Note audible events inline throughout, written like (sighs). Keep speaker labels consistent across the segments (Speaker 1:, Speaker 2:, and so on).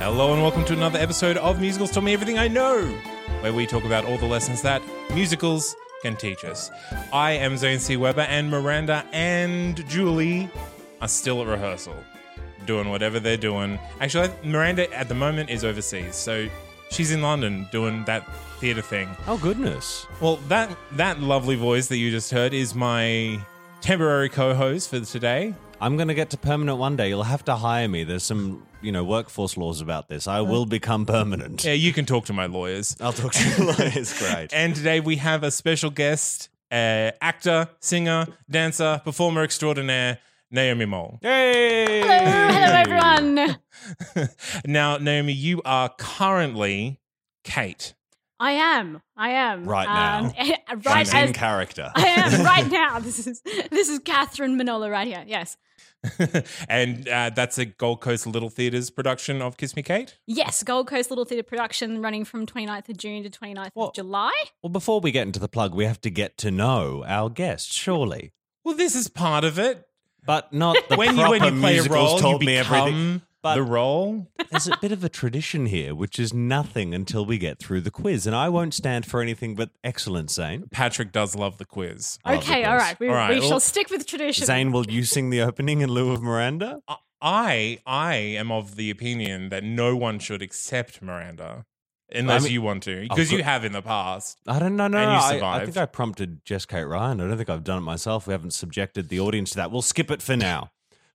Speaker 1: Hello and welcome to another episode of Musicals Tell Me Everything I Know, where we talk about all the lessons that musicals can teach us. I am Zane C. Weber and Miranda and Julie are still at rehearsal, doing whatever they're doing. Actually, I- Miranda at the moment is overseas, so she's in London doing that theatre thing.
Speaker 2: Oh goodness!
Speaker 1: Well, that that lovely voice that you just heard is my temporary co-host for today.
Speaker 2: I'm going to get to permanent one day. You'll have to hire me. There's some, you know, workforce laws about this. I will become permanent.
Speaker 1: (laughs) Yeah, you can talk to my lawyers.
Speaker 2: I'll talk to you (laughs) later. It's great.
Speaker 1: And today we have a special guest, uh, actor, singer, dancer, performer extraordinaire, Naomi Mole.
Speaker 2: Hey!
Speaker 3: Hello, everyone.
Speaker 1: (laughs) now, Naomi, you are currently
Speaker 2: (laughs)
Speaker 1: Kate.
Speaker 3: I am. I am. um,
Speaker 2: Right now.
Speaker 3: (laughs) right
Speaker 2: She's in
Speaker 3: as,
Speaker 2: character. (laughs)
Speaker 3: I am right now. This is this is Catherine Manola right here. Yes.
Speaker 1: and uh, that's a Gold Coast Little Theatres production of Kiss Me Kate.
Speaker 3: Yes, Gold Coast Little Theatre production running from 29th of June to 29th
Speaker 2: What?
Speaker 3: of July.
Speaker 2: Well, before we get into the plug, we have to get to know our guest, surely,
Speaker 1: Well, this is part of it. (laughs)
Speaker 2: but not the
Speaker 1: when you
Speaker 2: proper
Speaker 1: when you play a
Speaker 2: musicals
Speaker 1: role,
Speaker 2: told
Speaker 1: you
Speaker 2: me
Speaker 1: become
Speaker 2: everything. But
Speaker 1: the role.
Speaker 2: there's a bit of a tradition here, which is nothing until we get through the quiz, and I won't stand for anything but excellent, Zane.
Speaker 1: Patrick does love the quiz.
Speaker 2: I love the
Speaker 3: okay,
Speaker 2: quiz.
Speaker 3: all right. We,
Speaker 1: All right,
Speaker 3: we
Speaker 1: well-
Speaker 3: shall stick with tradition.
Speaker 2: Zane, will you sing the opening in lieu of Miranda?
Speaker 1: I I am of the opinion that no one should accept Miranda unless
Speaker 2: I mean-
Speaker 1: you want to,
Speaker 2: Oh,
Speaker 1: because you
Speaker 2: good.
Speaker 1: have in the past.
Speaker 2: I don't know. No,
Speaker 1: And
Speaker 2: no,
Speaker 1: you
Speaker 2: I- I,
Speaker 1: survived.
Speaker 2: think I prompted Jess Kate Ryan. I don't think I've done it myself. We haven't subjected the audience to that. We'll skip it for now.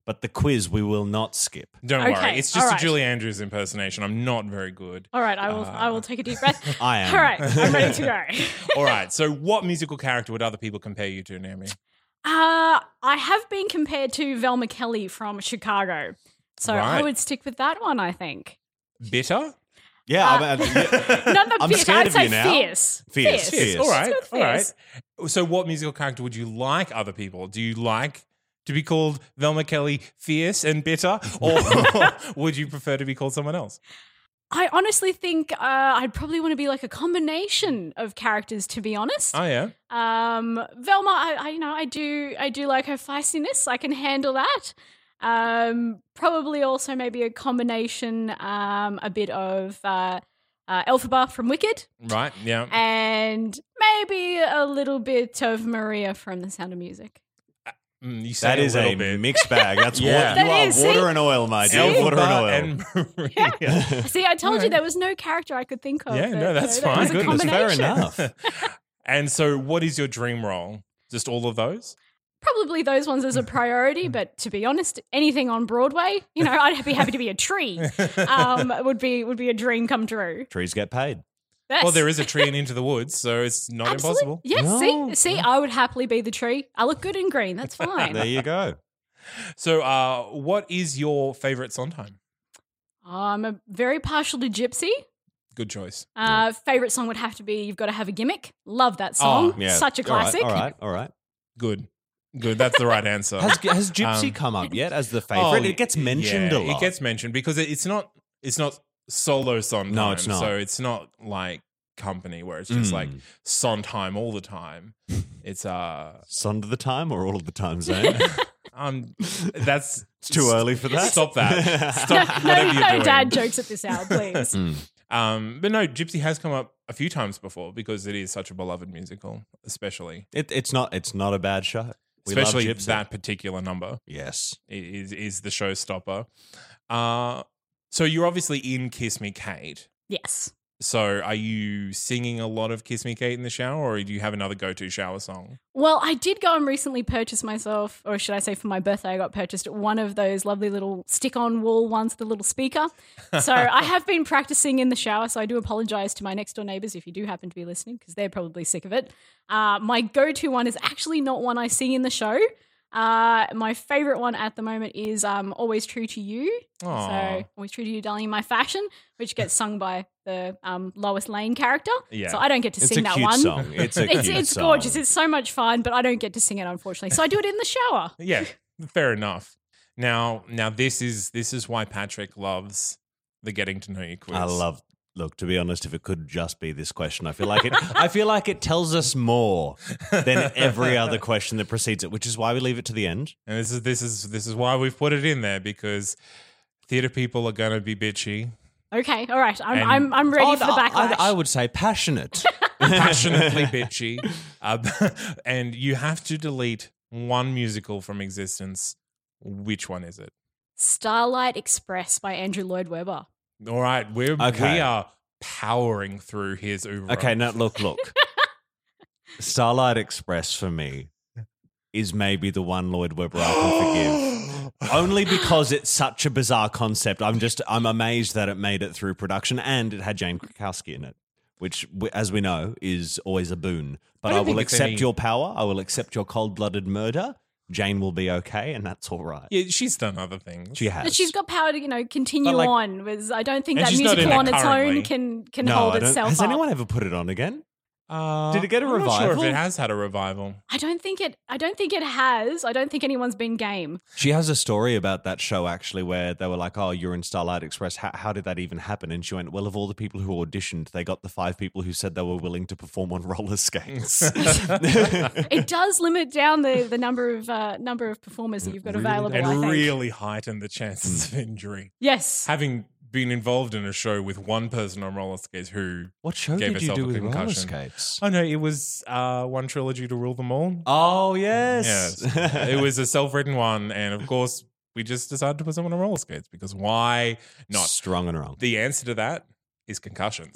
Speaker 2: But the quiz we will not skip.
Speaker 1: Don't worry,
Speaker 3: Okay,
Speaker 1: it's just
Speaker 3: all
Speaker 1: a
Speaker 3: right.
Speaker 1: Julie Andrews impersonation. I'm not very good.
Speaker 3: (laughs) all right, I will I will take a deep breath.
Speaker 2: Uh, (laughs) I am.
Speaker 3: All right, I'm ready to
Speaker 2: (laughs)
Speaker 3: go.
Speaker 1: All right, so what musical character would other people compare you to, Naomi?
Speaker 3: Uh, I have been compared to Velma Kelly from Chicago. So I
Speaker 1: Right.
Speaker 3: would stick with that one, I think.
Speaker 2: (laughs)
Speaker 1: Bitter?
Speaker 2: Yeah, I'm,
Speaker 3: Uh, (laughs) Not the
Speaker 2: I'm
Speaker 3: fierce,
Speaker 2: scared
Speaker 3: I'd
Speaker 2: of
Speaker 3: say
Speaker 2: you now.
Speaker 3: fierce.
Speaker 2: Fierce, fierce.
Speaker 1: All right,
Speaker 3: Let's go
Speaker 1: all right. So, what musical character would you like other people? Do you like to be called Velma Kelly fierce and bitter,
Speaker 2: (laughs)
Speaker 1: or (laughs) would you prefer to be called someone else?
Speaker 3: I honestly think uh, I'd probably want to be like a combination of characters, to be honest.
Speaker 1: Oh yeah,
Speaker 3: Um, Velma, I, I you know I do I do like her feistiness. I can handle that. Um, probably also maybe a combination, um, a bit of uh, uh, Elphaba from Wicked,
Speaker 1: right, yeah.
Speaker 3: and maybe a little bit of Maria from The Sound of Music.
Speaker 1: Mm, you say
Speaker 2: that is
Speaker 1: a
Speaker 2: a
Speaker 1: little bit.
Speaker 2: mixed
Speaker 1: (laughs)
Speaker 2: bag. That's
Speaker 1: Yeah.
Speaker 2: what you
Speaker 3: That
Speaker 2: are.
Speaker 3: is, see?
Speaker 2: water and oil, my dear.
Speaker 3: See?
Speaker 2: Water and oil.
Speaker 1: and Maria. (laughs)
Speaker 3: See, I told you
Speaker 1: Alright.
Speaker 3: there was no character I could think of.
Speaker 1: Yeah,
Speaker 3: but,
Speaker 1: no, that's
Speaker 3: uh, that
Speaker 1: fine.
Speaker 3: was a
Speaker 1: Goodness,
Speaker 2: fair
Speaker 3: combination.
Speaker 2: enough.
Speaker 1: (laughs) And so, what is your dream role? Just all of those?
Speaker 3: probably those ones as a priority. But to be honest, anything on Broadway, you know, I'd be happy to be a tree.
Speaker 2: (laughs)
Speaker 3: Um, would be would be a dream come true.
Speaker 2: (laughs) Trees get paid.
Speaker 3: Yes.
Speaker 1: Well, there is a tree in Into the Woods, so it's not
Speaker 3: Absolutely.
Speaker 1: impossible.
Speaker 3: Yes.
Speaker 2: No.
Speaker 3: See, see, I would happily be the tree. I look good in green. That's
Speaker 2: (laughs)
Speaker 3: fine.
Speaker 2: There you go.
Speaker 1: So, uh, what is your favorite Sondheim?
Speaker 3: I'm a- very partial to Gypsy.
Speaker 1: Good choice.
Speaker 3: Uh, Favorite song would have to be "You've Got to Have a Gimmick." Love that song.
Speaker 2: Oh, Yeah.
Speaker 3: Oh, Such a
Speaker 2: All right,
Speaker 3: classic.
Speaker 2: All right, all right.
Speaker 1: Good. Good. That's the right answer.
Speaker 2: Has, has Gypsy
Speaker 1: Um,
Speaker 2: come up yet as the
Speaker 1: Oh,
Speaker 2: favorite? it gets mentioned
Speaker 1: yeah,
Speaker 2: a lot.
Speaker 1: It gets mentioned because it, it's not it's not solo Sondheim.
Speaker 2: No, it's not. Hmm.
Speaker 1: So it's not like company where it's just like Sondheim all the time. It's uh
Speaker 2: Sun to the time or all of the
Speaker 1: (laughs)
Speaker 2: time zone? (laughs)
Speaker 1: um that's
Speaker 2: it's too early for that.
Speaker 1: Stop
Speaker 2: (laughs)
Speaker 1: that. Stop
Speaker 3: (laughs) No,
Speaker 1: whatever
Speaker 3: no,
Speaker 1: you're doing.
Speaker 3: (laughs) dad jokes at this hour, please.
Speaker 1: Um but no, Gypsy has come up a few times before because it is such a beloved musical, especially
Speaker 2: It, it's not. It's not a bad show. We love
Speaker 1: especially
Speaker 2: Gypsy.
Speaker 1: that particular number.
Speaker 2: Yes.
Speaker 1: i- is is the showstopper. Uh, so you're obviously in Kiss Me Kate.
Speaker 3: yes.
Speaker 1: So are you singing a lot of Kiss Me Kate in the shower, or do you have another go-to shower song?
Speaker 3: Well, I did go and recently purchase myself, or should I say, for my birthday, I got purchased one of those lovely little stick-on wall ones, with a little speaker.
Speaker 2: (laughs)
Speaker 3: So I have been practicing in the shower. So I do apologise to my next-door neighbours if you do happen to be listening, because they're probably sick of it. Uh, my go-to one is actually not one I sing in the show. Uh, my favourite one at the moment is um, "Always True to You."
Speaker 1: Aw.
Speaker 3: So "Always True to You, Darling, in My Fashion," which gets sung by the um, Lois Lane character.
Speaker 1: Yeah.
Speaker 3: So I don't get to
Speaker 2: It's
Speaker 3: sing
Speaker 2: a
Speaker 3: that
Speaker 2: cute
Speaker 3: one
Speaker 2: song. It's a
Speaker 3: (laughs) it's
Speaker 2: cute
Speaker 3: it's
Speaker 2: song.
Speaker 3: gorgeous. It's so much fun, but I don't get to sing it unfortunately. So I do it in the shower.
Speaker 1: Yeah, fair enough. Now, now this is this is why Patrick loves the getting to know you quiz.
Speaker 2: I love. Look, to be honest, if it could just be this question, I feel like it. I feel like it tells us more than every other (laughs) question that precedes it, which is why we leave it to the end.
Speaker 1: and this is this is this is why we've put it in there because theater people are gonna be bitchy,
Speaker 3: Okay, all right. I'm
Speaker 1: And-
Speaker 3: I'm, I'm ready
Speaker 2: Oh,
Speaker 3: for the backlash.
Speaker 2: I, I would say passionate. (laughs)
Speaker 1: passionately bitchy, uh, (laughs) and you have to delete one musical from existence. Which one is it?
Speaker 3: Starlight Express by Andrew Lloyd Webber.
Speaker 1: All right, we're
Speaker 2: Okay.
Speaker 1: we are powering through his oeuvre.
Speaker 2: Okay, now look, look.
Speaker 3: (laughs)
Speaker 2: Starlight Express for me is maybe the one Lloyd Webber I can
Speaker 3: (gasps)
Speaker 2: forgive. Only because it's such a bizarre concept. I'm just I'm amazed that it made it through production and it had Jane Krakowski in it, which w- as we know is always a boon. But
Speaker 1: I
Speaker 2: I,
Speaker 1: don't
Speaker 2: will
Speaker 1: think it's
Speaker 2: accept
Speaker 1: any-
Speaker 2: your power. I will accept your cold-blooded murder. Jane will be okay and that's all right.
Speaker 1: yeah, she's done other things.
Speaker 2: She has.
Speaker 3: But she's got power to you know continue
Speaker 2: But, like-
Speaker 3: on. Was I don't think
Speaker 1: And
Speaker 3: that
Speaker 1: she's not
Speaker 3: musical
Speaker 1: in
Speaker 3: on
Speaker 1: it
Speaker 3: its
Speaker 1: currently.
Speaker 3: own can can
Speaker 2: no,
Speaker 3: hold
Speaker 2: I don't-
Speaker 3: itself
Speaker 2: Has
Speaker 3: up.
Speaker 2: anyone ever put it on again?
Speaker 1: Uh,
Speaker 2: Did it get a
Speaker 1: I'm not sure if
Speaker 2: revival?
Speaker 1: it has had a revival.
Speaker 3: I don't think it. I don't think it has. I don't think anyone's been game.
Speaker 2: She has a story about that show actually, where they were like, "Oh, you're in Starlight Express. How, how did that even happen?" And she went, "Well, of all the people who auditioned, they got the five people who said they were willing to perform on
Speaker 1: (laughs)
Speaker 2: roller skates." (laughs)
Speaker 3: It does limit down the the number of uh, number of performers that you've got available. I
Speaker 1: And
Speaker 3: think.
Speaker 1: really heightened the
Speaker 2: Hmm.
Speaker 1: chances of injury.
Speaker 3: yes.
Speaker 1: Having been involved in a show with one person on roller skates who
Speaker 2: what show
Speaker 1: Gave
Speaker 2: did you
Speaker 1: herself
Speaker 2: do
Speaker 1: a
Speaker 2: with roller
Speaker 1: concussion.
Speaker 2: skates?
Speaker 1: Oh no, it was uh, one trilogy to rule them all.
Speaker 2: Oh yes, (laughs)
Speaker 1: it was a self-written one, and of course we just decided to put someone on roller skates because why not?
Speaker 2: strong and
Speaker 1: (laughs)
Speaker 2: wrong.
Speaker 1: The answer to that is concussions.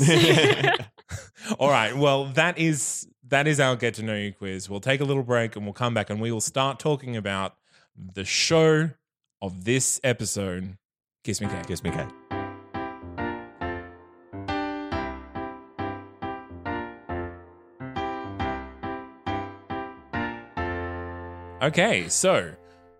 Speaker 1: All right. Well, that is that is our get to know you quiz. We'll take a little break and we'll come back and we will start talking about the show of this episode. Kiss me, Kate.
Speaker 2: Kiss me, Kate.
Speaker 1: Okay, so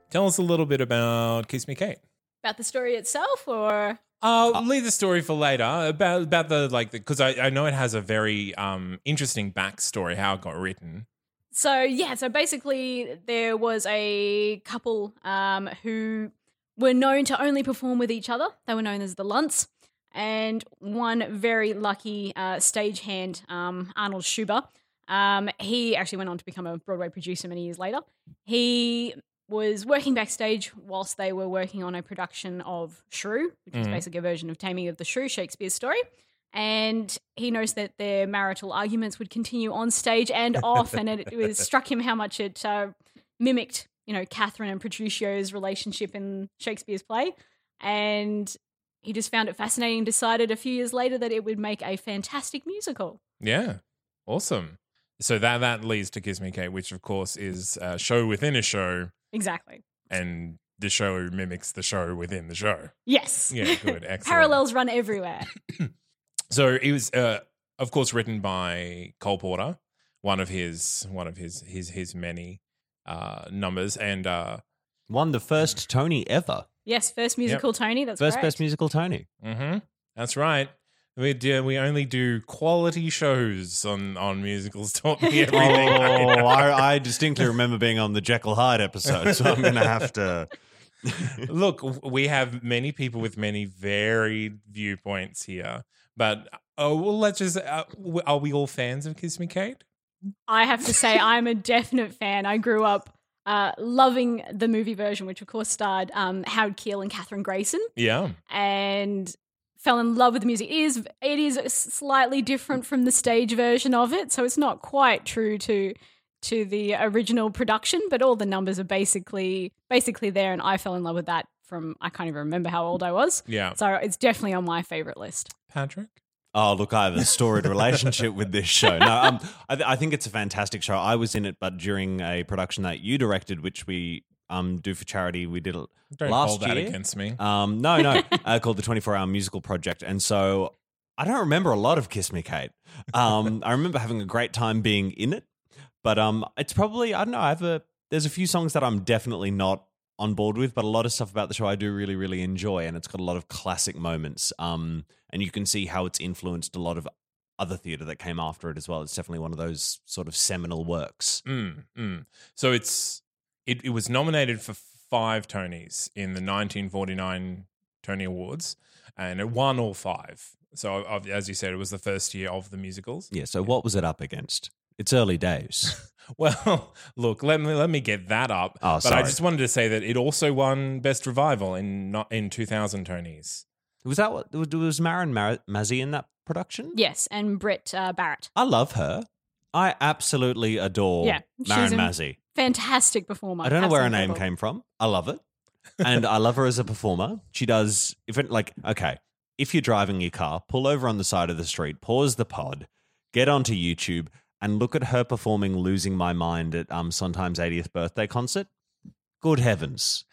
Speaker 1: tell us a little bit about Kiss Me, Kate.
Speaker 3: About the story itself, or
Speaker 1: Uh, leave the story for later about about the like because I, I know it has a very um interesting backstory how it got written.
Speaker 3: So yeah, so basically there was a couple um, who were known to only perform with each other. They were known as the Lunts, and one very lucky uh, stagehand, um, Arnold Schuber. Um, he actually went on to become a Broadway producer many years later. He was working backstage whilst they were working on a production of Shrew, which is
Speaker 1: Mhm.
Speaker 3: basically a version of Taming of the Shrew, Shakespeare's story and he noticed that their marital arguments would continue on stage and off, and it, it was struck him how much it uh, mimicked, you know, Catherine and Petruccio's relationship in Shakespeare's play, and he just found it fascinating. and Decided a few years later that it would make a fantastic musical.
Speaker 1: Yeah, awesome. So that that leads to Kiss Me, Kate, which of course is a show within a show,
Speaker 3: Exactly.
Speaker 1: and the show mimics the show within the show.
Speaker 3: Yes.
Speaker 1: (laughs) Yeah, (laughs) good, excellent.
Speaker 3: (laughs) Parallels run everywhere.
Speaker 1: So it was, uh, of course, written by Cole Porter, one of his one of his his his many uh, numbers, and uh,
Speaker 2: Won the first Tony ever.
Speaker 3: Yes, first musical Tony. That's
Speaker 2: first
Speaker 3: correct.
Speaker 2: best musical Tony.
Speaker 1: mhm, mm-hmm, that's right. We do. We only do quality shows on on musicals. Taught me (laughs) everything. I know.
Speaker 2: Oh, I, I distinctly remember being on the Jekyll Hyde episode, so I'm going to have to.
Speaker 1: Look, w- we have many people with many varied viewpoints here, but oh, well, let's just. Uh, w- are we all fans of Kiss Me Kate?
Speaker 3: I have to say, I'm a definite fan. I grew up uh, loving the movie version, which of course starred um, Howard Keel and Katherine Grayson,
Speaker 1: Yeah.
Speaker 3: and fell in love with the music. It is it is slightly different from the stage version of it, so it's not quite true to to the original production, but all the numbers are basically basically there, and I fell in love with that from I can't even remember how old I was.
Speaker 1: Yeah.
Speaker 3: So it's definitely on my favorite list.
Speaker 1: Patrick.
Speaker 2: Oh, look, I have a storied relationship with this show. No, um, I, th- I think it's a fantastic show. I was in it, but during a production that you directed, which we um, do for charity, we did it
Speaker 1: Don't
Speaker 2: last
Speaker 1: hold that
Speaker 2: year.
Speaker 1: against me.
Speaker 2: Um, no, no, uh, called the 24 Hour Musical Project. And so I don't remember a lot of Kiss Me Kate. Um, I remember having a great time being in it, but um, it's probably, I don't know, I have a, there's a few songs that I'm definitely not on board with, but a lot of stuff about the show I do really, really enjoy. And it's got a lot of classic moments. Um, and you can see how it's influenced a lot of other theatre that came after it as well. It's definitely one of those sort of seminal works.
Speaker 1: Mm, mm. So it's it, it was nominated for five Tonys in the 1949 Tony Awards, and it won all five. So I- I've- as you said, it was the first year of the musicals.
Speaker 2: Yeah. So what was it up against? It's early days.
Speaker 1: (laughs) Well, look, let me let me get that up.
Speaker 2: Oh,
Speaker 1: but I
Speaker 2: sorry.
Speaker 1: just wanted to say that it also won Best Revival in not in 2000 Tonys.
Speaker 2: was that what, was Marin Mar- Mazzy in that production?
Speaker 3: Yes, and Britt uh, Barrett,
Speaker 2: I love her. I absolutely adore
Speaker 3: Yeah,
Speaker 2: Marin
Speaker 3: she's a-
Speaker 2: Mazzy.
Speaker 3: fantastic performer.
Speaker 2: I don't know where her
Speaker 3: Absolutely
Speaker 2: name came
Speaker 3: incredible.
Speaker 2: from. I love it. And I love her as a performer. She does, if it, like, okay, if you're driving your car, pull over on the side of the street, pause the pod, get onto YouTube, and look at her performing Losing My Mind at um, Sometimes 80th birthday concert. Good heavens.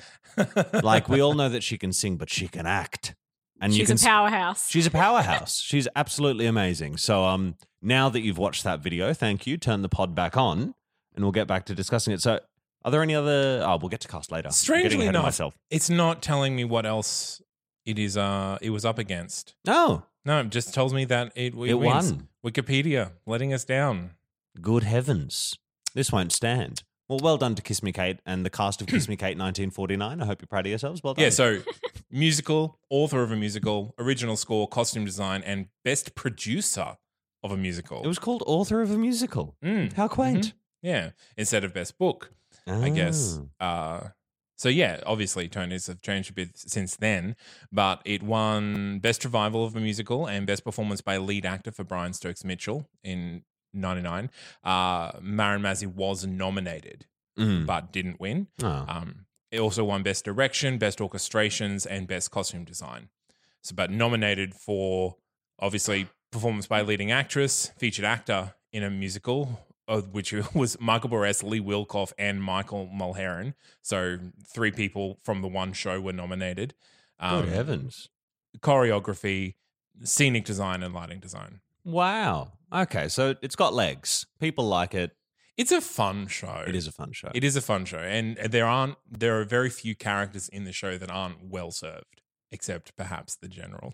Speaker 2: Like, we all know that she can sing, but she can act. And you
Speaker 3: She's
Speaker 2: can
Speaker 3: a powerhouse.
Speaker 2: She's a powerhouse. She's absolutely amazing. So um now that you've watched that video, thank you. Turn the pod back on and we'll get back to discussing it. So are there any other oh we'll get to cast later. I'm getting
Speaker 1: Strangely
Speaker 2: ahead of
Speaker 1: enough,
Speaker 2: myself.
Speaker 1: it's not telling me what else it is. Uh, it was up against.
Speaker 2: Oh,
Speaker 1: No, it just tells me that it, it,
Speaker 2: it
Speaker 1: wins.
Speaker 2: won.
Speaker 1: Wikipedia letting us down.
Speaker 2: Good heavens. This won't stand. Well, well done to Kiss Me Kate and the cast of Kiss Me Kate 1949. I hope you're proud of yourselves. Well done.
Speaker 1: Yeah, so
Speaker 2: (laughs)
Speaker 1: musical, author of a musical, original score, costume design, and best producer of a musical.
Speaker 2: it was called author of a musical.
Speaker 1: Mm,
Speaker 2: How quaint.
Speaker 1: yeah, instead of best book, I guess. Uh, so yeah, obviously Tonys have changed a bit since then, but it won best revival of a musical and best performance by lead actor for Brian Stokes Mitchell in '99. Uh, Marin Mazzy was nominated
Speaker 2: Oh. Mm.
Speaker 1: but didn't win.
Speaker 2: Oh.
Speaker 1: Um, it also won Best Direction, Best Orchestrations, and Best Costume Design. So, but nominated for obviously performance by a leading actress, featured actor in a musical, of which (laughs) was Michael Boras, Lee Wilcoff, and Michael Mulheron. So, three people from the one show were nominated. Um,
Speaker 2: Good heavens.
Speaker 1: choreography, scenic design, and lighting design.
Speaker 2: Wow. Okay, so it's got legs. People like it.
Speaker 1: It's a fun show.
Speaker 2: It is a fun show.
Speaker 1: It is a fun show, and there aren't there are very few characters in the show that aren't well served, except perhaps the general.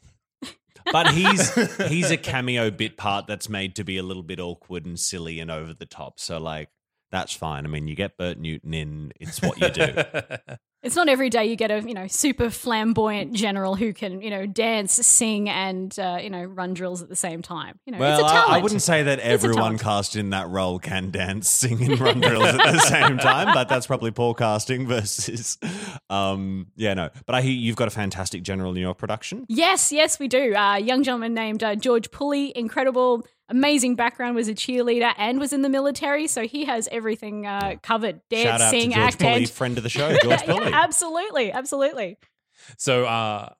Speaker 2: But (laughs) he's he's a cameo bit part that's made to be a little bit awkward and silly and over the top. So like that's fine. I mean, you get Bert Newton in. It's what you do.
Speaker 3: (laughs) It's not every day you get a you know super flamboyant general who can you know dance, sing, and uh, you know run drills at the same time. You know,
Speaker 2: well,
Speaker 3: it's a
Speaker 2: I-
Speaker 3: talent.
Speaker 2: I, wouldn't say that everyone
Speaker 3: talent.
Speaker 2: cast in that role can dance, sing, and run drills at
Speaker 3: (laughs)
Speaker 2: the same time. But that's probably poor casting versus, um, yeah, no. But I hear you've got a fantastic general in your production.
Speaker 3: Yes, yes, we do. Uh, young gentleman named uh, George Pulley, incredible, amazing background, was a cheerleader and was in the military, so he has everything uh, covered:
Speaker 2: Shout
Speaker 3: dance,
Speaker 2: out
Speaker 3: sing,
Speaker 2: to George
Speaker 3: act,
Speaker 2: Pulley,
Speaker 3: and
Speaker 2: friend of the show, (laughs) George
Speaker 3: (laughs) Yeah,
Speaker 2: Pulley.
Speaker 3: absolutely, absolutely.
Speaker 1: so, uh,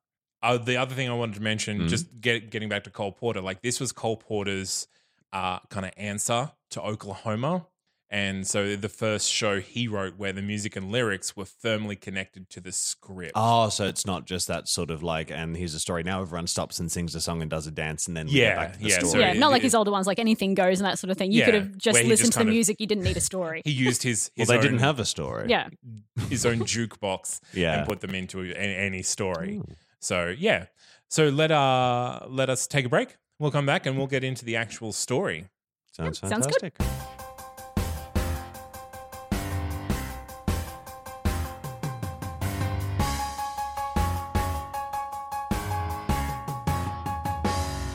Speaker 1: uh, the other thing I wanted to mention,
Speaker 2: Mhm.
Speaker 1: just get, getting back to Cole Porter, like this was Cole Porter's uh, kind of answer to Oklahoma, and so the first show he wrote where the music and lyrics were firmly connected to the script.
Speaker 2: Oh, so it's not just that sort of like, and here's a story. Now everyone stops and sings a song and does a dance, and then we
Speaker 1: Yeah,
Speaker 2: get back to the
Speaker 1: yeah,
Speaker 2: story.
Speaker 1: so
Speaker 3: yeah,
Speaker 1: it-
Speaker 3: not like
Speaker 1: it-
Speaker 3: his older ones, like anything goes and that sort of thing. You
Speaker 1: Yeah,
Speaker 3: could have just
Speaker 1: where he
Speaker 3: listened
Speaker 1: just
Speaker 3: to
Speaker 1: kind of-
Speaker 3: music; you didn't need a
Speaker 2: (laughs)
Speaker 3: story.
Speaker 1: He used his,
Speaker 2: Well,
Speaker 1: his
Speaker 2: they
Speaker 1: own,
Speaker 2: didn't have a story.
Speaker 3: yeah,
Speaker 1: his own jukebox
Speaker 2: Yeah. Hmm.
Speaker 1: and put them into a- any, any story. So yeah. So let uh let us take a break. We'll come back and we'll get into the actual story.
Speaker 2: Sounds
Speaker 3: Yep, sounds good.
Speaker 2: fantastic.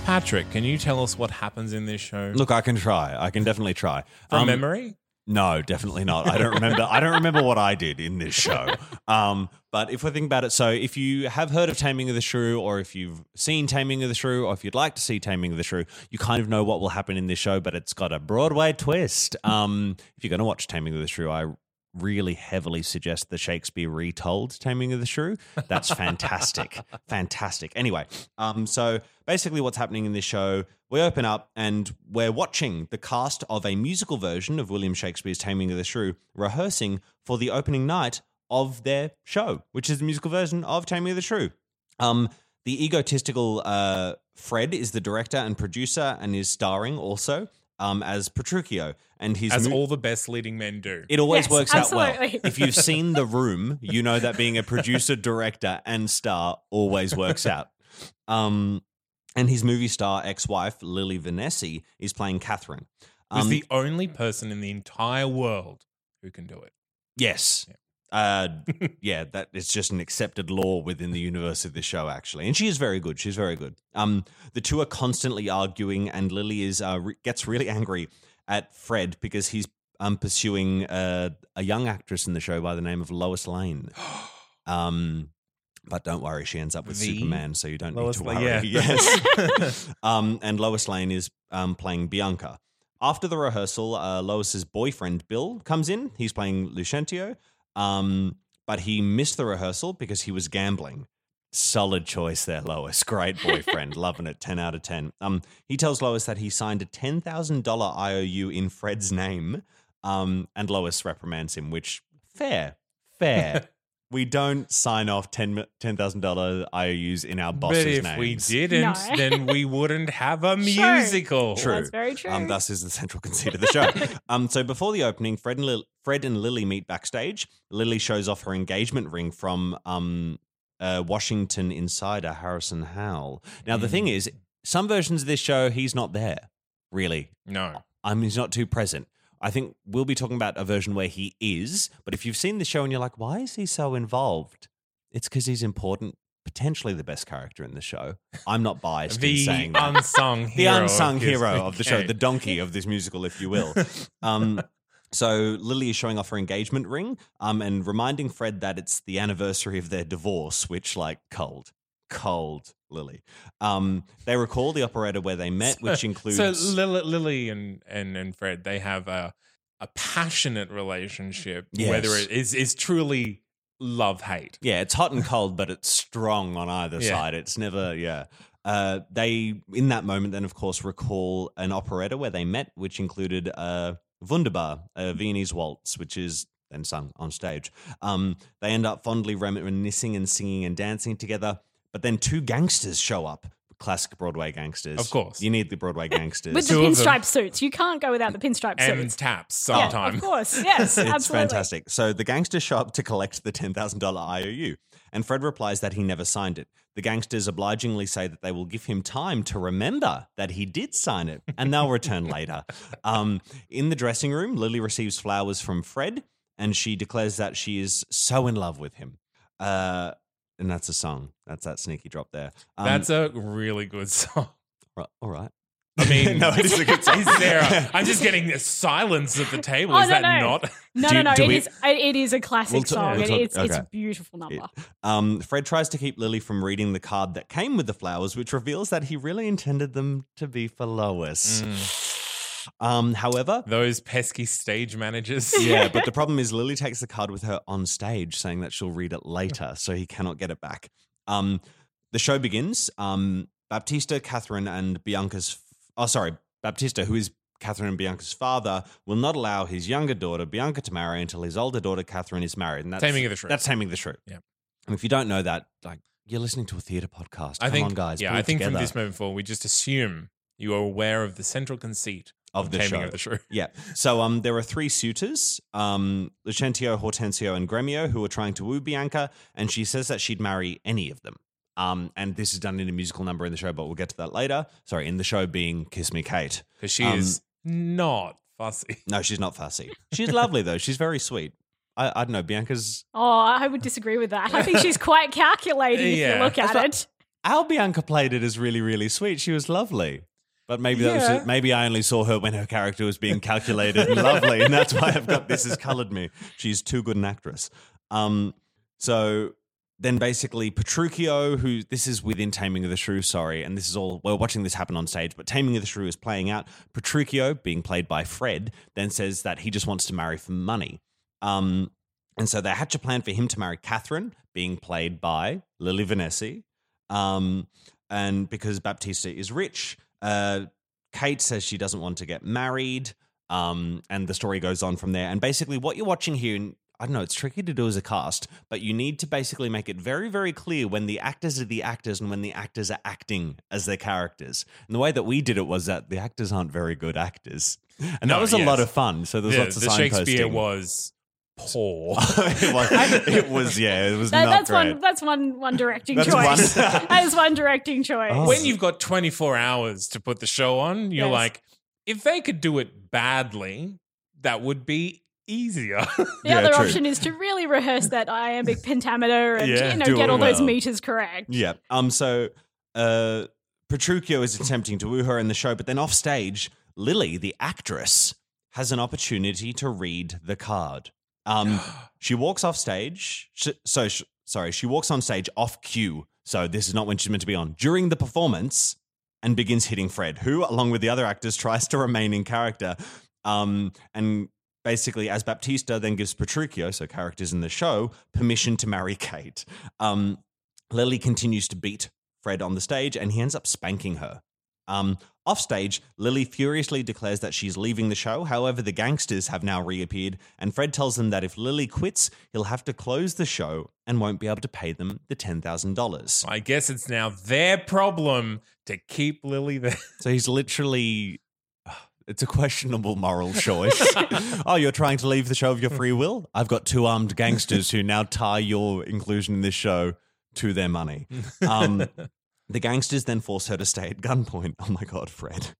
Speaker 1: Patrick, can you tell us what happens in this show?
Speaker 2: Look, I can try. I can definitely try.
Speaker 1: from
Speaker 2: Um,
Speaker 1: memory.
Speaker 2: No, definitely not. I don't remember. I don't remember what I did in this show. Um, but if we think about it, so if you have heard of Taming of the Shrew, or if you've seen Taming of the Shrew, or if you'd like to see Taming of the Shrew, you kind of know what will happen in this show. But it's got a Broadway twist. Um, if you're going to watch Taming of the Shrew, I really heavily suggest the Shakespeare retold Taming of the Shrew. That's fantastic, fantastic. Anyway, um, so basically, what's happening in this show? We open up and we're watching the cast of a musical version of William Shakespeare's Taming of the Shrew rehearsing for the opening night of their show, which is the musical version of Taming of the Shrew. Um, the egotistical uh, Fred is the director and producer and is starring also um, as Petruchio. And his
Speaker 1: As
Speaker 2: mu-
Speaker 1: all the best leading men do.
Speaker 2: it always
Speaker 3: Yes,
Speaker 2: works out well.
Speaker 3: absolutely.
Speaker 2: (laughs) If you've seen The Room, you know that being a producer, director, and star always works out. Um, and his movie star ex wife, Lily Vanessa, is playing Catherine.
Speaker 1: was
Speaker 2: Um,
Speaker 1: the only person in the entire world who can do it.
Speaker 2: yes. Uh, yeah, that it's just an accepted law within the universe of this show, actually. And she is very good. She's very good. Um, the two are constantly arguing, and Lily is uh, re- gets really angry at Fred because he's um, pursuing uh, a young actress in the show by the name of Lois Lane. Um, but don't worry, she ends up with
Speaker 1: The
Speaker 2: Superman, so you don't
Speaker 1: Lois
Speaker 2: need to
Speaker 1: Lane,
Speaker 2: worry.
Speaker 1: yeah.
Speaker 2: (laughs) Yes.
Speaker 1: (laughs)
Speaker 2: um, and Lois Lane is um, playing Bianca. After the rehearsal, uh, Lois's boyfriend Bill comes in. He's playing Lucentio, um, but he missed the rehearsal because he was gambling. Solid choice there, Lois. Great
Speaker 1: (laughs)
Speaker 2: boyfriend. Loving it. 10 out of 10. Um, he tells Lois that he signed a $10,000 IOU in Fred's name, um, and Lois reprimands him, which, fair,
Speaker 1: (laughs)
Speaker 2: fair. we don't sign off $10,000 IOUs in our boss's
Speaker 1: but if
Speaker 2: names.
Speaker 1: we didn't,
Speaker 3: No.
Speaker 1: then we wouldn't have a
Speaker 3: Sure.
Speaker 1: musical.
Speaker 2: True.
Speaker 3: That's very true.
Speaker 2: Um, thus is the central (laughs) conceit of the show. um, so before the opening, Fred and, Lil- Fred and Lily meet backstage. Lily shows off her engagement ring from um, uh, Washington insider Harrison Howell. Now the thing is, some versions of this show, he's not there. Really,
Speaker 1: No.
Speaker 2: um, he's not too present. I think we'll be talking about a version where he is, but if you've seen the show and you're like, why is he so involved? It's because he's important, potentially the best character in the show. I'm not biased in
Speaker 1: The
Speaker 2: saying that.
Speaker 1: unsung
Speaker 2: the
Speaker 1: hero.
Speaker 2: unsung
Speaker 1: this- (laughs)
Speaker 2: hero of the show,
Speaker 1: Okay.
Speaker 2: the donkey of this musical, if
Speaker 1: (laughs)
Speaker 2: you will. Um, so Lily is showing off her engagement ring um, and reminding Fred that it's the anniversary of their divorce, which, like, cold, cold Lily. Um, they recall the operator where they met, which includes.
Speaker 1: (laughs) So Lily, Lily and, and, and Fred, they have a, a passionate relationship, whether
Speaker 2: Yes.
Speaker 1: it is, is truly love hate.
Speaker 2: Yeah, it's hot and cold, but it's strong on either
Speaker 1: Yeah.
Speaker 2: side. It's never, yeah. Uh, they, in that moment, then, of course, recall an operetta where they met, which included uh, Wunderbar, a Viennese waltz, which is then sung on stage. Um, they end up fondly reminiscing and singing and dancing together, but then two gangsters show up. Classic Broadway gangsters.
Speaker 1: Of course.
Speaker 2: You need the Broadway gangsters.
Speaker 3: With the
Speaker 1: two of them.
Speaker 3: pinstripe suits. You can't go without the pinstripe
Speaker 1: And
Speaker 3: suits.
Speaker 1: taps
Speaker 3: Yeah,
Speaker 1: sometime.
Speaker 3: of course.
Speaker 2: (laughs)
Speaker 3: Yes,
Speaker 2: it's
Speaker 3: absolutely.
Speaker 2: fantastic. So the gangsters show up to collect the $10,000 IOU, and Fred replies that he never signed it. The gangsters obligingly say that they will give him time to remember that he did sign it, and they'll return later. Um, in the dressing room, Lily receives flowers from Fred, and she declares that she is so in love with him. Uh, and that's a song. That's that sneaky drop there. Um,
Speaker 1: That's a really good
Speaker 2: (laughs)
Speaker 1: song.
Speaker 2: ri- all right.
Speaker 1: I mean,
Speaker 2: No, it is a good
Speaker 1: (laughs)
Speaker 2: song.
Speaker 1: Is there? A, I'm just getting a silence
Speaker 3: (laughs)
Speaker 1: at the table.
Speaker 3: Oh,
Speaker 1: Is that
Speaker 3: no, no.
Speaker 1: not?
Speaker 2: (laughs)
Speaker 3: No,
Speaker 2: Do-
Speaker 3: no, no.
Speaker 2: do
Speaker 3: It
Speaker 2: we-
Speaker 3: is. It is a classic
Speaker 2: We'll ta-
Speaker 3: song.
Speaker 2: we'll
Speaker 3: It-
Speaker 2: talk-
Speaker 3: it's, it's
Speaker 2: okay.
Speaker 3: a beautiful number.
Speaker 2: Um, Fred tries to keep Lily from reading the card that came with the flowers, which reveals that he really intended them to be for
Speaker 1: Mm.
Speaker 2: Lois. Um, however,
Speaker 1: Those pesky stage
Speaker 3: (laughs)
Speaker 1: managers.
Speaker 2: yeah, but the problem is Lily takes the card with her on stage, saying that she'll read it later, so he cannot get it back. Um, the show begins. Um, Baptista, Catherine, and Bianca's. Oh, sorry, Baptista, who is Catherine and Bianca's father, will not allow his younger daughter Bianca to marry until his older daughter Catherine is married. And that's
Speaker 1: (laughs) Taming of the Shrew.
Speaker 2: That's taming the shrew.
Speaker 1: Yeah.
Speaker 2: And if you don't know that, like you're listening to a theater podcast.
Speaker 1: I
Speaker 2: Come
Speaker 1: think,
Speaker 2: on, guys.
Speaker 1: Yeah,
Speaker 2: pull
Speaker 1: I
Speaker 2: it
Speaker 1: think
Speaker 2: together.
Speaker 1: from this moment forward, we just assume you are aware of the central conceit
Speaker 2: Of the
Speaker 1: Taming
Speaker 2: show.
Speaker 1: of the Shrew.
Speaker 2: Yeah. So um, there are three suitors, um, Lucentio, Hortensio, and Gremio, who are trying to woo Bianca, and she says that she'd marry any of them. Um, and this is done in a musical number in the show, but we'll get to that later. Sorry, in the show being Kiss Me Kate.
Speaker 1: Because she
Speaker 2: Um,
Speaker 1: is not fussy.
Speaker 2: No, she's not fussy. She's lovely though. She's very sweet. I, I don't know. Bianca's
Speaker 3: Oh, I would disagree with that. I think she's quite calculating if
Speaker 1: Yeah.
Speaker 3: you look at it.
Speaker 2: our Bianca played it is really, really sweet. She was lovely. But maybe that
Speaker 1: Yeah.
Speaker 2: was maybe I only saw her when her character was being calculated (laughs) and lovely, and that's why I've got this has coloured me. She's too good an actress. Um, so then basically Petruchio, who this is within Taming of the Shrew, sorry, and this is all we're watching this happen on stage, but Taming of the Shrew is playing out. Petruchio, being played by Fred, then says that he just wants to marry for money. Um, and so they hatch a plan for him to marry Catherine, being played by Lily Vanessi. Um, and because Baptista is rich, uh, Kate says she doesn't want to get married. Um, and the story goes on from there. And basically, what you're watching here, and I don't know, it's tricky to do as a cast, but you need to basically make it very, very clear when the actors are the actors and when the actors are acting as their characters. And the way that we did it was that the actors aren't very good actors. And
Speaker 1: No,
Speaker 2: that was a lot
Speaker 1: yes.
Speaker 2: of fun. So there's
Speaker 1: the
Speaker 2: lots of
Speaker 1: the Shakespeare
Speaker 2: signposting.
Speaker 1: was poor.
Speaker 2: (laughs) it, was, it was, yeah, it was
Speaker 3: That,
Speaker 2: not
Speaker 3: that's
Speaker 2: great.
Speaker 3: one. That's one. One directing
Speaker 2: That's
Speaker 3: choice.
Speaker 2: one.
Speaker 3: (laughs) that is one directing choice.
Speaker 2: (laughs) Oh.
Speaker 1: when you've got 24 hours to put the show on, you're
Speaker 3: Yes.
Speaker 1: like, if they could do it badly, that would be easier. (laughs)
Speaker 3: the
Speaker 2: (laughs) Yeah,
Speaker 3: other
Speaker 2: true.
Speaker 3: option is to really rehearse that iambic pentameter and
Speaker 1: Yeah,
Speaker 3: you know
Speaker 2: do
Speaker 3: get
Speaker 2: it
Speaker 3: all those
Speaker 2: well.
Speaker 3: meters correct.
Speaker 2: Yeah. Um. So, uh, Petruchio is attempting to woo her in the show, but then off stage, Lily, the actress, has an opportunity to read the card. Um, she walks off stage. Sh so, sh- sorry, she walks on stage off cue. So this is not when she's meant to be on during the performance, and begins hitting Fred, who, along with the other actors, tries to remain in character. Um, and basically, as Baptista then gives Petruchio, so characters in the show, permission to marry Kate. Um, Lily continues to beat Fred on the stage, and he ends up spanking her. Um, off stage, Lily furiously declares that she's leaving the show. However, the gangsters have now reappeared, and Fred tells them that if Lily quits, he'll have to close the show and won't be able to pay them the ten thousand dollars.
Speaker 1: I guess it's now their problem to keep Lily there. (laughs)
Speaker 2: So he's literally. (sighs) It's a questionable moral choice. oh, you're trying to leave the show of your free will? I've got two armed gangsters who now tie your inclusion in this show to their money. Um, the gangsters then force her to stay at gunpoint. Oh my God, Fred.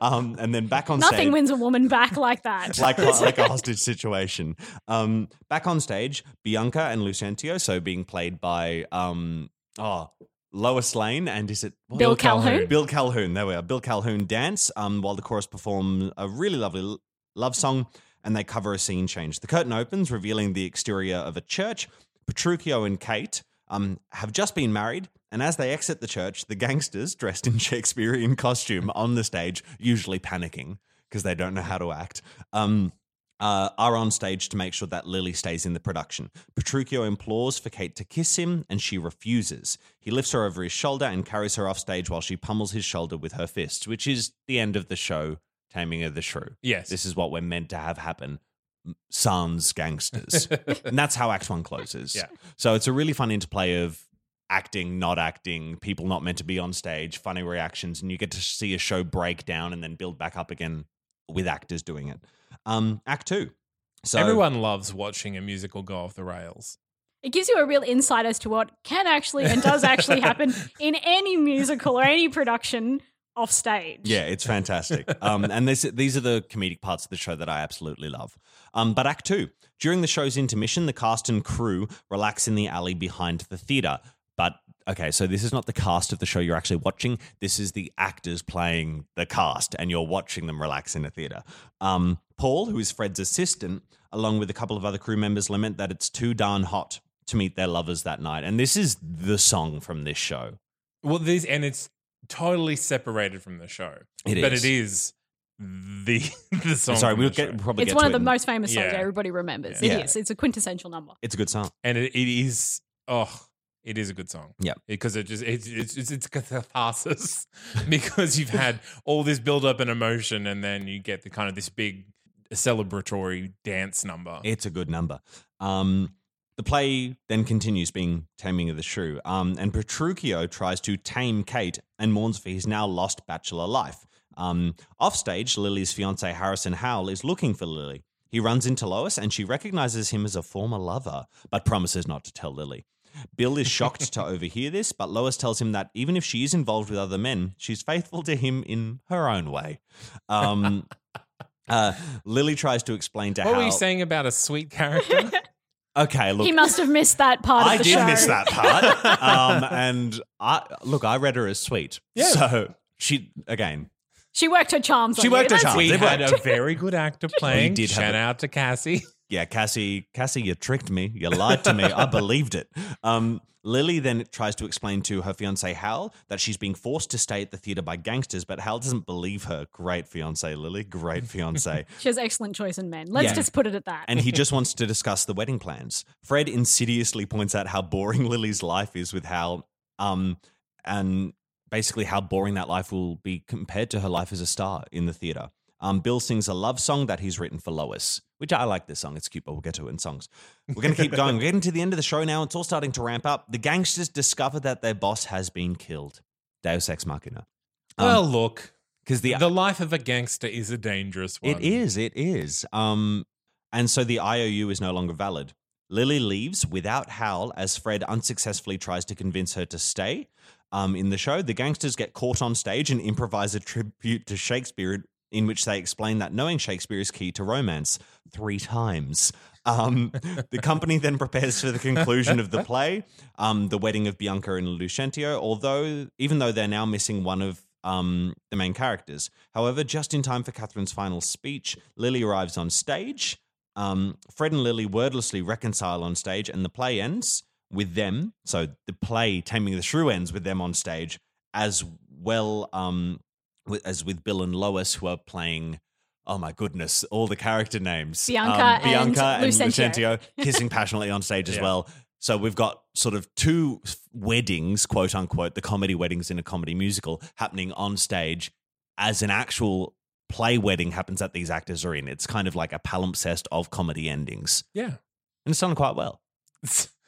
Speaker 2: Um, and then back on
Speaker 3: Nothing
Speaker 2: stage
Speaker 3: wins a woman back like
Speaker 2: (laughs)
Speaker 3: that.
Speaker 2: like like a hostage situation. Um, back on stage, Bianca and Lucentio, so being played by um, oh Lois Lane and is it what-
Speaker 3: Bill Calhoun?
Speaker 2: Bill Calhoun. There we are. Bill Calhoun dance um, while the chorus perform a really lovely l- love song, and they cover a scene change. The curtain opens, revealing the exterior of a church. Petruchio and Kate um, have just been married, and as they exit the church, the gangsters, dressed in (laughs) Shakespearean costume on the stage, usually panicking because they don't know how to act, um, uh, are on stage to make sure that Lily stays in the production. Petruchio implores for Kate to kiss him, and she refuses. He lifts her over his shoulder and carries her off stage while she pummels his shoulder with her fists, which is the end of the show, Taming of the Shrew.
Speaker 1: yes.
Speaker 2: This is what we're meant to have happen. Sans gangsters.
Speaker 1: (laughs)
Speaker 2: and that's how Act One closes.
Speaker 1: Yeah.
Speaker 2: So it's a really fun interplay of acting, not acting, people not meant to be on stage, funny reactions, and you get to see a show break down and then build back up again with actors doing it. Um, act Two. So
Speaker 1: Everyone loves watching a musical go off the rails.
Speaker 3: It gives you a real insight as to what can actually and does
Speaker 2: (laughs)
Speaker 3: actually happen in any musical or any production off stage.
Speaker 2: Yeah, it's fantastic.
Speaker 1: (laughs)
Speaker 2: um, and this, these are the comedic parts of the show that I absolutely love. Um, but Act Two. During the show's intermission, the cast and crew relax in the alley behind the theatre. But okay, so this is not the cast of the show you're actually watching. This is the actors playing the cast, and you're watching them relax in a theatre. Um, Paul, who is Fred's assistant, along with a couple of other crew members, lament that it's too darn hot to meet their lovers that night. And this is the song from this show.
Speaker 1: Well, these and it's totally separated from the show,
Speaker 2: It
Speaker 1: but
Speaker 2: is.
Speaker 1: it is the (laughs) the song.
Speaker 2: Sorry,
Speaker 1: from
Speaker 2: we'll
Speaker 1: the
Speaker 2: get
Speaker 1: show.
Speaker 2: we'll probably
Speaker 3: It's
Speaker 2: get
Speaker 3: one
Speaker 2: to
Speaker 3: of
Speaker 2: it
Speaker 3: the
Speaker 2: in-
Speaker 3: most famous songs
Speaker 1: Yeah.
Speaker 3: everybody remembers.
Speaker 2: Yeah.
Speaker 3: It is. It's a quintessential number.
Speaker 2: It's a good song.
Speaker 1: and it, it is oh it is a good song
Speaker 2: Yeah.
Speaker 1: because it just it's it's it's, it's catharsis (laughs) because you've had all this build up and emotion and then you get the kind of this big celebratory dance number
Speaker 2: It's a good number. Um, the play then continues being Taming of the Shrew, um, and Petruchio tries to tame Kate and mourns for his now lost bachelor life. Um, offstage, Lily's fiance Harrison Howell is looking for Lily. He runs into Lois and she recognizes him as a former lover, but promises not to tell Lily. Bill is
Speaker 1: (laughs)
Speaker 2: shocked to overhear this, but Lois tells him that even if she is involved with other men, she's faithful to him in her own way.
Speaker 1: (laughs)
Speaker 2: Um, uh, Lily tries to explain to
Speaker 1: What
Speaker 2: how.
Speaker 1: were you saying about a sweet (laughs)
Speaker 2: (laughs)
Speaker 1: character?
Speaker 2: Okay, look,
Speaker 3: he must have missed that part
Speaker 2: I
Speaker 3: of the
Speaker 2: did
Speaker 3: show.
Speaker 2: miss that part.
Speaker 3: (laughs)
Speaker 2: um, and I look, I read her as sweet.
Speaker 1: Yeah.
Speaker 2: So she again,
Speaker 3: She worked her charms.
Speaker 2: She
Speaker 3: on
Speaker 2: worked
Speaker 3: you.
Speaker 2: her charms.
Speaker 1: we
Speaker 2: They
Speaker 1: had
Speaker 2: worked.
Speaker 1: a very good
Speaker 2: (laughs)
Speaker 1: actor playing.
Speaker 2: did have
Speaker 1: Shout
Speaker 2: a-
Speaker 1: out to Cassie.
Speaker 2: yeah, Cassie, Cassie, you tricked me. You lied to me. I believed it. Um, Lily then tries to explain to her fiance Hal that she's being forced to stay at the theater by gangsters, but Hal doesn't believe her. Great fiance, Lily. Great fiance.
Speaker 3: She has excellent choice in men. Let's
Speaker 2: Yeah.
Speaker 3: just put it at that.
Speaker 2: and he just wants to discuss the wedding plans. Fred insidiously points out how boring (laughs) Lily's life is with Hal, um, and basically how boring that life will be compared to her life as a star in the theater. Um, Bill sings a love song that he's written for Lois, which I like this song. It's cute, but we'll get to it in songs. We're going to keep going. We're getting to the end of the show now. It's all starting to ramp up. The gangsters discover that their boss has been killed. Deus Ex Machina.
Speaker 1: well, look,
Speaker 2: Because Um, the
Speaker 1: the life of a gangster is a dangerous one.
Speaker 2: It is. It is. Um, and so the IOU is no longer valid. Lily leaves without Hal as Fred unsuccessfully tries to convince her to stay. Um, in the show, the gangsters get caught on stage and improvise a tribute to Shakespeare, in which they explain that knowing Shakespeare is key to romance three times. Um, (laughs) the company then prepares for the conclusion of the play, um, the wedding of Bianca and Lucentio. Although, even though they're now missing one of um, the main characters, however, just in time for Catherine's final speech, Lily arrives on stage. Um, Fred and Lily wordlessly reconcile on stage, and the play ends with them. So the play Taming of the Shrew ends with them on stage, as well um, wi- as with Bill and Lois, who are playing. Oh my goodness! All the character names: Um,
Speaker 3: Bianca and
Speaker 2: Bianca and,
Speaker 3: Lucentio.
Speaker 2: Lucentio kissing passionately on stage as
Speaker 1: Yeah.
Speaker 2: well. So we've got sort of two f- weddings, quote unquote, the comedy weddings in a comedy musical happening on stage as an actual play wedding happens that these actors are in. It's kind of like a palimpsest of comedy endings.
Speaker 1: Yeah. (laughs)
Speaker 2: And it's done quite well.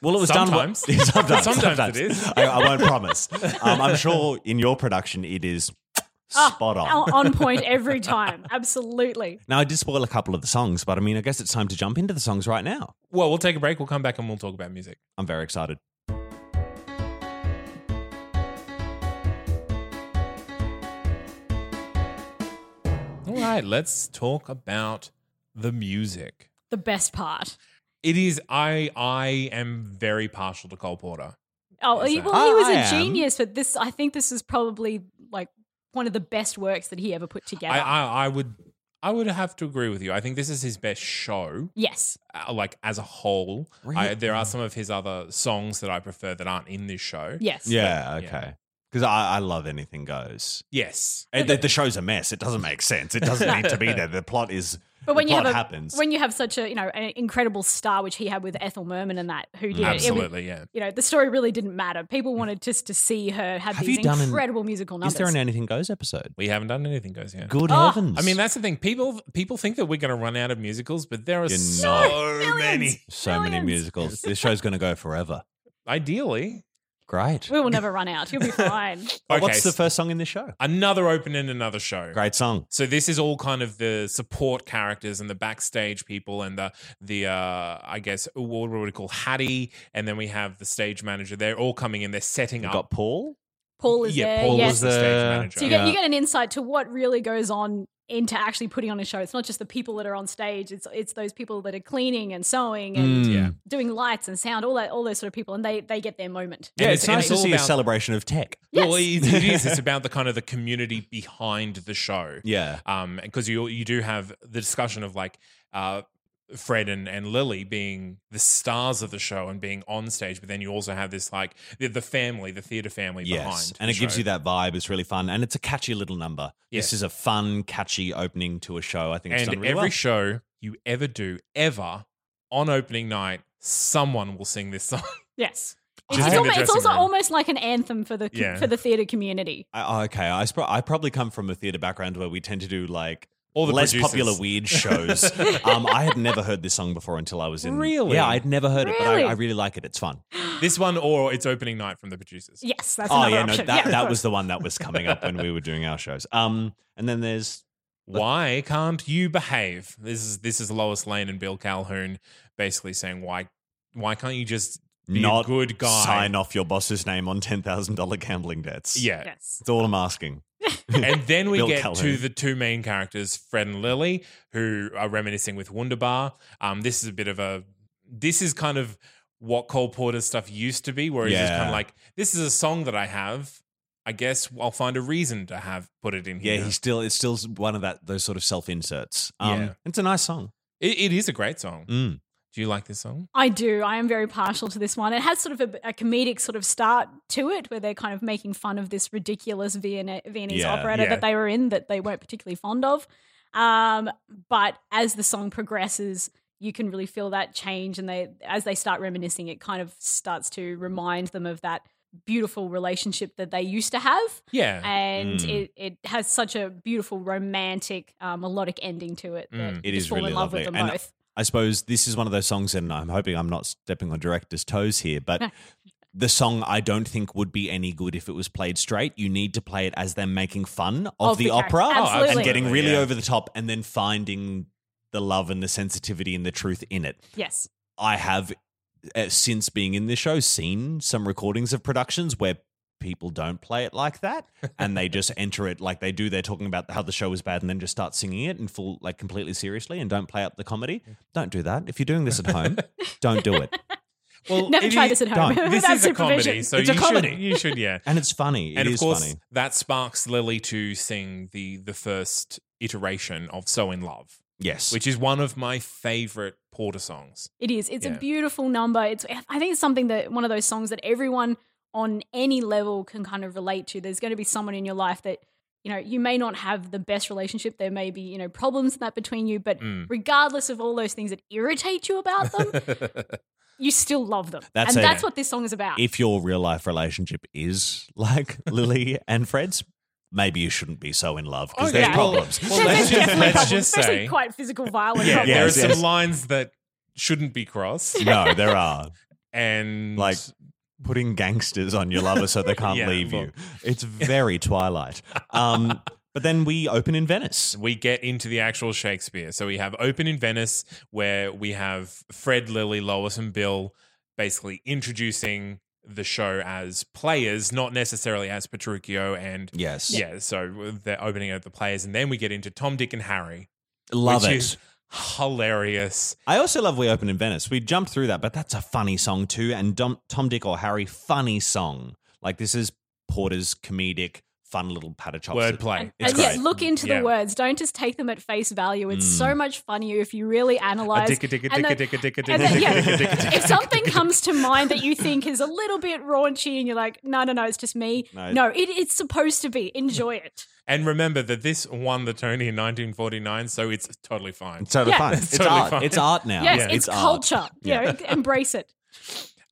Speaker 2: Well, it was (laughs)
Speaker 1: Sometimes.
Speaker 2: done well. sometimes,
Speaker 1: Sometimes
Speaker 2: sometimes.
Speaker 1: it is.
Speaker 2: I, I won't promise. Um, I'm sure in your production it is
Speaker 3: Oh,
Speaker 2: spot on. (laughs)
Speaker 3: on. on point every time. Absolutely.
Speaker 2: Now, I did spoil a couple of the songs, but I mean, I guess it's time to jump into the songs right now.
Speaker 1: Well, we'll take a break. We'll come back and we'll talk about music.
Speaker 2: I'm very excited.
Speaker 1: All right, let's talk about the music.
Speaker 3: The best part.
Speaker 1: It is. I. I am very partial to Cole Porter.
Speaker 3: Oh, he,
Speaker 1: Yes,
Speaker 3: well, he
Speaker 2: I-
Speaker 3: was
Speaker 2: I
Speaker 3: a
Speaker 2: am.
Speaker 3: genius, but this I think this is probably like one of the best works that he ever put together.
Speaker 1: I, I. I would. I would have to agree with you. I think this is his best show,
Speaker 3: yes.
Speaker 1: uh, like as a whole. I,
Speaker 2: Really?
Speaker 1: there are some of his other songs that I prefer that aren't in this show.
Speaker 3: Yes.
Speaker 2: Yeah,
Speaker 1: yeah.
Speaker 2: okay. Because I, I love anything goes.
Speaker 1: Yes.
Speaker 2: Eh, The, the show's a mess. It doesn't make sense. It doesn't need
Speaker 1: (laughs)
Speaker 2: to be there. The plot is.
Speaker 3: But when
Speaker 2: the
Speaker 3: you have
Speaker 2: plot
Speaker 3: a,
Speaker 2: happens.
Speaker 3: when you have such a you know an incredible star, which he had with Ethel Merman and that who did it, it, was-
Speaker 1: Absolutely. Yeah.
Speaker 3: you know the story really didn't matter. People wanted just to see her
Speaker 2: Mm.
Speaker 3: have,
Speaker 2: Have
Speaker 3: these
Speaker 2: you done an-
Speaker 3: incredible musical numbers.
Speaker 2: Is there an Anything Goes episode?
Speaker 1: We haven't done anything goes yet.
Speaker 2: Good
Speaker 3: Oh.
Speaker 2: heavens!
Speaker 1: Ah, I mean, that's the thing. People people think that we're going to run out of musicals, but there are
Speaker 2: You're
Speaker 1: so
Speaker 2: not.
Speaker 1: many.
Speaker 2: so many
Speaker 1: (laughs)
Speaker 3: Millions.
Speaker 2: musicals. This show's going to go forever.
Speaker 1: Ideally,
Speaker 2: Great.
Speaker 3: we will never run
Speaker 2: (laughs)
Speaker 3: out. You'll be fine.
Speaker 2: Oh,
Speaker 1: Okay,
Speaker 2: What's the
Speaker 1: s-
Speaker 2: first song in this show?
Speaker 1: another open and another show.
Speaker 2: Great song.
Speaker 1: So this is all kind of the support characters and the backstage people and the the uh, I guess what would we call Hattie, and then we have the stage manager. They're all coming in. They're setting
Speaker 2: We've
Speaker 1: up.
Speaker 2: got Paul.
Speaker 3: Paul is
Speaker 1: Yeah,
Speaker 3: there.
Speaker 1: Paul
Speaker 3: yes.
Speaker 1: was the stage
Speaker 2: there.
Speaker 1: manager.
Speaker 3: So you get you get an insight to what really goes on into actually putting on a show. It's not just the people that are on stage. It's it's those people that are cleaning and sewing and
Speaker 2: Mm.
Speaker 1: Yeah.
Speaker 3: doing lights and sound. All that all those sort of people, and they they get their moment.
Speaker 2: Yeah,
Speaker 1: And
Speaker 2: it's,
Speaker 1: it's- and
Speaker 2: nice
Speaker 1: it's
Speaker 2: to
Speaker 1: all
Speaker 2: see a
Speaker 1: about-
Speaker 2: celebration
Speaker 1: (laughs)
Speaker 2: of tech.
Speaker 1: Well,
Speaker 3: Yes.
Speaker 1: it, it
Speaker 3: (laughs)
Speaker 1: is. It's about the kind of the community behind the show.
Speaker 2: Yeah.
Speaker 1: um because you you do have the discussion of like uh Fred and, and Lily being the stars of the show and being on stage, but then you also have this like the, the family, the theater family
Speaker 2: Yes,
Speaker 1: behind,
Speaker 2: and
Speaker 1: the
Speaker 2: it gives
Speaker 1: show.
Speaker 2: you that vibe. It's really fun, and it's a catchy little number. This
Speaker 1: Yes.
Speaker 2: is a fun, catchy opening to a show. I think it's
Speaker 1: And
Speaker 2: done really
Speaker 1: every
Speaker 2: well.
Speaker 1: show you ever do, ever on opening night, someone will sing this song. (laughs)
Speaker 3: yes.
Speaker 1: Just in
Speaker 3: It's, it's,
Speaker 1: the
Speaker 3: almost, it's
Speaker 1: dressing
Speaker 3: also
Speaker 1: room.
Speaker 3: almost like an anthem for the com-
Speaker 1: Yeah.
Speaker 3: for the theater community.
Speaker 2: I, oh, okay, I, sp- I probably come from a theatre background where we tend to do like
Speaker 1: All the
Speaker 2: less
Speaker 1: producers.
Speaker 2: popular weird shows.
Speaker 1: (laughs)
Speaker 2: um, I had never heard this song before until I was in.
Speaker 1: Really?
Speaker 2: Yeah, I'd never heard it, but I,
Speaker 3: Really?
Speaker 2: I really like it. It's fun.
Speaker 1: this one, or it's opening night from the producers.
Speaker 3: Yes, that's
Speaker 2: oh
Speaker 3: another
Speaker 2: yeah, no,
Speaker 3: option.
Speaker 2: that
Speaker 3: (laughs)
Speaker 2: that was the one that was coming up when we were doing our shows. Um, and then there's
Speaker 1: Why can't you behave? This is this is Lois Lane and Bill Calhoun basically saying why why can't you just Be
Speaker 2: not
Speaker 1: a good guy.
Speaker 2: sign off your boss's name on ten thousand dollar gambling debts.
Speaker 1: Yeah.
Speaker 3: Yes.
Speaker 2: that's all I'm asking.
Speaker 1: and then we
Speaker 2: Bill
Speaker 1: get to
Speaker 2: Calhoun.
Speaker 1: the two main characters, Fred and Lily, who are reminiscing with Wunderbar. Um, this is a bit of a this is kind of what Cole Porter's stuff used to be, where it's just
Speaker 2: Yeah.
Speaker 1: kind of like, this is a song that I have. I guess I'll find a reason to have put it in
Speaker 2: Yeah,
Speaker 1: here.
Speaker 2: he's still it's still one of that those sort of self inserts. Um,
Speaker 1: Yeah.
Speaker 2: it's a nice song.
Speaker 1: it, it is a great song.
Speaker 2: Mm.
Speaker 1: Do you like this song?
Speaker 3: I do. I am very partial to this one. It has sort of a, a comedic sort of start to it where they're kind of making fun of this ridiculous Vienne- Viennese
Speaker 2: Yeah,
Speaker 3: operetta
Speaker 1: yeah.
Speaker 3: that they were in that they weren't particularly fond of. Um, but as the song progresses, you can really feel that change. And they, as they start reminiscing, it kind of starts to remind them of that beautiful relationship that they used to have.
Speaker 1: Yeah.
Speaker 3: And
Speaker 2: Mm.
Speaker 3: it, it has such a beautiful, romantic, um, melodic ending to it. That
Speaker 1: Mm.
Speaker 3: you
Speaker 2: It
Speaker 3: just
Speaker 2: is
Speaker 3: fall
Speaker 2: really
Speaker 3: in love
Speaker 2: lovely.
Speaker 3: with them
Speaker 2: And
Speaker 3: both.
Speaker 2: I suppose this is one of those songs, and I'm hoping I'm not stepping on director's toes here, but
Speaker 3: (laughs)
Speaker 2: the song I don't think would be any good if it was played straight. You need to play it as them making fun of,
Speaker 3: Of
Speaker 2: the,
Speaker 3: the character.
Speaker 2: opera
Speaker 3: Absolutely.
Speaker 2: and getting really
Speaker 1: Yeah.
Speaker 2: over the top, and then finding the love and the sensitivity and the truth in it.
Speaker 3: Yes.
Speaker 2: I have, uh, since being in this show, seen some recordings of productions where people don't play it
Speaker 1: (laughs)
Speaker 2: like that and they just enter it like they do. They're talking about how the show was bad and then just start singing it in full, like completely seriously and don't play up the comedy. Don't do that. If you're doing this at
Speaker 1: (laughs)
Speaker 2: home, don't do it.
Speaker 1: Well,
Speaker 3: Never
Speaker 1: it
Speaker 3: try
Speaker 1: is-
Speaker 3: this at home.
Speaker 2: don't.
Speaker 1: This
Speaker 3: without
Speaker 1: is a comedy,
Speaker 3: supervision.
Speaker 1: so
Speaker 2: It's
Speaker 1: you
Speaker 2: a comedy.
Speaker 1: should you should yeah.
Speaker 2: (laughs) And it's funny.
Speaker 1: and
Speaker 2: (laughs) it
Speaker 1: of
Speaker 2: is
Speaker 1: course
Speaker 2: funny.
Speaker 1: that sparks Lily to sing the the first iteration of So in Love.
Speaker 2: Yes.
Speaker 1: which is one of my favorite Porter songs.
Speaker 3: It is. It's
Speaker 1: Yeah.
Speaker 3: a beautiful number. It's. I think it's something that one of those songs that everyone on any level can kind of relate to. There's going to be someone in your life that you know you may not have the best relationship. There may be you know problems that between you, but
Speaker 1: Mm.
Speaker 3: regardless of all those things that irritate you
Speaker 1: (laughs)
Speaker 3: about them, you still love them.
Speaker 2: That's
Speaker 3: and
Speaker 2: it.
Speaker 3: that's what this song is about.
Speaker 2: if your real life relationship is
Speaker 1: (laughs)
Speaker 2: like Lily and Fred's, maybe you shouldn't be so in love because
Speaker 1: Okay,
Speaker 2: there's
Speaker 3: well-
Speaker 2: problems.
Speaker 1: Oh, well, let's
Speaker 3: (laughs) There's
Speaker 1: just-
Speaker 3: definitely
Speaker 1: let's
Speaker 3: problems,
Speaker 1: just
Speaker 3: especially
Speaker 1: say-
Speaker 3: quite physical violence.
Speaker 1: yeah, there are
Speaker 2: Yes, yes.
Speaker 1: some lines that shouldn't be crossed,
Speaker 2: no, there are.
Speaker 1: and
Speaker 2: Like- putting gangsters on your lover
Speaker 1: (laughs)
Speaker 2: so they can't
Speaker 1: Yeah,
Speaker 2: leave
Speaker 1: well-
Speaker 2: you. It's very Twilight. Um, but then we open in Venice.
Speaker 1: we get into the actual Shakespeare. So we have Open in Venice, where we have Fred, Lily, Lois, and Bill basically introducing the show as players, not necessarily as Petruchio and.
Speaker 2: Yes.
Speaker 1: Yeah, so they're opening up the players, and then we get into Tom, Dick, and Harry.
Speaker 2: Love
Speaker 1: which
Speaker 2: it.
Speaker 1: is hilarious.
Speaker 2: I also love We Open in Venice. We jumped through that, but that's a funny song too. And Dom, Tom, Dick, or Harry, funny song. Like this is Porter's comedic, fun little pat of chops.
Speaker 1: Wordplay.
Speaker 2: It's
Speaker 3: and
Speaker 2: great.
Speaker 3: yeah, look into
Speaker 1: Yeah.
Speaker 3: the words. Don't just take them at face value. It's
Speaker 2: Mm.
Speaker 3: so much funnier if you really analyze and then- and then, yeah, if something comes to mind that you think is a little bit raunchy and you're like, no, no, no, it's just me.
Speaker 2: No.
Speaker 3: No, it, it's supposed to be. Enjoy it.
Speaker 1: And remember that this won the Tony in 1949, so it's totally fine.
Speaker 2: It's totally
Speaker 3: Yeah.
Speaker 2: fun.
Speaker 1: It's
Speaker 2: It's,
Speaker 1: totally
Speaker 2: art.
Speaker 1: fine.
Speaker 2: It's art now.
Speaker 3: yes,
Speaker 1: Yeah.
Speaker 3: it's,
Speaker 2: art.
Speaker 3: culture. You know, embrace it.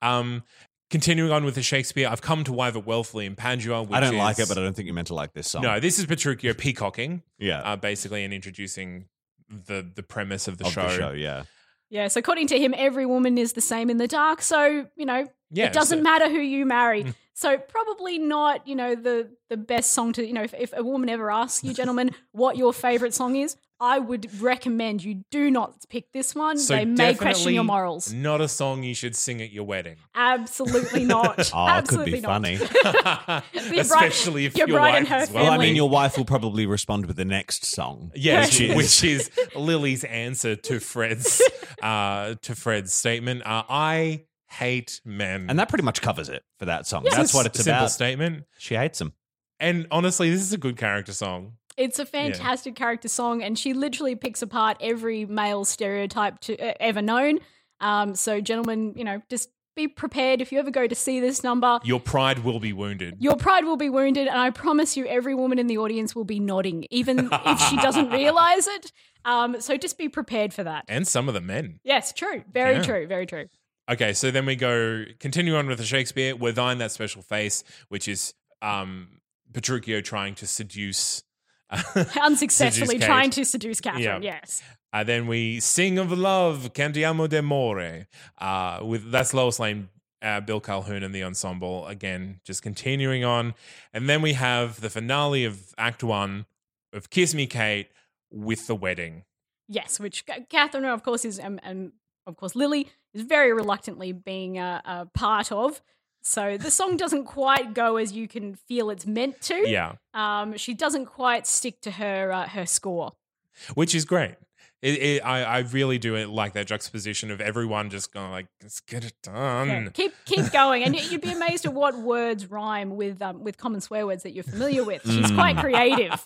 Speaker 1: Um, continuing on with the Shakespeare, I've come to Wyvert Welfley in Padua. Which
Speaker 2: I don't like
Speaker 1: is-
Speaker 2: it, but I don't think you meant to like this song.
Speaker 1: no, this is Petruchio peacocking,
Speaker 2: yeah,
Speaker 1: uh, basically, and introducing the the premise of the,
Speaker 2: of
Speaker 1: show.
Speaker 2: the show. Yeah,
Speaker 3: Yeah, so according to him, every woman is the same in the dark. So, you know,
Speaker 1: Yeah,
Speaker 3: it doesn't
Speaker 1: so- Mm.
Speaker 3: matter who you marry. so probably not, you know, the, the best song to, you know, if, if a woman ever asks you, gentlemen, what your favorite song is, I would recommend you do not pick this one.
Speaker 1: So
Speaker 3: they may question
Speaker 1: definitely
Speaker 3: your morals.
Speaker 1: Not a song you should sing at your
Speaker 3: (laughs)
Speaker 1: wedding,
Speaker 3: Absolutely not.
Speaker 2: (laughs) oh, it could
Speaker 3: Absolutely
Speaker 2: be
Speaker 3: not.
Speaker 2: funny.
Speaker 3: (laughs)
Speaker 1: (laughs) especially if
Speaker 3: your
Speaker 1: your
Speaker 3: bride and
Speaker 1: wife
Speaker 3: her
Speaker 1: as well.
Speaker 2: Well, I mean,
Speaker 3: Family.
Speaker 2: your wife will probably respond with the next song.
Speaker 1: Yeah,
Speaker 2: which is-
Speaker 1: which is Lily's answer to Fred's uh, to Fred's statement. Uh, I hate men,
Speaker 2: And that pretty much covers it for that song.
Speaker 1: It's a
Speaker 2: That's what it's
Speaker 1: simple
Speaker 2: about.
Speaker 1: statement.
Speaker 2: She hates him.
Speaker 1: And honestly, this is a good character song.
Speaker 3: It's a fantastic character song, and she literally picks apart every male stereotype to, uh, ever known. Um, so, gentlemen, you know, just be prepared if you ever go to see this number.
Speaker 1: Your pride will be wounded.
Speaker 3: Your pride will be wounded, and I promise you, every woman in the audience will be nodding, even if
Speaker 1: (laughs)
Speaker 3: she doesn't realize it. Um, so, just be prepared for that.
Speaker 1: and some of the men.
Speaker 3: Yes, true. Very
Speaker 1: Yeah.
Speaker 3: true. Very true. (laughs)
Speaker 1: Okay, so then we go continue on with the Shakespeare. We're thine that special face, which is um Petruchio trying to seduce. (laughs)
Speaker 3: Unsuccessfully
Speaker 1: Seduce Kate.
Speaker 3: trying to seduce Catherine.
Speaker 1: Yeah.
Speaker 3: Yes.
Speaker 1: Uh, then we sing of love, Cantiamo d'amore. Uh, with that's Lois Lane, uh, Bill Calhoun, and the ensemble again, just continuing on. And then we have the finale of Act One of Kiss Me Kate with the wedding.
Speaker 3: Yes, which Ca- Catherine, of course, is um, um, of course, Lily is very reluctantly being a, a part of. So the song doesn't quite go as you can feel it's meant to.
Speaker 1: Yeah,
Speaker 3: Um, she doesn't quite stick to her uh, her score.
Speaker 1: which is great. It, it, I, I really do like that juxtaposition of everyone just going like, let's get it done.
Speaker 3: Yeah, keep keep going, and you'd be amazed at what words rhyme with um, with common swear words that you're familiar with. She's quite creative.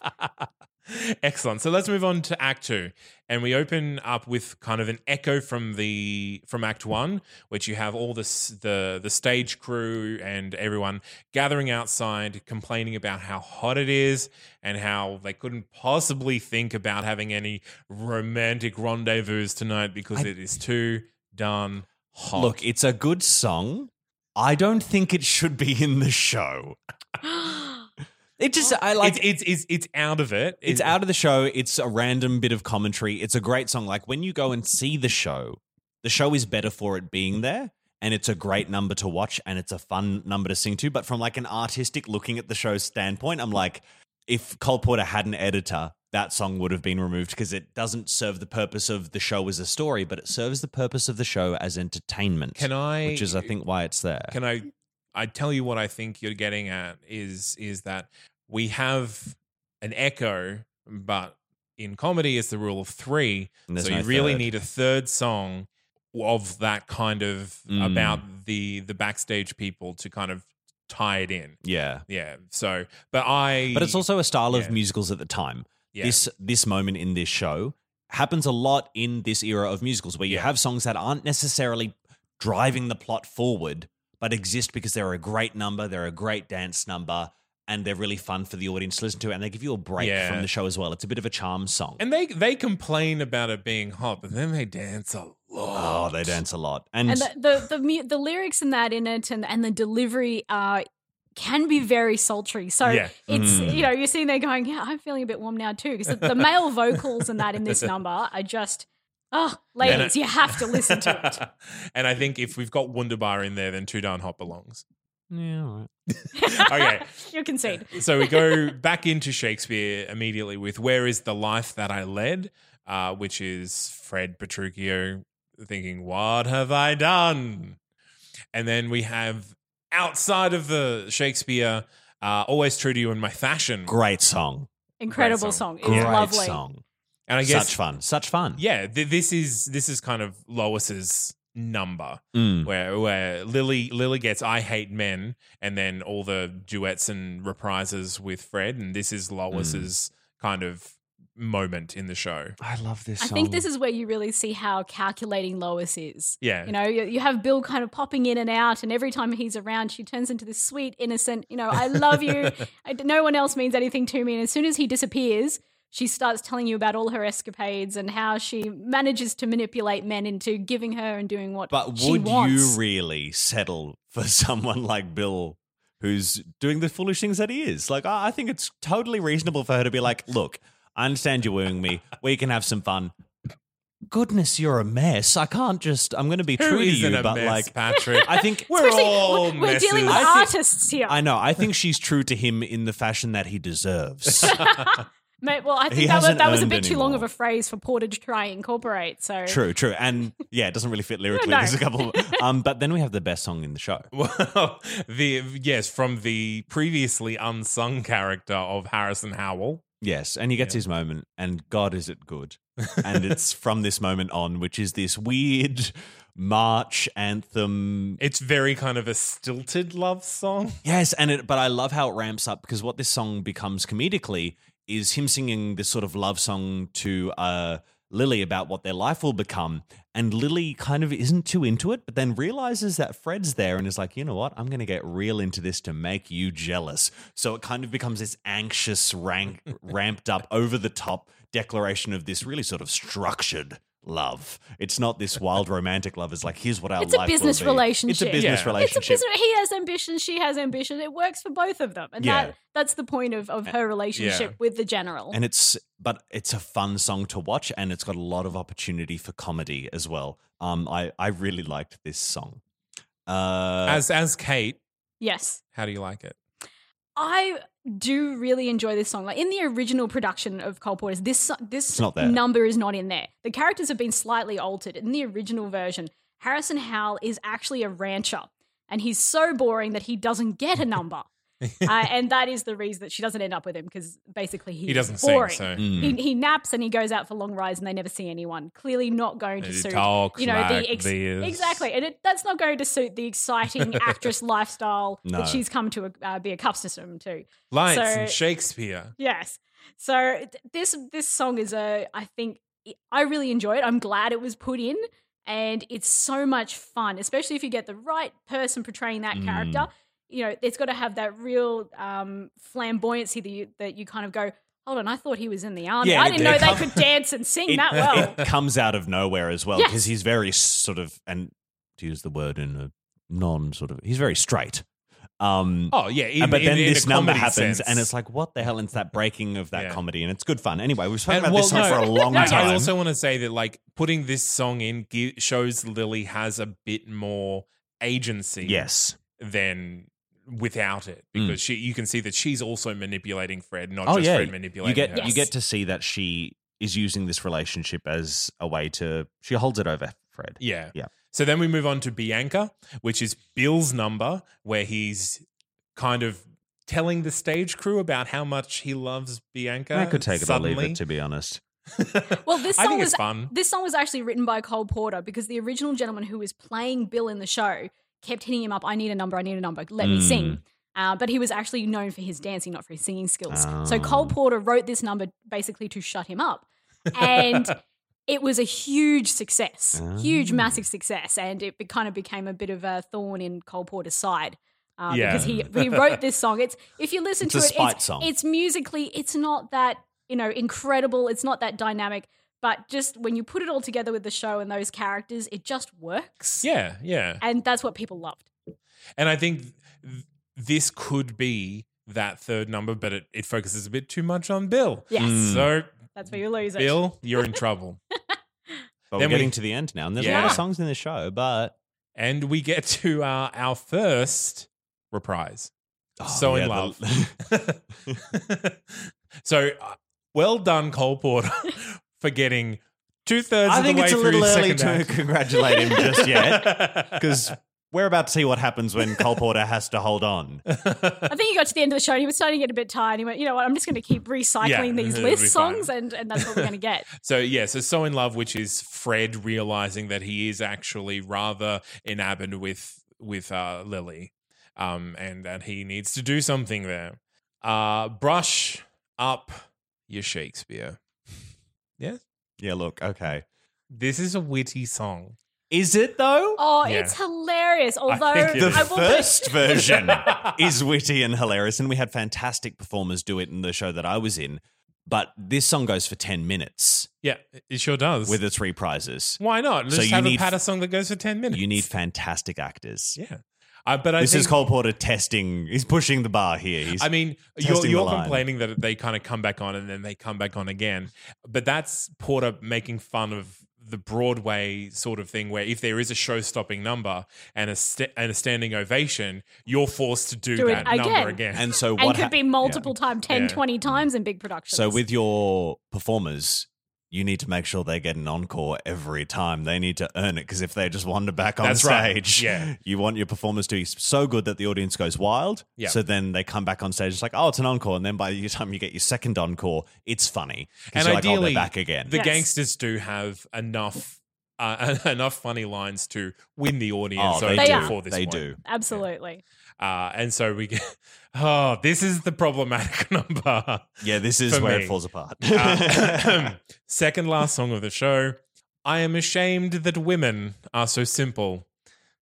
Speaker 1: (laughs) Excellent. So let's move on to Act Two, and we open up with kind of an echo from the from Act One, which you have all this the the stage crew and everyone gathering outside, complaining about how hot it is and how they couldn't possibly think about having any romantic rendezvous tonight because
Speaker 2: I-
Speaker 1: it is too done hot.
Speaker 2: Look, it's a good song. I don't think it should be in
Speaker 1: (gasps)
Speaker 2: the show. It just, I like.
Speaker 1: it's, it's it's it's out of it.
Speaker 2: it's out of the show. It's a random bit of commentary. It's a great song. Like when you go and see the show, the show is better for it being there. And it's a great number to watch and it's a fun number to sing to. But from like an artistic looking at the show's standpoint, I'm like, if Cole Porter had an editor, that song would have been removed because it doesn't serve the purpose of the show as a story, but it serves the purpose of the show as entertainment.
Speaker 1: Can I?
Speaker 2: which is, I think, why it's there.
Speaker 1: can I I tell you what I think you're getting at is is that we have an echo, but in comedy it's the rule of three.
Speaker 2: And there's
Speaker 1: so you
Speaker 2: no
Speaker 1: really
Speaker 2: third.
Speaker 1: need a third song of that kind of
Speaker 2: Mm.
Speaker 1: about the the backstage people to kind of tie it in.
Speaker 2: yeah.
Speaker 1: Yeah. So but I
Speaker 2: But it's also a style
Speaker 1: Yeah.
Speaker 2: of musicals at the time.
Speaker 1: yeah.
Speaker 2: this this moment in this show happens a lot in this era of musicals where you
Speaker 1: Yeah.
Speaker 2: have songs that aren't necessarily driving the plot forward but exist because they're a great number they're a great dance number and they're really fun for the audience to listen to and they give you a break
Speaker 1: Yeah.
Speaker 2: from the show as well it's a bit of a charm song
Speaker 1: and they they complain about it being hot, but then they dance a lot.
Speaker 2: oh they dance a lot and,
Speaker 3: and the the the, mu- the lyrics in that in it and and the delivery uh can be very sultry. So
Speaker 1: Yeah.
Speaker 3: it's
Speaker 2: Mm.
Speaker 3: you know you're sitting there going, yeah, I'm feeling a bit warm now too because the, the male vocals and that in
Speaker 1: (laughs)
Speaker 3: this number are just oh,
Speaker 1: And
Speaker 3: ladies,
Speaker 1: I-
Speaker 3: you have to listen to
Speaker 1: (laughs)
Speaker 3: it.
Speaker 1: and I think if we've got Wunderbar in there, then Two Darn Hot belongs.
Speaker 2: yeah, all right.
Speaker 1: (laughs) Okay.
Speaker 3: you concede.
Speaker 1: so we go back into Shakespeare immediately with "Where is the life that I led," uh, which is Fred Petruchio thinking, "What have I done?" And then we have outside of the Shakespeare, uh, "Always True to You in My Fashion,"
Speaker 2: great song
Speaker 3: Incredible
Speaker 1: Great song.
Speaker 3: song. It's
Speaker 2: great
Speaker 3: lovely.
Speaker 2: song
Speaker 1: and I guess
Speaker 2: such fun such fun
Speaker 1: yeah, th- this is this is kind of Lois's number
Speaker 2: Mm.
Speaker 1: where where Lily Lily gets I hate men and then all the duets and reprises with Fred and this is Lois's kind of moment in the show.
Speaker 2: Mm. i love this
Speaker 3: I
Speaker 2: song
Speaker 3: think this is where you really see how calculating Lois is.
Speaker 1: Yeah.
Speaker 3: You know, you, you have Bill kind of popping in and out, and every time he's around, she turns into this sweet, innocent, you know, I love
Speaker 2: (laughs)
Speaker 3: you. I, no one else means anything to me. And as soon as he disappears, she starts telling you about all her escapades and how she manages to manipulate men into giving her and doing what
Speaker 2: But
Speaker 3: she
Speaker 2: would
Speaker 3: wants.
Speaker 2: you really settle for (laughs) someone like Bill who's doing the foolish things that he is? Like, I I think it's totally reasonable for her to be like, look, I understand you're wooing me. We can have some fun. Goodness, you're a mess. I can't just, I'm going to be
Speaker 1: Who
Speaker 2: true to
Speaker 1: isn't
Speaker 2: you,
Speaker 1: a
Speaker 2: but
Speaker 1: mess,
Speaker 2: like, (laughs)
Speaker 1: Patrick. Oh,
Speaker 2: I think.
Speaker 1: (laughs) we're
Speaker 3: Especially-
Speaker 1: all
Speaker 3: we're, we're dealing with
Speaker 1: messes.
Speaker 2: I think-
Speaker 3: artists here.
Speaker 2: (laughs) I know. I think she's true to him in the fashion that he
Speaker 1: (laughs)
Speaker 2: deserves.
Speaker 3: Mate, well, I
Speaker 2: He
Speaker 3: think that was,
Speaker 2: hasn't
Speaker 3: that was a
Speaker 2: earned
Speaker 3: bit too long of
Speaker 2: anymore.
Speaker 3: a phrase for Porter to try and incorporate. So
Speaker 2: true, true, and yeah, it doesn't really fit lyrically.
Speaker 3: no.
Speaker 2: There's a couple. um, but then we have the best song in the show.
Speaker 1: (laughs) Well, the yes, from the previously unsung character of Harrison Howell.
Speaker 2: Yes, and he gets his moment, and God is it good. and it's from this moment on, which is this weird march anthem.
Speaker 1: It's very kind of a stilted love song.
Speaker 2: Yes, and it, but I love how it ramps up because what this song becomes comedically is him singing this sort of love song to uh, Lily about what their life will become, and Lily kind of isn't too into it, but then realizes that Fred's there and is like, you know what, I'm going to get real into this to make you jealous. So it kind of becomes this anxious, rank, ramped up, over the top declaration of this really sort of structured. Love. It's not this wild romantic love. It's like here's what our
Speaker 3: It's a
Speaker 2: life will
Speaker 3: business
Speaker 2: be. It's a
Speaker 3: relationship.
Speaker 2: business
Speaker 1: Yeah.
Speaker 2: relationship.
Speaker 3: It's a business. He has ambition. She has ambition. It works for both of them, and
Speaker 2: Yeah.
Speaker 3: that that's the point of, of her relationship
Speaker 1: Yeah.
Speaker 3: with the general.
Speaker 2: and it's but it's a fun song to watch and it's got a lot of opportunity for comedy as well um i i really liked this song uh
Speaker 1: as as Kate,
Speaker 3: yes,
Speaker 1: how do you like it?
Speaker 3: I do really enjoy this song. Like in the original production of Cole Porter's, this so- this
Speaker 2: It's not there.
Speaker 3: number is not in there. The characters have been slightly altered. In the original version, Harrison Howell is actually a rancher, and he's so boring that he doesn't get a
Speaker 2: (laughs)
Speaker 3: number. uh, and that is the reason that she doesn't end up with him because basically he's
Speaker 1: He doesn't sing,
Speaker 3: boring.
Speaker 1: so
Speaker 2: Mm. hmm.
Speaker 3: He, he naps and he goes out for long rides and they never see anyone. Clearly not going to
Speaker 1: He
Speaker 3: suit
Speaker 1: talks
Speaker 3: you know
Speaker 1: like
Speaker 3: the ex-
Speaker 1: this.
Speaker 3: exactly, and it, that's not going to suit the
Speaker 1: (laughs)
Speaker 3: exciting actress lifestyle
Speaker 2: No.
Speaker 3: that she's come to uh, be accustomed to.
Speaker 1: lights
Speaker 3: So-
Speaker 1: and Shakespeare.
Speaker 3: Yes, so th- this this song is a I think I really enjoy it. I'm glad it was put in, and it's so much fun, especially if you get the right person portraying that
Speaker 2: Mm.
Speaker 3: character. You know, it's got to have that real um, flamboyancy that you that you kind of go. Hold on, I thought he was in the army.
Speaker 2: Yeah,
Speaker 3: I
Speaker 2: it-
Speaker 3: didn't
Speaker 2: it
Speaker 3: know they
Speaker 2: come-
Speaker 3: could dance and
Speaker 2: (laughs)
Speaker 3: sing
Speaker 2: it,
Speaker 3: that well.
Speaker 2: it comes out of nowhere as well
Speaker 3: Yes.
Speaker 2: because he's very s- sort of and to use the word in a non sort of he's very straight. Um,
Speaker 1: Oh yeah, in,
Speaker 2: and- but
Speaker 1: in-
Speaker 2: then
Speaker 1: in a
Speaker 2: this number
Speaker 1: comedy
Speaker 2: happens,
Speaker 1: sense.
Speaker 2: and it's like, what the hell? And it's that breaking of that
Speaker 1: Yeah.
Speaker 2: comedy, and it's good fun. Anyway, we've
Speaker 1: And-
Speaker 2: spoken about this
Speaker 1: well,
Speaker 2: song for a long
Speaker 1: No,
Speaker 2: time.
Speaker 1: I also want to say that like putting this song in gi- shows Lily has a bit more agency
Speaker 2: yes,
Speaker 1: than without it because she you can see that she's also manipulating Fred, not
Speaker 2: Mm. Oh,
Speaker 1: just
Speaker 2: yeah.
Speaker 1: Fred manipulating
Speaker 2: you get
Speaker 1: her.
Speaker 3: Yes.
Speaker 2: you get to see that she is using this relationship as a way to she holds it over Fred.
Speaker 1: Yeah.
Speaker 2: Yeah.
Speaker 1: So then we move on to Bianca, which is Bill's number, where he's kind of telling the stage crew about how much he loves Bianca.
Speaker 2: I could take it
Speaker 1: suddenly.
Speaker 2: or leave it, to be honest.
Speaker 1: (laughs)
Speaker 3: Well, this
Speaker 1: I
Speaker 3: song
Speaker 1: think
Speaker 3: was
Speaker 1: it's fun.
Speaker 2: Mm-hmm.
Speaker 3: (laughs) this song was actually written by Cole Porter because the original gentleman who was playing Bill in the show kept hitting him up. I need a number. I need a number. Let me
Speaker 2: Mm.
Speaker 3: sing. Uh, but he was actually known for his dancing, not for his singing skills. So
Speaker 2: Ah.
Speaker 3: Cole Porter wrote this number basically to shut him up,
Speaker 2: (laughs)
Speaker 3: and it was a huge success, huge,
Speaker 2: Ah.
Speaker 3: massive success, and it be- kind of became a bit of a thorn in Cole Porter's side. Uh,
Speaker 1: Yeah.
Speaker 3: because he, he wrote this song. It's if you listen
Speaker 2: (laughs) It's
Speaker 3: to
Speaker 2: a
Speaker 3: it,
Speaker 2: spite
Speaker 3: it's,
Speaker 2: song.
Speaker 3: it's musically, it's not that you know incredible. It's not that dynamic, but just when you put it all together with the show and those characters, it just works.
Speaker 1: Yeah, yeah.
Speaker 3: and that's what people loved.
Speaker 1: And I think th- this could be that third number, but it, it focuses a bit too much on Bill.
Speaker 3: Yes,
Speaker 2: Mm.
Speaker 1: So
Speaker 3: that's where you lose it.
Speaker 1: Bill, you're in trouble.
Speaker 2: But
Speaker 1: Then
Speaker 2: we're getting
Speaker 1: we-
Speaker 2: to the end now, and there's a
Speaker 1: Yeah.
Speaker 2: lot of songs in the show, but
Speaker 1: and we get to uh, our first reprise.
Speaker 2: Oh,
Speaker 1: so in
Speaker 2: yeah, the- (laughs)
Speaker 1: love. (laughs) so uh, well done, Cole Porter, for getting two thirds
Speaker 2: I
Speaker 1: of the
Speaker 2: think
Speaker 1: way
Speaker 2: it's a
Speaker 1: through
Speaker 2: little
Speaker 1: the
Speaker 2: early
Speaker 1: second
Speaker 2: to
Speaker 1: act.
Speaker 2: congratulate
Speaker 1: (laughs)
Speaker 2: him just yet because we're about to see what happens when Cole Porter has to hold on.
Speaker 1: (laughs)
Speaker 3: I think he got to the end of the show and he was starting to get a bit tired. He went, you know what? I'm just going to keep recycling
Speaker 1: (laughs)
Speaker 3: these
Speaker 1: it'll be
Speaker 3: list
Speaker 1: fine.
Speaker 3: songs, and, and that's what we're going
Speaker 1: (laughs)
Speaker 3: to get.
Speaker 1: so yeah, so so in love, which is Fred realizing that he is actually rather enamored with with uh, Lily, um, and that he needs to do something there. Uh, brush up your Shakespeare.
Speaker 2: Yeah, look, okay.
Speaker 1: This is a witty song.
Speaker 2: Is it though?
Speaker 3: Oh,
Speaker 1: Yeah.
Speaker 3: it's hilarious. Although
Speaker 1: think it
Speaker 2: The
Speaker 1: is. I
Speaker 3: will-
Speaker 1: (laughs)
Speaker 2: first version is witty and hilarious, and we had fantastic performers do it in the show that I was in. But this song goes for 10 minutes
Speaker 1: Yeah, it sure does.
Speaker 2: with its reprises.
Speaker 1: Why not?
Speaker 2: So
Speaker 1: Just
Speaker 2: you
Speaker 1: have a
Speaker 2: need-
Speaker 1: patter song that goes for ten minutes.
Speaker 2: You need fantastic actors.
Speaker 1: yeah. Uh, but I
Speaker 2: this
Speaker 1: think,
Speaker 2: is Cole Porter testing. He's pushing the bar here. He's,
Speaker 1: I mean, you're,
Speaker 2: testing the
Speaker 1: you're
Speaker 2: line.
Speaker 1: complaining that they kind of come back on and then they come back on again, but that's Porter making fun of the Broadway sort of thing, where if there is a show-stopping number and a st- and a standing ovation, you're forced to do,
Speaker 3: Do it
Speaker 1: that
Speaker 3: again.
Speaker 1: number again.
Speaker 2: and so
Speaker 3: and
Speaker 2: what
Speaker 3: could
Speaker 2: hap-
Speaker 3: be multiple time, 10,
Speaker 1: Yeah.
Speaker 3: 20 times in big productions.
Speaker 2: So with your performers, you need to make sure they get an encore every time. They need to earn it because if they just wander back on
Speaker 1: That's right.
Speaker 2: stage,
Speaker 1: Yeah.
Speaker 2: (laughs) you want your performers to be so good that the audience goes wild.
Speaker 1: Yeah.
Speaker 2: So then they come back on stage, it's like, oh, it's an encore, and then by the time you get your second encore, it's funny. 'Cause
Speaker 1: And
Speaker 2: you're like, oh,
Speaker 1: ideally,
Speaker 2: they're back again.
Speaker 1: the
Speaker 3: Yes.
Speaker 1: gangsters do have enough uh, (laughs) enough funny lines to win the audience over
Speaker 2: oh, they,
Speaker 3: They
Speaker 2: do.
Speaker 3: are.
Speaker 1: before this
Speaker 2: they
Speaker 1: point.
Speaker 2: do.
Speaker 3: absolutely.
Speaker 1: Uh, and so we get, (laughs) oh, this is the problematic (laughs) number.
Speaker 2: Yeah, this is
Speaker 1: For
Speaker 2: where
Speaker 1: me.
Speaker 2: it falls apart. (laughs)
Speaker 1: Uh, (clears throat) (coughs) second last song of the show. I am ashamed that women are so simple,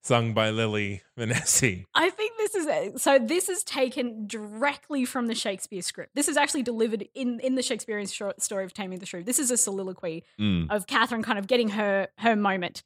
Speaker 1: sung by Lily Vanessa.
Speaker 3: I think this is so. This is taken directly from the Shakespeare script. This is actually delivered in in the Shakespearean short story of Taming of the Shrew. This is a soliloquy
Speaker 2: Mm.
Speaker 3: of Catherine kind of getting her her moment.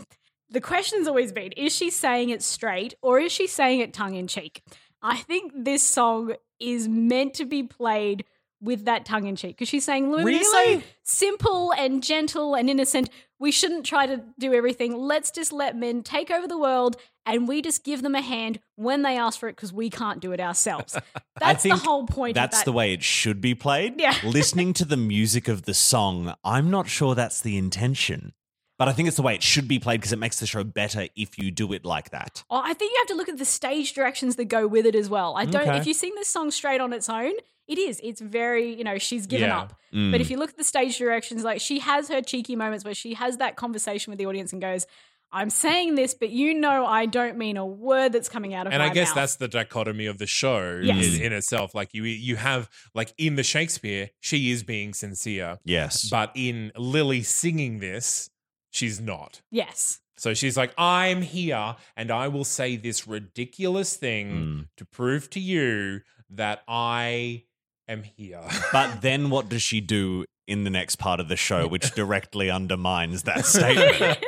Speaker 3: The question's always been: Is she saying it straight or is she saying it tongue in cheek? I think this song is meant to be played with that tongue in cheek because she's saying women are so
Speaker 1: Really?
Speaker 3: simple and gentle and innocent. We shouldn't try to do everything. Let's just let men take over the world and we just give them a hand when they ask for it because we can't do
Speaker 2: (laughs)
Speaker 3: it ourselves. That's the
Speaker 2: think
Speaker 3: whole point.
Speaker 2: That's
Speaker 3: of that.
Speaker 2: the way it should be played.
Speaker 3: Yeah.
Speaker 2: (laughs) Listening to the music of the song, I'm not sure that's the intention. But I think it's the way it should be played because it makes the show better if you do it like that.
Speaker 3: Oh, I think you have to look at the stage directions that go with it as well. I don't.
Speaker 2: Okay.
Speaker 3: If you sing this song straight on its own, it is. It's very. You know, she's given
Speaker 1: Yeah.
Speaker 3: up. But
Speaker 2: Mm,
Speaker 3: if you look at the stage directions, like she has her cheeky moments where she has that conversation with the audience and goes, I'm saying this, but you know I don't mean a word that's coming out of
Speaker 1: and
Speaker 3: my
Speaker 1: I guess
Speaker 3: mouth."
Speaker 1: that's the dichotomy of the show
Speaker 3: Yes.
Speaker 1: in, in itself. Like you, you have like in the Shakespeare, she is being sincere,
Speaker 2: yes.
Speaker 1: but in Lily singing this, she's not.
Speaker 3: Yes.
Speaker 1: So she's like, "I'm here, and I will say this ridiculous thing
Speaker 2: Mm.
Speaker 1: to prove to you that I am here." (laughs)
Speaker 2: But then what does she do in the next part of the show,
Speaker 3: (laughs)
Speaker 2: which directly undermines that (laughs) statement?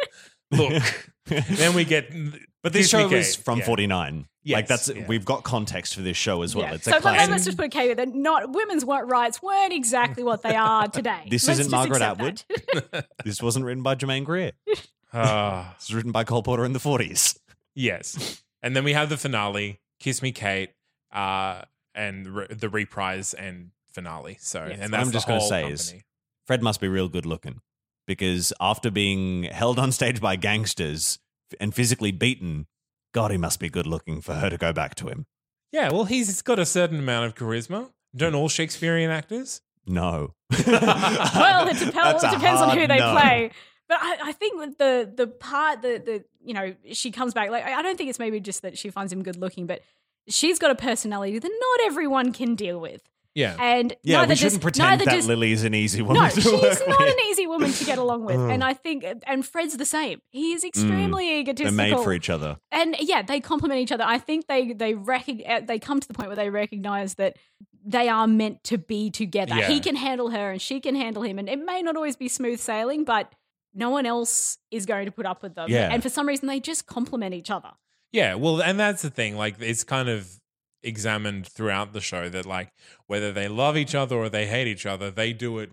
Speaker 1: Look, then we get.
Speaker 2: (laughs) But this
Speaker 1: Disney
Speaker 2: show is
Speaker 1: gate.
Speaker 2: from
Speaker 1: Yeah.
Speaker 2: 49.
Speaker 1: Yes,
Speaker 2: like that's
Speaker 1: yeah.
Speaker 2: we've got context for this show as well.
Speaker 3: Yeah.
Speaker 2: It's
Speaker 3: so
Speaker 2: a
Speaker 3: but
Speaker 2: classic.
Speaker 3: let's just put it clear that not women's wa- rights weren't exactly what
Speaker 2: (laughs)
Speaker 3: they are today.
Speaker 2: This
Speaker 3: Let's
Speaker 2: isn't
Speaker 3: just
Speaker 2: Margaret
Speaker 3: accept
Speaker 2: Atwood.
Speaker 3: that.
Speaker 2: this wasn't written by Jermaine Greer.
Speaker 1: Ah.
Speaker 2: This was written by Cole Porter in the 40s.
Speaker 1: Yes. And then we have the finale, Kiss Me Kate, uh, and re- the reprise and finale. So,
Speaker 3: Yes.
Speaker 1: and that's
Speaker 2: I'm just
Speaker 1: going
Speaker 2: gonna
Speaker 1: to
Speaker 2: say is- Fred must be real good looking because after being held on stage by gangsters and physically beaten, God, he must be good looking for her to go back to him.
Speaker 1: yeah, well, he's got a certain amount of charisma. Don't all Shakespearean actors?
Speaker 2: No.
Speaker 3: (laughs) well,
Speaker 2: well,
Speaker 3: it depends, depends on who they play. But I, I think with the the part that the you know she comes back like I I don't think it's maybe just that she finds him good looking, but she's got a personality that not everyone can deal with,
Speaker 1: Yeah.
Speaker 3: and
Speaker 2: Yeah,
Speaker 3: neither
Speaker 2: we
Speaker 3: does,
Speaker 2: shouldn't pretend
Speaker 3: neither
Speaker 2: that
Speaker 3: does,
Speaker 2: Lily's an easy woman. (laughs)
Speaker 3: No,
Speaker 2: to
Speaker 3: she's
Speaker 2: work
Speaker 3: not
Speaker 2: with.
Speaker 3: an easy woman to
Speaker 2: (laughs)
Speaker 3: get along with, and I think and Fred's the same. He is extremely
Speaker 2: Mm. They're
Speaker 3: egotistical.
Speaker 2: made for each
Speaker 3: (laughs)
Speaker 2: other.
Speaker 3: and yeah, they complement each other. I think they they recog- uh, they come to the point where they recognize that they are meant to be together.
Speaker 1: Yeah.
Speaker 3: He can handle her, and she can handle him, and it may not always be smooth sailing, but no one else is going to put up with them.
Speaker 2: Yeah.
Speaker 3: And for some reason, they just complement each other.
Speaker 1: Yeah. Well, and that's the thing. Like, it's kind of examined throughout the show that, like, whether they love each other or they hate each other, they do it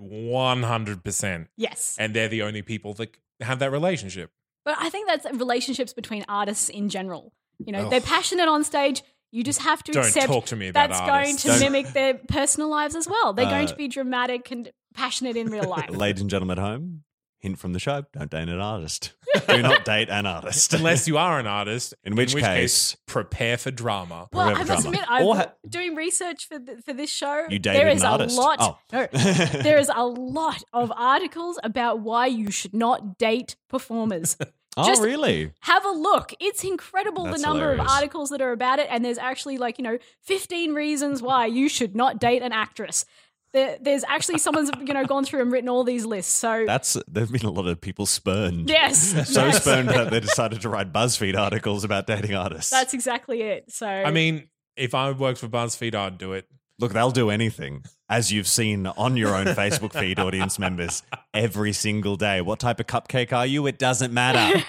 Speaker 1: 100%.
Speaker 3: Yes,
Speaker 1: And they're the only people that have that relationship.
Speaker 3: but I think that's relationships between artists in general. You know,
Speaker 1: Ugh.
Speaker 3: they're passionate on stage. You just have to
Speaker 1: Don't
Speaker 3: accept
Speaker 1: talk to me about
Speaker 3: that's going
Speaker 1: artists.
Speaker 3: to
Speaker 2: Don't-
Speaker 3: mimic their personal lives as well. They're going
Speaker 2: Uh,
Speaker 3: to be dramatic and passionate in real
Speaker 1: (laughs)
Speaker 3: life.
Speaker 2: Ladies and gentlemen at home, hint from the show don't date an
Speaker 3: (laughs)
Speaker 2: artist. Do not date an artist.
Speaker 1: (laughs)
Speaker 2: (laughs)
Speaker 1: Unless you are an artist,
Speaker 2: In which case-
Speaker 1: prepare for drama.
Speaker 3: Well,
Speaker 2: Forever
Speaker 3: I must
Speaker 2: drama.
Speaker 3: admit, I'm
Speaker 2: Or ha-
Speaker 3: doing research for th- for this show.
Speaker 2: You dated
Speaker 3: there is
Speaker 2: an artist.
Speaker 3: a lot.
Speaker 2: Oh.
Speaker 3: (laughs) No, there is a lot of articles about why you should not date
Speaker 2: (laughs)
Speaker 3: performers.
Speaker 2: oh,
Speaker 3: just-
Speaker 2: really?
Speaker 3: Have a look. It's incredible
Speaker 2: That's
Speaker 3: the number of
Speaker 2: hilarious.
Speaker 3: articles that are about it, and there's actually like you know 15 reasons why you should not date an actress. There, there's actually
Speaker 2: (laughs)
Speaker 3: someone's you know gone through and written all these lists. So
Speaker 2: That's there've been a lot of people spurned.
Speaker 3: yes,
Speaker 2: (laughs) So
Speaker 3: yes.
Speaker 2: spurned that they decided to write BuzzFeed articles about dating artists.
Speaker 3: That's exactly it. So
Speaker 1: I mean, if I worked for BuzzFeed, I'd do it. (laughs)
Speaker 2: Look, they'll do anything, as you've seen on your own Facebook feed, audience members, every single day. What type of cupcake are you? It doesn't matter.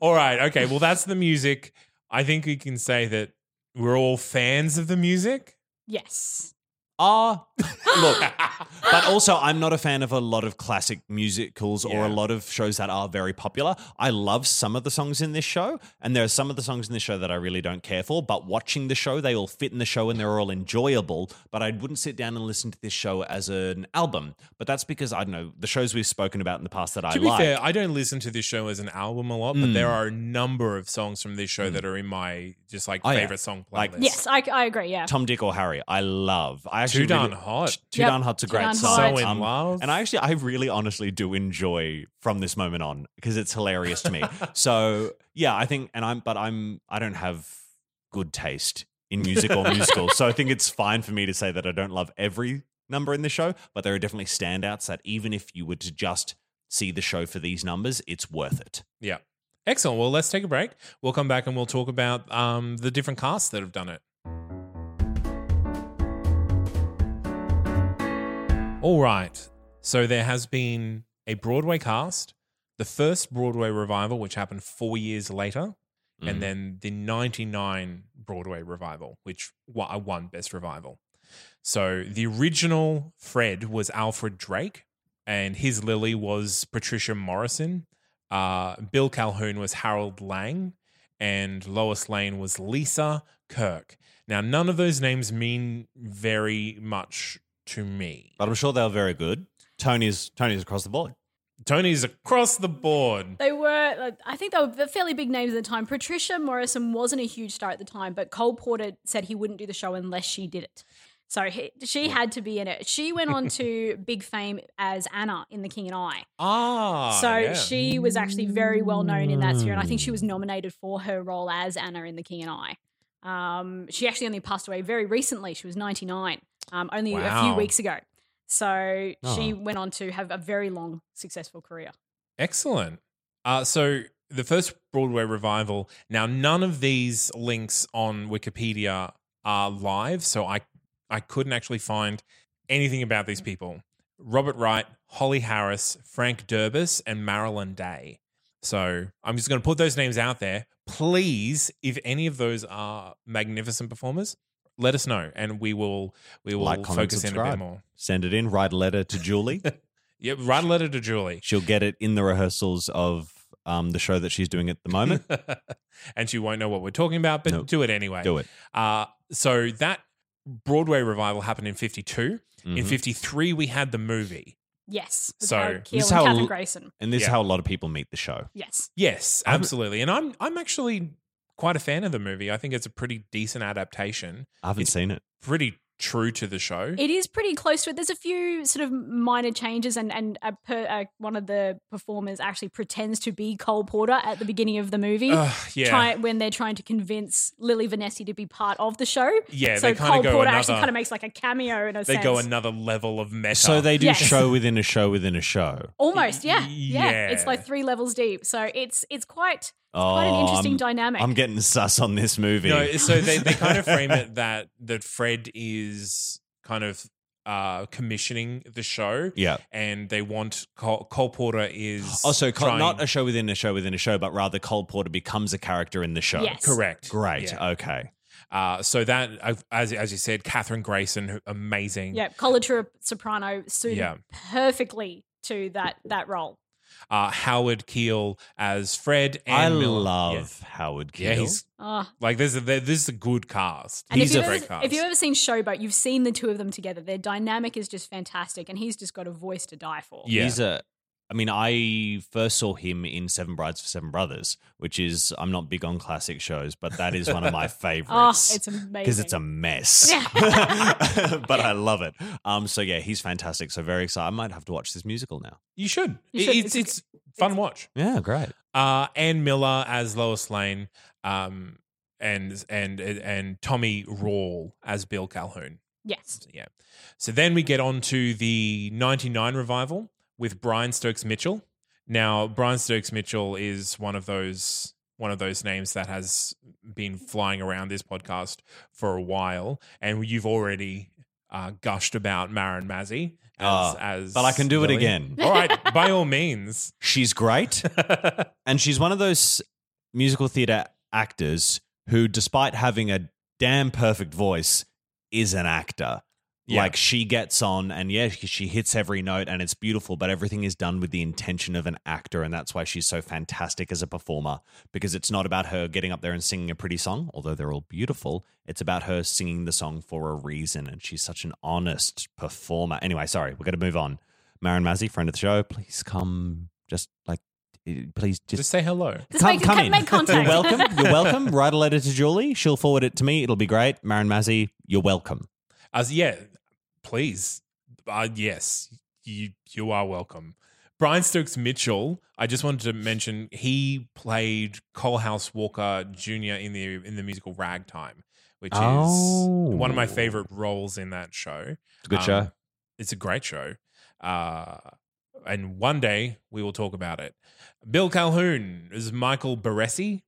Speaker 1: All right. Okay. Well, that's the music. I think we can say that we're all fans of the music.
Speaker 3: yes,
Speaker 2: Ah, look.
Speaker 1: (laughs)
Speaker 2: But also, I'm not a fan of a lot of classic musicals or a
Speaker 1: Yeah.
Speaker 2: lot of shows that are very popular. I love some of the songs in this show, and there are some of the songs in this show that I really don't care for. But watching the show, they all fit in the show and they're all enjoyable. But I wouldn't sit down and listen to this show as an album. But that's because I don't know the shows we've spoken about in the past that I
Speaker 1: to be
Speaker 2: like.
Speaker 1: fair, I don't listen to this show as an album a lot, but
Speaker 2: Mm.
Speaker 1: there are a number of songs from this show that are in my just like
Speaker 2: Hmm. Oh, yeah.
Speaker 1: favorite song
Speaker 2: Like-
Speaker 1: playlist.
Speaker 3: yes, I, I agree. Yeah,
Speaker 2: Tom, Dick, or Harry, I love. I actually
Speaker 1: Too darn
Speaker 2: really,
Speaker 1: hot.
Speaker 2: Too
Speaker 3: Yep.
Speaker 2: Darn Hot's a
Speaker 3: Too
Speaker 2: great
Speaker 3: Darn
Speaker 2: song.
Speaker 1: So
Speaker 3: Hot.
Speaker 1: in
Speaker 2: Um,
Speaker 1: love.
Speaker 2: And I actually, I really honestly do enjoy from this moment on because it's hilarious to me. so yeah, I think, and I'm, but I'm, I don't have good taste in music or musicals. So I think it's fine for me to say that I don't love every number in the show, but there are definitely standouts that even if you were to just see the show for these numbers, it's worth it.
Speaker 1: yeah. Excellent. Well, let's take a break. We'll come back and we'll talk about um, the different casts that have done it. All right. So there has been a Broadway cast, the first Broadway revival, which happened four years later,
Speaker 2: Mm.
Speaker 1: and then the 99 Broadway revival, which wa- I won Best Revival. So the original Fred was Alfred Drake, and his Lily was Patricia Morrison. Uh, Bill Calhoun was Harold Lang, and Lois Lane was Lisa Kirk. Now, none of those names mean very much to me.
Speaker 2: But I'm sure they were very good. Tony's Tony's across the board.
Speaker 1: Tony's across the board.
Speaker 3: They were, like, I think they were fairly big names at the time. Patricia Morrison wasn't a huge star at the time, but Cole Porter said he wouldn't do the show unless she did it. So he, she had to be in it. She
Speaker 1: (laughs)
Speaker 3: went on to big fame as Anna in The King and I.
Speaker 1: Ah,
Speaker 3: so
Speaker 1: yeah. Mm.
Speaker 3: she was actually very well known in that sphere, and I think she was nominated for her role as Anna in The King and I. Um, she actually only passed away very recently. She was 99, um, only a
Speaker 1: Wow. Ah.
Speaker 3: few weeks ago. So she
Speaker 2: Oh.
Speaker 3: went on to have a very long, successful career.
Speaker 1: Excellent. Uh, so the first Broadway revival. Now, none of these links on Wikipedia are live, so I I couldn't actually find anything about these people. Robert Wright, Holly Harris, Frank Durbus, and Marilyn Day. So I'm just going to put those names out there. Please, if any of those are magnificent performers, let us know, and we will we will
Speaker 2: Like, comment,
Speaker 1: focus in a bit
Speaker 2: subscribe.
Speaker 1: more.
Speaker 2: Send it in, write a letter to Julie.
Speaker 1: Yeah, write a letter to Julie.
Speaker 2: She'll get it in the rehearsals of um, the show that she's doing at the
Speaker 1: (laughs)
Speaker 2: moment.
Speaker 1: and she won't know what we're talking about, but
Speaker 2: Nope.
Speaker 1: do it anyway.
Speaker 2: Do it.
Speaker 1: Uh, so that Broadway revival happened in 52. In
Speaker 2: Mhm.
Speaker 1: 53, we had the movie.
Speaker 3: Yes. with
Speaker 1: So,
Speaker 3: Howard Keel
Speaker 2: this
Speaker 3: and
Speaker 2: how-
Speaker 3: Catherine Grayson.
Speaker 2: and this
Speaker 1: Yeah.
Speaker 2: is how a lot of people meet the show.
Speaker 3: Yes.
Speaker 1: Yes,
Speaker 2: I'm-
Speaker 1: absolutely. And I'm I'm actually quite a fan of the movie. I think it's a pretty decent adaptation,
Speaker 2: I haven't
Speaker 1: It's-
Speaker 2: seen it.
Speaker 1: pretty true to the show.
Speaker 3: It is pretty close to it. There's a few sort of minor changes, and and a per, uh, one of the performers actually pretends to be Cole Porter at the beginning of the movie.
Speaker 1: Ugh, yeah.
Speaker 3: Try, when they're trying to convince Lily Vanessi to be part of the show.
Speaker 1: yeah,
Speaker 3: so
Speaker 1: they kind
Speaker 3: Cole
Speaker 1: of go
Speaker 3: Porter
Speaker 1: another
Speaker 3: actually kind of makes like a cameo in a
Speaker 1: they
Speaker 3: sense.
Speaker 1: go another level of meta.
Speaker 2: So they do
Speaker 3: Yes.
Speaker 2: show within a show within a show.
Speaker 3: Almost, yeah, yeah, It's
Speaker 1: Yeah.
Speaker 3: like three levels deep. So it's it's quite
Speaker 2: Oh,
Speaker 3: quite an interesting
Speaker 2: I'm,
Speaker 3: dynamic.
Speaker 2: I'm getting sus on this movie.
Speaker 1: no, so they, they
Speaker 2: (laughs)
Speaker 1: kind of frame it that that Fred is kind of uh commissioning the show
Speaker 2: yeah.
Speaker 1: and they want Cole, Cole Porter is
Speaker 2: Also, Col-
Speaker 1: trying-
Speaker 2: not a show within a show within a show, but rather Cole Porter becomes a character in the show.
Speaker 1: (laughs)
Speaker 3: Yes.
Speaker 1: correct.
Speaker 2: Great.
Speaker 1: Yeah.
Speaker 2: Okay.
Speaker 1: Uh, so that, uh, as as you said, Catherine Grayson, who- amazing.
Speaker 3: yeah, Colletra Soprano suited
Speaker 1: Yeah.
Speaker 3: perfectly to that that role.
Speaker 1: Uh, Howard Keel as Fred. And
Speaker 2: I
Speaker 1: Miller-
Speaker 2: love Howard
Speaker 1: Yeah,
Speaker 2: Keel.
Speaker 1: yeah he's
Speaker 3: Oh,
Speaker 1: like this. Is, this is a good cast.
Speaker 3: And
Speaker 2: He's
Speaker 3: if
Speaker 2: a
Speaker 3: you've,
Speaker 1: great
Speaker 3: ever,
Speaker 1: cast.
Speaker 3: if you've ever seen Showboat, you've seen the two of them together. Their dynamic is just fantastic, and he's just got a voice to die for.
Speaker 1: Yeah.
Speaker 2: He's a. I mean, I first saw him in Seven Brides for Seven Brothers, which is I'm not big on classic shows, but that is one of my
Speaker 3: (laughs) Oh,
Speaker 2: favorites
Speaker 3: it's amazing.
Speaker 2: because it's a mess. (laughs) but I love it. Um, so yeah, he's fantastic. So very excited. I might have to watch this musical now.
Speaker 1: you should.
Speaker 3: You should.
Speaker 1: It's it's, fun watch.
Speaker 2: Yeah, great.
Speaker 1: Uh, Ann Miller as Lois Lane. Um, and and and Tommy Rawl as Bill Calhoun.
Speaker 3: yes.
Speaker 1: Yeah. So then we get on to the 99 revival with Brian Stokes Mitchell. Now, Brian Stokes Mitchell is one of those one of those names that has been flying around this podcast for a while, and you've already uh, gushed about Marin Mazzy as,
Speaker 2: Ah,
Speaker 1: as
Speaker 2: But I can do it
Speaker 1: Lily.
Speaker 2: again.
Speaker 1: All right, by
Speaker 2: (laughs)
Speaker 1: all means.
Speaker 2: She's great, and she's one of those musical theater actors who, despite having a damn perfect voice, is an actor.
Speaker 1: Yeah.
Speaker 2: Like she gets on, and yeah, she- she hits every note, and it's beautiful. But everything is done with the intention of an actor, and that's why she's so fantastic as a performer. Because it's not about her getting up there and singing a pretty song, although they're all beautiful. It's about her singing the song for a reason, and she's such an honest performer. Anyway, sorry, we're gonna move on. Marin Mazzy, friend of the show, please come. Just like, eh, please just
Speaker 1: Just say hello.
Speaker 3: Just make, come make
Speaker 2: you're
Speaker 3: contact.
Speaker 1: (laughs)
Speaker 2: (laughs) welcome. You're welcome. Write a letter to Julie. She'll forward it to me. It'll be great. Marin Mazzy, you're welcome.
Speaker 1: As yeah, please, uh, yes, you you are welcome. Brian Stokes Mitchell. I just wanted to mention he played Cole House Walker Jr. in the in the musical Ragtime, which
Speaker 2: Oh.
Speaker 1: is one of my favorite roles in that show.
Speaker 2: It's a good
Speaker 1: Um,
Speaker 2: show.
Speaker 1: It's a great show. Uh, and one day we will talk about it. Bill Calhoun is Michael Baresi,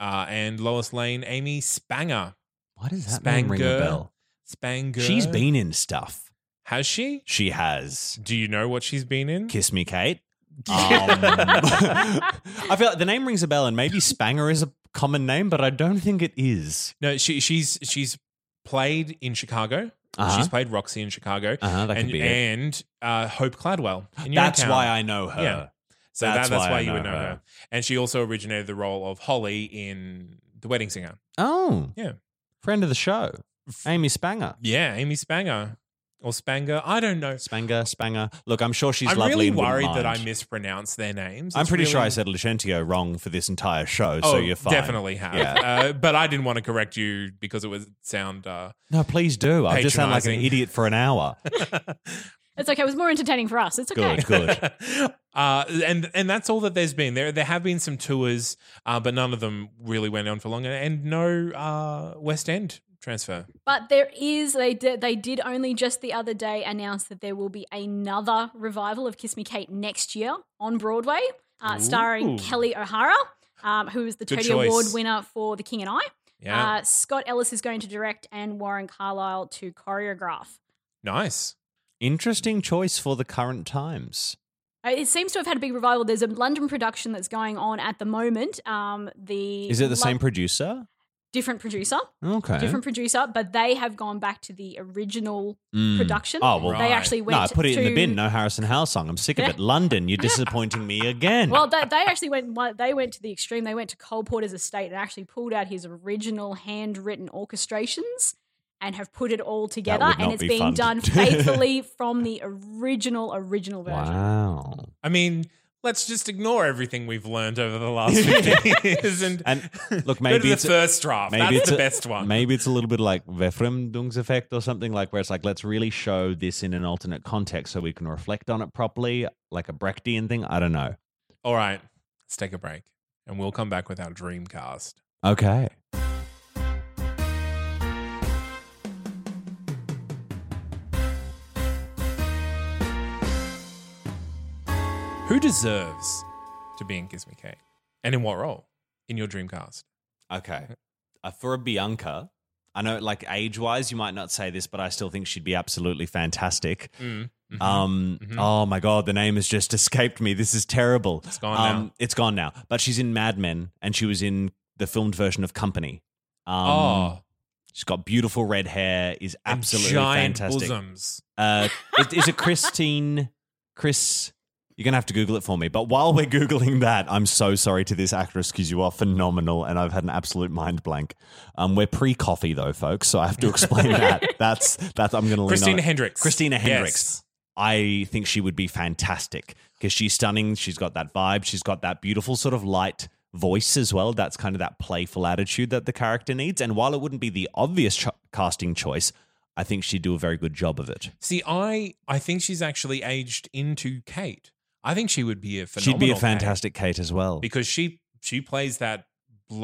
Speaker 1: uh, and Lois Lane, Amy Spanger.
Speaker 2: Why does that name ring a
Speaker 1: Spanger.
Speaker 2: bell?
Speaker 1: Spanger.
Speaker 2: She's been in stuff.
Speaker 1: Has she?
Speaker 2: She has.
Speaker 1: Do you know what she's been in?
Speaker 2: Kiss me, Kate.
Speaker 1: (laughs)
Speaker 2: Um, (laughs) I feel like the name rings a bell, and maybe Spanger is a common name, but I don't think it is.
Speaker 1: No, she she's she's played in Chicago
Speaker 2: Uh-huh.
Speaker 1: She's played Roxy in Chicago,
Speaker 2: uh-huh, that
Speaker 1: and
Speaker 2: could be it.
Speaker 1: and uh, Hope Cladwell. In
Speaker 2: That's
Speaker 1: Uniontown.
Speaker 2: why I know her.
Speaker 1: Yeah. So
Speaker 2: That's
Speaker 1: that, that's why,
Speaker 2: why I
Speaker 1: you would
Speaker 2: know
Speaker 1: know her.
Speaker 2: her.
Speaker 1: And she also originated the role of Holly in The Wedding Singer.
Speaker 2: Oh.
Speaker 1: Yeah.
Speaker 2: Friend of the show. Amy Spanger.
Speaker 1: Yeah, Amy Spanger or Spanger. I don't know.
Speaker 2: Spanger, Spanger. Look, I'm sure she's
Speaker 1: I'm
Speaker 2: lovely.
Speaker 1: really
Speaker 2: and wouldn't
Speaker 1: worried that I
Speaker 2: mind.
Speaker 1: mispronounced their names.
Speaker 2: I'm
Speaker 1: It's
Speaker 2: pretty sure
Speaker 1: really-
Speaker 2: I said Lucentio wrong for this entire show,
Speaker 1: oh,
Speaker 2: so you're fine.
Speaker 1: definitely have. Uh, but I didn't want to correct you because it would sound. Uh,
Speaker 2: No, please do. I've just sounded like an
Speaker 1: Patronising.
Speaker 2: idiot for
Speaker 1: (laughs)
Speaker 2: an hour.
Speaker 3: (laughs) It's okay. It was more entertaining for us. It's okay.
Speaker 2: Good, good.
Speaker 1: (laughs) uh, and and that's all that there's been. There there have been some tours, uh, but none of them really went on for long, and, and no uh, West End transfer.
Speaker 3: But there is they did, they did only just the other day announce that there will be another revival of Kiss Me Kate next year on Broadway, uh, starring
Speaker 1: Ooh.
Speaker 3: Kelly O'Hara, um, who is the
Speaker 1: Good
Speaker 3: Tony
Speaker 1: choice.
Speaker 3: Award winner for The King and I.
Speaker 1: Yeah,
Speaker 3: Uh, Scott Ellis is going to direct, and Warren Carlisle to choreograph.
Speaker 1: nice.
Speaker 2: Interesting choice for the current times.
Speaker 3: Uh, It seems to have had a big revival. There's a London production that's going on at the moment. Um, the
Speaker 2: Is it the
Speaker 3: Lo-
Speaker 2: same producer?
Speaker 3: different producer,
Speaker 2: Okay.
Speaker 3: different producer, but they have gone back to the original
Speaker 2: Mm.
Speaker 3: production.
Speaker 2: Oh, well,
Speaker 1: Right.
Speaker 3: They actually
Speaker 2: no,
Speaker 3: went.
Speaker 2: I put it in the
Speaker 3: to-
Speaker 2: bin. No Harrison Howe song. I'm sick of
Speaker 3: (laughs) Yeah.
Speaker 2: it. London, you're disappointing me again.
Speaker 3: Well, (laughs) they, they actually went. one- They went to the extreme. They went to Cole Porter's estate and actually pulled out his original handwritten orchestrations and have put it all together.
Speaker 2: would not
Speaker 3: and it's
Speaker 2: be
Speaker 3: being
Speaker 2: fun. (laughs)
Speaker 3: done faithfully from the original original version.
Speaker 2: wow.
Speaker 1: I mean, let's just ignore everything we've learned over the last
Speaker 2: (laughs)
Speaker 1: 15 (laughs) years and,
Speaker 2: And look,
Speaker 1: go to
Speaker 2: maybe
Speaker 1: the
Speaker 2: it's a-
Speaker 1: first draft. That's
Speaker 2: maybe it's
Speaker 1: the
Speaker 2: a-
Speaker 1: best one.
Speaker 2: Maybe it's a little bit like Verfremdung's effect or something like where it's like let's really show this in an alternate context so we can reflect on it properly, like a Brechtian thing. I don't know.
Speaker 1: All right, let's take a break and we'll come back with our dream cast.
Speaker 2: Okay.
Speaker 1: Who deserves to be in Kiss Me Kate? And in what role? In your dream cast?
Speaker 2: Okay. Uh, for a Bianca, I know like age wise you might not say this, but I still think she'd be absolutely fantastic.
Speaker 1: Mm, mhm.
Speaker 2: Um
Speaker 1: Mhm.
Speaker 2: oh my god, the name has just (laughs) escaped me. This is terrible.
Speaker 1: it's gone
Speaker 2: um, It's gone now. But she's in Mad Men, and she was in the filmed version of Company. Um,
Speaker 1: now. oh,
Speaker 2: She's got beautiful red hair. Is
Speaker 1: and
Speaker 2: absolutely
Speaker 1: giant
Speaker 2: fantastic.
Speaker 1: bosoms.
Speaker 2: Uh, is, is it Christine? Chris? You're gonna have to Google it for me. But while we're googling that, I'm so sorry to this actress because you are phenomenal, and I've had an absolute mind blank. Um, we're pre-coffee though, folks, so I have to explain that. That's that's I'm gonna lean on.
Speaker 1: Christina
Speaker 2: it.
Speaker 1: Hendricks.
Speaker 2: Christina
Speaker 1: Yes.
Speaker 2: Hendricks. I think she would be fantastic because she's stunning. She's got that vibe. She's got that beautiful sort of light voice as well. That's kind of that playful attitude that the character needs. And while it wouldn't be the obvious cho- casting choice, I think she'd do a very good job of it.
Speaker 1: See, I I think she's actually aged into Kate. I think she would be a
Speaker 2: She'd
Speaker 1: phenomenal.
Speaker 2: be a
Speaker 1: Kate
Speaker 2: fantastic Kate, as well.
Speaker 1: because she she plays that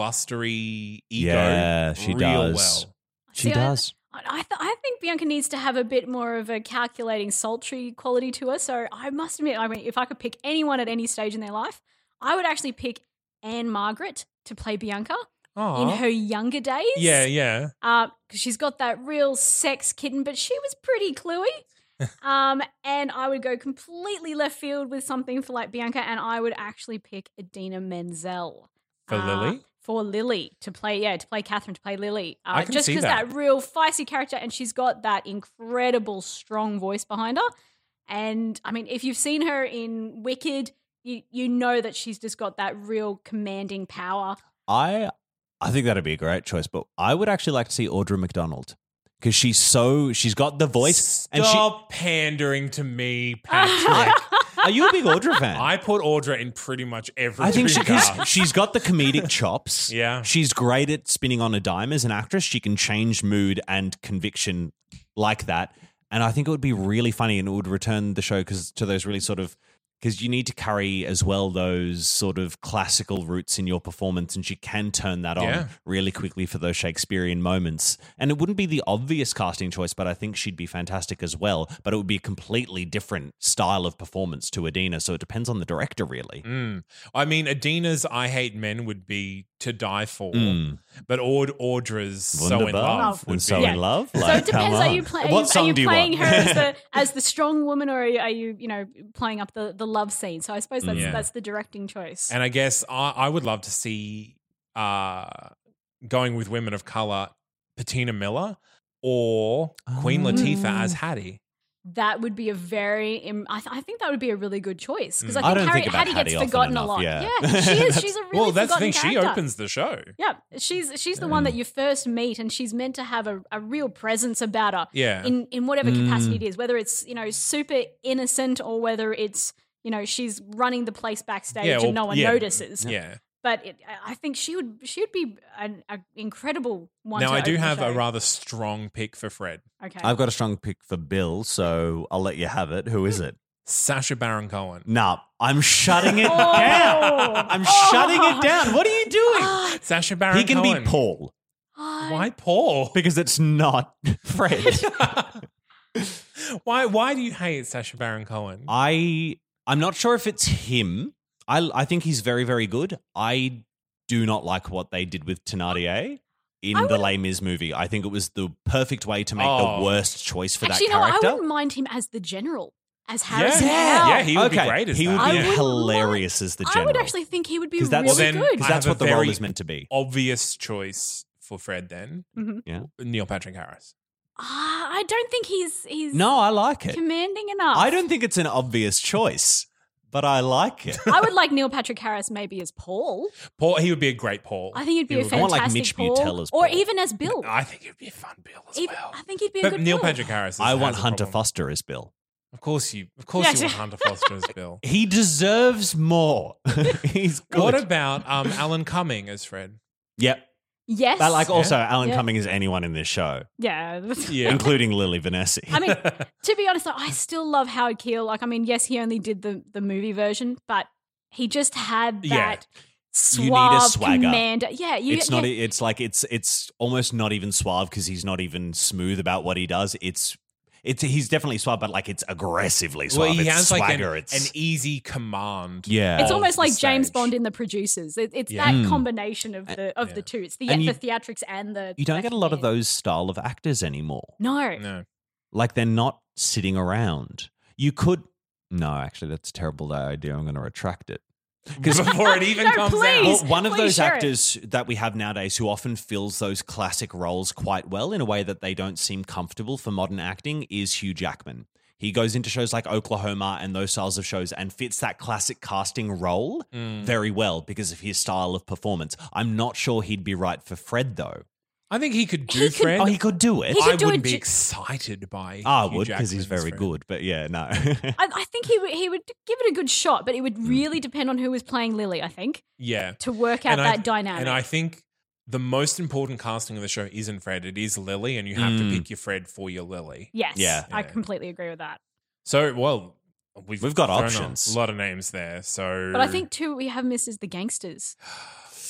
Speaker 1: blustery ego.
Speaker 2: Yeah, she
Speaker 1: real
Speaker 2: does.
Speaker 1: Well.
Speaker 2: she
Speaker 3: See, I-
Speaker 2: does.
Speaker 3: I, I th- I think Bianca needs to have a bit more of a calculating, sultry quality to her. So I must admit, I mean, if I could pick anyone at any stage in their life, I would actually pick Anne Margaret to play Bianca in
Speaker 1: Aw.
Speaker 3: her younger days.
Speaker 1: Yeah, yeah.
Speaker 3: because she's got that real sex kitten, but she was pretty cluey.
Speaker 1: (laughs)
Speaker 3: um, and I would go completely left field with something for like Bianca, and I would actually pick Adina Menzel
Speaker 1: For
Speaker 3: Ah.
Speaker 1: Lily?
Speaker 3: Uh, For Lily to play, yeah, to play Catherine, to play Lily. Uh,
Speaker 1: I can
Speaker 3: just
Speaker 1: see
Speaker 3: because
Speaker 1: that.
Speaker 3: that. real feisty character, and she's got that incredible strong voice behind her. And I mean, if you've seen her in Wicked, you you know that she's just got that real commanding power.
Speaker 2: I I think that'd be a great choice, but I would actually like to see Audra McDonald because she's so she's got the voice. And she,
Speaker 1: Stop pandering to me,
Speaker 3: (laughs)
Speaker 1: Patrick.
Speaker 2: are you a big Audra fan?
Speaker 1: (laughs) I put Audra in pretty much every.
Speaker 2: I think she,
Speaker 1: dream
Speaker 2: cause
Speaker 1: cast.
Speaker 2: she's got the comedic
Speaker 1: (laughs)
Speaker 2: chops.
Speaker 1: Yeah.
Speaker 2: She's great at spinning on a dime as an actress. She can change mood and conviction like that. And I think it would be really funny and it would return the show cause, to those really sort of. Because you need to carry as well those sort of classical roots in your performance, and she can turn that on
Speaker 1: Yeah.
Speaker 2: really quickly for those Shakespearean moments. And it wouldn't be the obvious casting choice, but I think she'd be fantastic as well. But it would be a completely different style of performance to Adina, so it depends on the director, really.
Speaker 1: Mm. I mean, Adina's "I Hate Men" would be to die for,
Speaker 2: Mm.
Speaker 1: but Aud- Audra's "So in
Speaker 2: Wunderbar.
Speaker 3: Oh,
Speaker 1: Love" would
Speaker 2: and so
Speaker 1: be.
Speaker 2: in love.
Speaker 3: So
Speaker 2: Like,
Speaker 3: it depends.
Speaker 2: come
Speaker 3: Are you,
Speaker 2: on.
Speaker 3: play, are you-
Speaker 2: What
Speaker 3: are
Speaker 2: song
Speaker 3: you
Speaker 2: do you
Speaker 3: playing
Speaker 2: want?
Speaker 3: her as the as the strong woman, or are you, are you you know playing up the, the love scene? So I suppose that's
Speaker 1: Yeah.
Speaker 3: that's the directing choice.
Speaker 1: And I guess I, I would love to see uh, going with women of color, Patina Miller or Queen
Speaker 2: Oh.
Speaker 1: Latifah as Hattie.
Speaker 3: That would be a very. Im- I, th- I think that would be a really good choice because
Speaker 1: Mm.
Speaker 2: I
Speaker 3: I think
Speaker 2: don't
Speaker 3: Harry
Speaker 2: think about
Speaker 3: Hattie gets
Speaker 2: Hattie often
Speaker 3: forgotten
Speaker 2: enough,
Speaker 3: a lot.
Speaker 2: yeah.
Speaker 3: she is.
Speaker 2: That's-
Speaker 3: She's a
Speaker 1: (laughs)
Speaker 3: really
Speaker 1: well, that's the
Speaker 3: forgotten
Speaker 1: thing. She
Speaker 3: character.
Speaker 1: opens Mm. the show.
Speaker 3: Yeah, she's she's the one that you first meet, and she's meant to have a, a real presence about her
Speaker 1: Yeah.
Speaker 3: in in whatever
Speaker 2: Mm.
Speaker 3: capacity it is, whether it's you know super innocent or whether it's you know she's running the place backstage
Speaker 1: Yeah, or-
Speaker 3: and no one
Speaker 1: yeah.
Speaker 3: notices.
Speaker 1: yeah.
Speaker 3: But it, I- I think she would she would be an a incredible one.
Speaker 1: Now
Speaker 3: to
Speaker 1: I do
Speaker 3: open the
Speaker 1: have a
Speaker 3: show.
Speaker 1: rather strong pick for Fred.
Speaker 3: Okay,
Speaker 2: (laughs)
Speaker 3: (gasps)
Speaker 2: I've got a strong pick for Bill, so I'll let you have it. Who is it?
Speaker 1: Sasha Baron Cohen.
Speaker 2: Nah, I'm shutting it
Speaker 3: Oh.
Speaker 2: down. I'm shutting it down. What are you doing?
Speaker 1: Sasha Baron
Speaker 2: he can
Speaker 1: Cohen.
Speaker 2: be Paul
Speaker 1: Why Paul? (laughs)
Speaker 2: because it's not (laughs) Fred.
Speaker 1: why why do you hate Sasha Baron Cohen?
Speaker 2: I I'm not sure if it's him. I I think he's very very good. I do not like what they did with Thenardier in
Speaker 3: I
Speaker 2: the
Speaker 3: would-
Speaker 2: Les Mis movie. I think it was the perfect way to make
Speaker 1: Oh.
Speaker 2: the worst choice for
Speaker 3: Actually,
Speaker 2: that
Speaker 3: no, I
Speaker 2: character.
Speaker 3: wouldn't mind him as the general, as
Speaker 1: yeah.
Speaker 3: Harrison Howell.
Speaker 1: yeah, he would
Speaker 2: okay.
Speaker 1: be great as
Speaker 2: he
Speaker 1: that.
Speaker 2: would be
Speaker 3: I would
Speaker 2: hilarious as the general.
Speaker 3: I would actually think he would be
Speaker 2: 'Cause
Speaker 3: really
Speaker 1: Well,
Speaker 2: that's-
Speaker 1: then-
Speaker 3: good.
Speaker 1: I
Speaker 2: because that's
Speaker 1: have a
Speaker 2: what the role
Speaker 1: very-
Speaker 2: is meant to be.
Speaker 1: Obvious choice for Fred then.
Speaker 3: Mhm.
Speaker 2: Yeah.
Speaker 1: Neil Patrick Harris.
Speaker 3: Ah, I don't think he's he's
Speaker 2: No, I like it.
Speaker 3: commanding enough.
Speaker 2: I don't think it's an obvious choice, but I
Speaker 1: (laughs)
Speaker 2: like it. (laughs)
Speaker 3: I would like Neil Patrick Harris maybe as Paul.
Speaker 1: Paul he would be a great Paul.
Speaker 3: I think he'd be
Speaker 1: He
Speaker 3: a
Speaker 1: would
Speaker 2: I want, like,
Speaker 3: fantastic
Speaker 2: Mitch
Speaker 3: Paul,
Speaker 2: Butel as
Speaker 3: or
Speaker 2: Paul.
Speaker 3: even as Bill.
Speaker 1: I think it'd be a fun Bill as
Speaker 3: Even-
Speaker 1: well.
Speaker 3: Oh. I think he'd be a
Speaker 1: But
Speaker 3: good
Speaker 1: Neil
Speaker 3: Paul.
Speaker 1: Patrick Harris.
Speaker 2: I
Speaker 1: has
Speaker 2: want
Speaker 1: a
Speaker 2: Hunter
Speaker 1: problem.
Speaker 2: Foster as Bill.
Speaker 1: Of course you. Of course
Speaker 3: Yeah,
Speaker 1: you
Speaker 3: sure.
Speaker 1: want Hunter Foster
Speaker 3: (laughs)
Speaker 1: as Bill.
Speaker 2: He deserves more. (laughs) He's good.
Speaker 1: What about um, Alan Cumming as Fred?
Speaker 2: yep.
Speaker 3: Yes.
Speaker 2: But like also, Alan
Speaker 3: Yeah.
Speaker 2: Cumming is anyone in this show,
Speaker 3: yeah.
Speaker 2: (laughs)
Speaker 1: Yeah.
Speaker 2: including Lily Vanessa.
Speaker 3: I mean,
Speaker 2: (laughs)
Speaker 3: to be honest, though, I still love Howard Keel. Like, I mean, yes, he only did the the movie version, but he just had that
Speaker 1: Yeah.
Speaker 2: need a
Speaker 3: suave
Speaker 2: swagger.
Speaker 3: commander. Yeah, you,
Speaker 2: it's
Speaker 3: yeah,
Speaker 2: not. e, It's like it's it's almost not even suave because he's not even smooth about what he does. It's it's he's definitely suave, but like it's aggressively suave.
Speaker 1: well, he
Speaker 2: it's
Speaker 1: has like an,
Speaker 2: swagger.
Speaker 1: an
Speaker 2: it's
Speaker 1: easy command.
Speaker 2: yeah.
Speaker 3: It's
Speaker 1: of
Speaker 3: almost
Speaker 1: the
Speaker 3: like James
Speaker 1: stage.
Speaker 3: Bond in The Producers. It, it's
Speaker 1: Yeah.
Speaker 3: that
Speaker 2: Mm.
Speaker 3: combination of the of
Speaker 1: yeah.
Speaker 3: the two. It's the,
Speaker 2: And
Speaker 3: the
Speaker 2: you-
Speaker 3: theatrics and the.
Speaker 2: you don't get a lot of
Speaker 3: command.
Speaker 2: those style of actors anymore.
Speaker 3: No.
Speaker 1: No.
Speaker 2: Like they're not sitting around. You could. No, actually, that's a terrible idea. I'm going to retract it.
Speaker 1: (laughs) Before it even
Speaker 3: No,
Speaker 1: comes
Speaker 3: please.
Speaker 1: out.
Speaker 2: Well, one of
Speaker 3: please
Speaker 2: those
Speaker 3: share it.
Speaker 2: actors that we have nowadays who often fills those classic roles quite well in a way that they don't seem comfortable for modern acting is Hugh Jackman. He goes into shows like Oklahoma and those styles of shows and fits that classic casting role
Speaker 1: Mm.
Speaker 2: very well because of his style of performance. I'm not sure he'd be right for Fred though.
Speaker 1: I think he could do
Speaker 3: He could-
Speaker 1: Fred.
Speaker 2: Oh, he could do it. Ah,
Speaker 3: He could
Speaker 1: I
Speaker 3: do
Speaker 1: wouldn't
Speaker 3: a
Speaker 1: be
Speaker 3: Ju-
Speaker 1: excited by.
Speaker 2: I
Speaker 1: Hugh
Speaker 2: would because he's
Speaker 1: Jackman's
Speaker 2: very
Speaker 1: Fred.
Speaker 2: good, but yeah,
Speaker 3: (laughs)
Speaker 2: no.
Speaker 3: I, I think he would he would give it a good shot, but it
Speaker 2: Hmm.
Speaker 3: would really depend on who was playing Lily. I think
Speaker 1: Yeah.
Speaker 3: to work out
Speaker 1: And I-
Speaker 3: that dynamic.
Speaker 1: And I think the most important casting of the show isn't Fred, it is Lily, and you have
Speaker 2: Mm.
Speaker 1: to pick your Fred for your Lily.
Speaker 3: yes,
Speaker 2: Yeah.
Speaker 3: I
Speaker 1: Yeah.
Speaker 3: completely agree with that.
Speaker 1: So, well, we've,
Speaker 2: We've got
Speaker 1: thrown a
Speaker 2: options.
Speaker 1: lot of names there. So,
Speaker 3: But I think too we have missed is
Speaker 2: (sighs)
Speaker 3: the gangsters.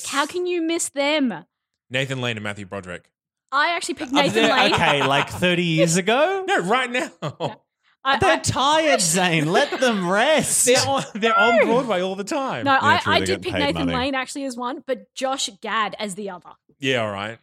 Speaker 3: How can you miss them?
Speaker 1: Nathan Lane and Matthew Broderick.
Speaker 3: I actually picked
Speaker 2: Up
Speaker 3: Nathan
Speaker 2: there-
Speaker 3: Lane.
Speaker 2: Uh, Okay, like 30 years
Speaker 3: (laughs)
Speaker 2: ago?
Speaker 1: No, right now. (laughs)
Speaker 3: I,
Speaker 2: They're
Speaker 3: I-
Speaker 2: tired, Zane. Let
Speaker 3: (laughs)
Speaker 2: them rest.
Speaker 1: They're on, they're on Broadway all the time.
Speaker 3: no, I,
Speaker 2: true,
Speaker 3: I
Speaker 2: they're
Speaker 3: did
Speaker 2: getting
Speaker 3: pick
Speaker 2: paid
Speaker 3: Nathan
Speaker 2: money.
Speaker 3: Lane actually as one, but Josh Gad as the other.
Speaker 1: Yeah, all right.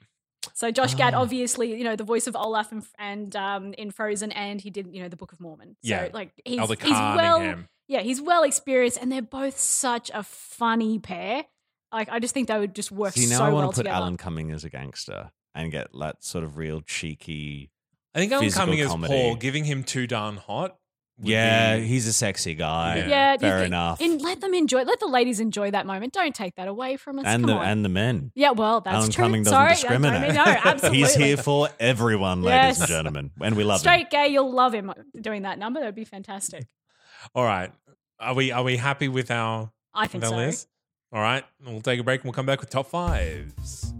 Speaker 3: So Josh Gad,
Speaker 2: Ah.
Speaker 3: obviously, you know the voice of Olaf and, and um, in Frozen, and he did you know the Book of Mormon. So
Speaker 1: Yeah.
Speaker 3: like he's,
Speaker 1: Elder
Speaker 3: he's well,
Speaker 1: Carningham.
Speaker 3: yeah, he's well experienced, and they're both such a funny pair. Like I just think they would just work
Speaker 2: See, now
Speaker 3: so
Speaker 2: I want
Speaker 3: well
Speaker 2: to put
Speaker 3: together.
Speaker 2: Alan Cumming as a gangster and get that sort of real cheeky.
Speaker 1: I think I'm
Speaker 2: Physical
Speaker 1: coming as
Speaker 2: comedy.
Speaker 1: Paul, giving him too darn hot. would
Speaker 2: Yeah,
Speaker 1: be-
Speaker 2: he's a sexy guy.
Speaker 1: Yeah.
Speaker 3: yeah, you
Speaker 2: fair
Speaker 3: could-
Speaker 2: enough.
Speaker 3: And let them enjoy, let the ladies enjoy that moment. Don't take that away from us.
Speaker 2: and
Speaker 3: Come
Speaker 2: the
Speaker 3: on.
Speaker 2: and the men.
Speaker 3: yeah, well, that's
Speaker 2: Alan
Speaker 3: true.
Speaker 2: Cumming doesn't
Speaker 3: Sorry, that's what I mean.
Speaker 2: discriminate.
Speaker 3: no,
Speaker 2: (laughs)
Speaker 3: absolutely.
Speaker 2: he's here for everyone, ladies and
Speaker 3: Yes.
Speaker 2: gentlemen, and we love him.
Speaker 3: Straight gay, you'll love him doing that number. That would be fantastic.
Speaker 1: All right. Are we are we happy with our
Speaker 3: I think
Speaker 1: with
Speaker 3: so.
Speaker 1: our list? All right. We'll take a break and we'll come back with top fives.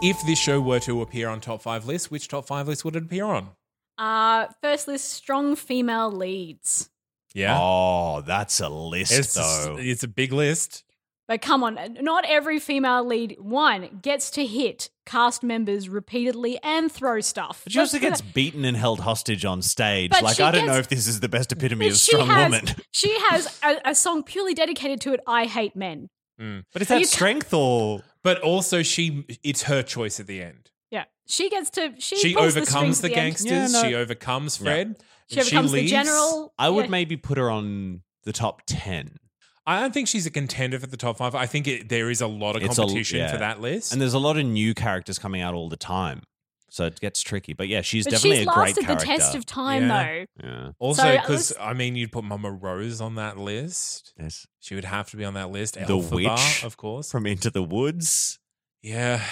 Speaker 1: If this show were to appear on top five lists, which top five list would it appear on?
Speaker 3: Uh, first list: strong female leads.
Speaker 1: Yeah.
Speaker 2: Oh, that's a list
Speaker 1: it's,
Speaker 2: though.
Speaker 1: it's a big list.
Speaker 3: But come on, not every female lead one gets to hit cast members repeatedly and throw stuff.
Speaker 2: But she also gets
Speaker 3: Let's put
Speaker 2: beaten and held hostage on stage.
Speaker 3: But
Speaker 2: Like
Speaker 3: she
Speaker 2: I don't
Speaker 3: gets-
Speaker 2: know if this is the best epitome
Speaker 3: that-
Speaker 2: of a
Speaker 3: she
Speaker 2: strong
Speaker 3: has-
Speaker 2: woman.
Speaker 3: She has a, a song purely dedicated to it. I hate men.
Speaker 2: But is
Speaker 3: Are
Speaker 2: that
Speaker 3: you-
Speaker 2: strength or
Speaker 1: But also she it's her choice at the end.
Speaker 3: Yeah, she gets to she,
Speaker 1: She
Speaker 3: pulls
Speaker 1: overcomes the,
Speaker 3: the, strings at end.
Speaker 1: gangsters,
Speaker 2: Yeah, no.
Speaker 1: she overcomes Fred.
Speaker 3: She overcomes the general.
Speaker 2: I would
Speaker 3: Yeah.
Speaker 2: maybe put her on the top ten.
Speaker 1: I don't think she's a contender for the top five. I think it, there is a lot of
Speaker 2: It's a l-
Speaker 1: competition
Speaker 2: yeah.
Speaker 1: for that list.
Speaker 2: And there's a lot of new characters coming out all the time. So it gets tricky. But yeah, she's
Speaker 3: but
Speaker 2: definitely
Speaker 3: she's
Speaker 2: a great
Speaker 3: lasted the
Speaker 2: character.
Speaker 3: test of time,
Speaker 1: Yeah.
Speaker 3: though.
Speaker 2: yeah.
Speaker 1: also,
Speaker 3: Sorry, I
Speaker 1: because
Speaker 3: was-
Speaker 1: I mean, you'd put Mama Rose on that list.
Speaker 2: Yes.
Speaker 1: She would have to be on that list.
Speaker 2: The
Speaker 1: Elphaba,
Speaker 2: Witch.
Speaker 1: of course.
Speaker 2: From Into the Woods.
Speaker 1: yeah.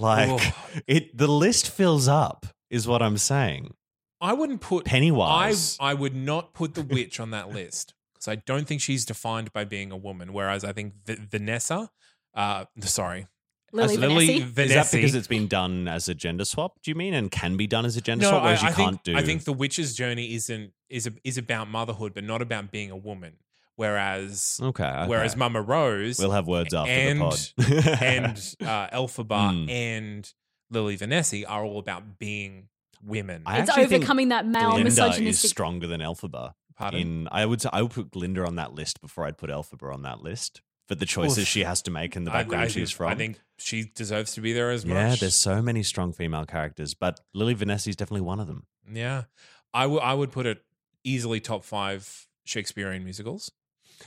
Speaker 2: Like
Speaker 1: Oh.
Speaker 2: it the list fills up, is what I'm saying.
Speaker 1: I wouldn't put I,
Speaker 2: Pennywise.
Speaker 1: I would not put the witch on that list because I don't think she's defined by being a woman. Whereas I think v- Vanessa, uh, sorry,
Speaker 3: Lily
Speaker 1: That's Lily
Speaker 3: Vanessi.
Speaker 2: is
Speaker 1: Vanessa.
Speaker 2: that because it's been done as a gender swap, do you mean? And can be done as a gender
Speaker 1: no,
Speaker 2: swap,
Speaker 1: I,
Speaker 2: whereas you
Speaker 1: I
Speaker 2: can't
Speaker 1: think
Speaker 2: do
Speaker 1: I think the witch's journey isn't is a, is about motherhood, but not about being a woman. Whereas
Speaker 2: Okay. okay.
Speaker 1: whereas Mama Rose
Speaker 2: We'll have words after
Speaker 1: and-
Speaker 2: the pod.
Speaker 1: and uh,
Speaker 2: (laughs)
Speaker 1: Elphaba
Speaker 2: Mm.
Speaker 1: and Lily Vanessi are all about being women.
Speaker 2: I
Speaker 3: It's
Speaker 2: actually think
Speaker 3: overcoming that male
Speaker 2: Glinda is
Speaker 3: misogynistic.
Speaker 2: stronger than Elphaba.
Speaker 1: Pardon.
Speaker 2: In I would say I would put Glinda on that list before I'd put Elphaba on that list for the choices
Speaker 1: Oof.
Speaker 2: she has to make and the
Speaker 1: I-
Speaker 2: background
Speaker 1: I,
Speaker 2: she's
Speaker 1: think-
Speaker 2: from.
Speaker 1: I think she deserves to be there as much.
Speaker 2: yeah, there's so many strong female characters, but Lily Vanessa is definitely one of them.
Speaker 1: Yeah, I would I would put it easily top five Shakespearean musicals.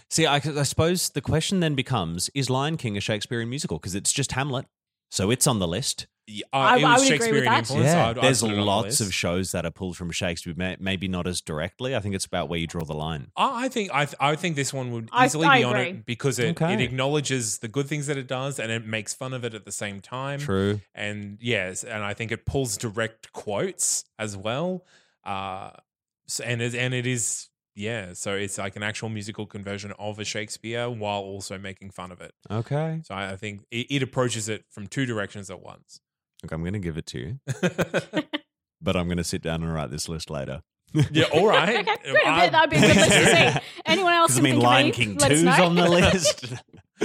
Speaker 2: See, I, I suppose the question then becomes: Is Lion King a Shakespearean musical? Because it's just Hamlet, so it's on the list.
Speaker 1: Yeah, uh,
Speaker 3: I- I would agree with that.
Speaker 1: I'd- I'd
Speaker 2: there's
Speaker 1: put it on the
Speaker 2: lots of
Speaker 1: list.
Speaker 2: shows that are pulled from Shakespeare, may, maybe not as directly. I think it's about where you draw the line.
Speaker 1: I I think I, I think this one would
Speaker 3: I-
Speaker 1: easily
Speaker 3: I
Speaker 1: be on
Speaker 3: agree.
Speaker 1: it because it, it
Speaker 2: Okay.
Speaker 1: acknowledges the good things that it does and it makes fun of it at the same time.
Speaker 2: True.
Speaker 1: And yes, and I think it pulls direct quotes as well. Uh, so, and it, and it is yeah, so it's like an actual musical conversion of a Shakespeare while also making fun of it.
Speaker 2: Okay.
Speaker 1: So I, I think it, it approaches it from two directions at once. (laughs)
Speaker 2: Look, I'm going to give it to you, but I'm going to sit down and write this list later.
Speaker 1: Yeah, all right.
Speaker 3: Okay, good.
Speaker 1: Um, I-
Speaker 3: That'd be a good
Speaker 2: (laughs)
Speaker 3: list to see. Anyone else?
Speaker 2: Because I mean,
Speaker 3: can think of
Speaker 2: Lion
Speaker 3: any,
Speaker 2: King
Speaker 3: let us
Speaker 2: 2's
Speaker 3: know.
Speaker 2: on
Speaker 3: (laughs)
Speaker 2: the list.
Speaker 1: (laughs)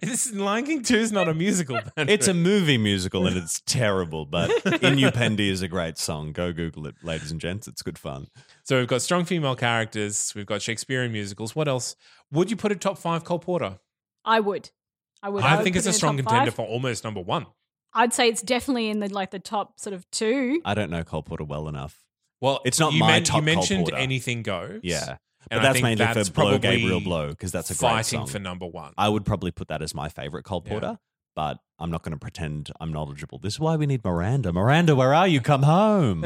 Speaker 1: this is- Lion King 2 is not a
Speaker 3: (laughs)
Speaker 1: musical. Patrick.
Speaker 2: it's a movie musical and it's terrible, but Inupendi is a great song. Go Google it, ladies and gents. It's good fun.
Speaker 1: So we've got strong female characters. We've got Shakespearean musicals. What else? Would you put a top five Cole Porter?
Speaker 3: I would. I would.
Speaker 1: I,
Speaker 3: would
Speaker 1: think it's
Speaker 3: put
Speaker 1: a
Speaker 3: it in the
Speaker 1: strong
Speaker 3: top
Speaker 1: contender for
Speaker 3: five.
Speaker 1: almost number one.
Speaker 3: I'd say it's definitely in the like the top sort of two.
Speaker 2: I don't know Cole Porter well enough.
Speaker 1: Well,
Speaker 2: It's not
Speaker 1: you
Speaker 2: my
Speaker 1: meant-
Speaker 2: top
Speaker 1: You
Speaker 2: Cole
Speaker 1: mentioned
Speaker 2: Porter.
Speaker 1: anything goes.
Speaker 2: Yeah. But
Speaker 1: And I
Speaker 2: that's
Speaker 1: think
Speaker 2: mainly
Speaker 1: that's
Speaker 2: for Blow
Speaker 1: probably
Speaker 2: Gabriel Blow because that's a great
Speaker 1: fighting
Speaker 2: song.
Speaker 1: for number one. (laughs)
Speaker 2: I would probably put that as my favorite Cole
Speaker 1: Yeah.
Speaker 2: Porter, but I'm not going to pretend I'm knowledgeable. This is why we need Miranda. Miranda, where are you? Come
Speaker 3: (laughs)
Speaker 2: home.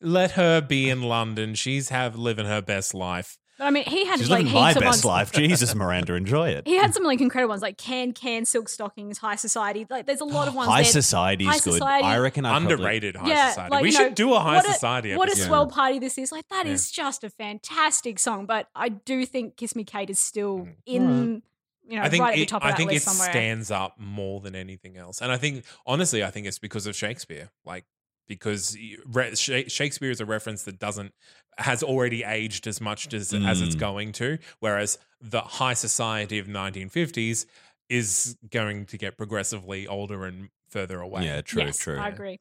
Speaker 1: Let her be in London. She's have living her best life.
Speaker 3: But I mean, he had
Speaker 2: She's
Speaker 3: like
Speaker 2: living my
Speaker 3: heaps of
Speaker 2: best
Speaker 3: ones.
Speaker 2: life. Jesus, Miranda, enjoy
Speaker 3: (laughs)
Speaker 2: it.
Speaker 3: He had some like incredible ones, like Can Can, Silk Stockings, High Society. Like, there's a
Speaker 1: (gasps)
Speaker 3: lot of ones.
Speaker 2: High
Speaker 3: there.
Speaker 2: society's
Speaker 3: High
Speaker 2: good.
Speaker 3: Society.
Speaker 2: I reckon I probably-
Speaker 1: Underrated high
Speaker 3: Yeah,
Speaker 1: society.
Speaker 3: like,
Speaker 1: we
Speaker 3: you
Speaker 1: should
Speaker 3: know,
Speaker 1: do a high
Speaker 3: what a-
Speaker 1: society.
Speaker 3: What a
Speaker 1: episode.
Speaker 3: swell party this is! Like that is
Speaker 1: Yeah.
Speaker 3: just a fantastic song. But I do think Kiss Me Kate is still
Speaker 1: Mm.
Speaker 3: in, you know,
Speaker 1: I think
Speaker 3: right at the
Speaker 1: it-
Speaker 3: top of
Speaker 1: I
Speaker 3: that
Speaker 1: think
Speaker 3: list
Speaker 1: it
Speaker 3: somewhere.
Speaker 1: stands up more than anything else, and I think honestly, I think it's because of Shakespeare, like because you- re- Sha- Shakespeare is a reference that doesn't has already aged as much as as it's
Speaker 2: Mm.
Speaker 1: going to, whereas the high society of 1950s is going to get progressively older and further away.
Speaker 2: Yeah, true,
Speaker 3: yes,
Speaker 2: true.
Speaker 3: I agree.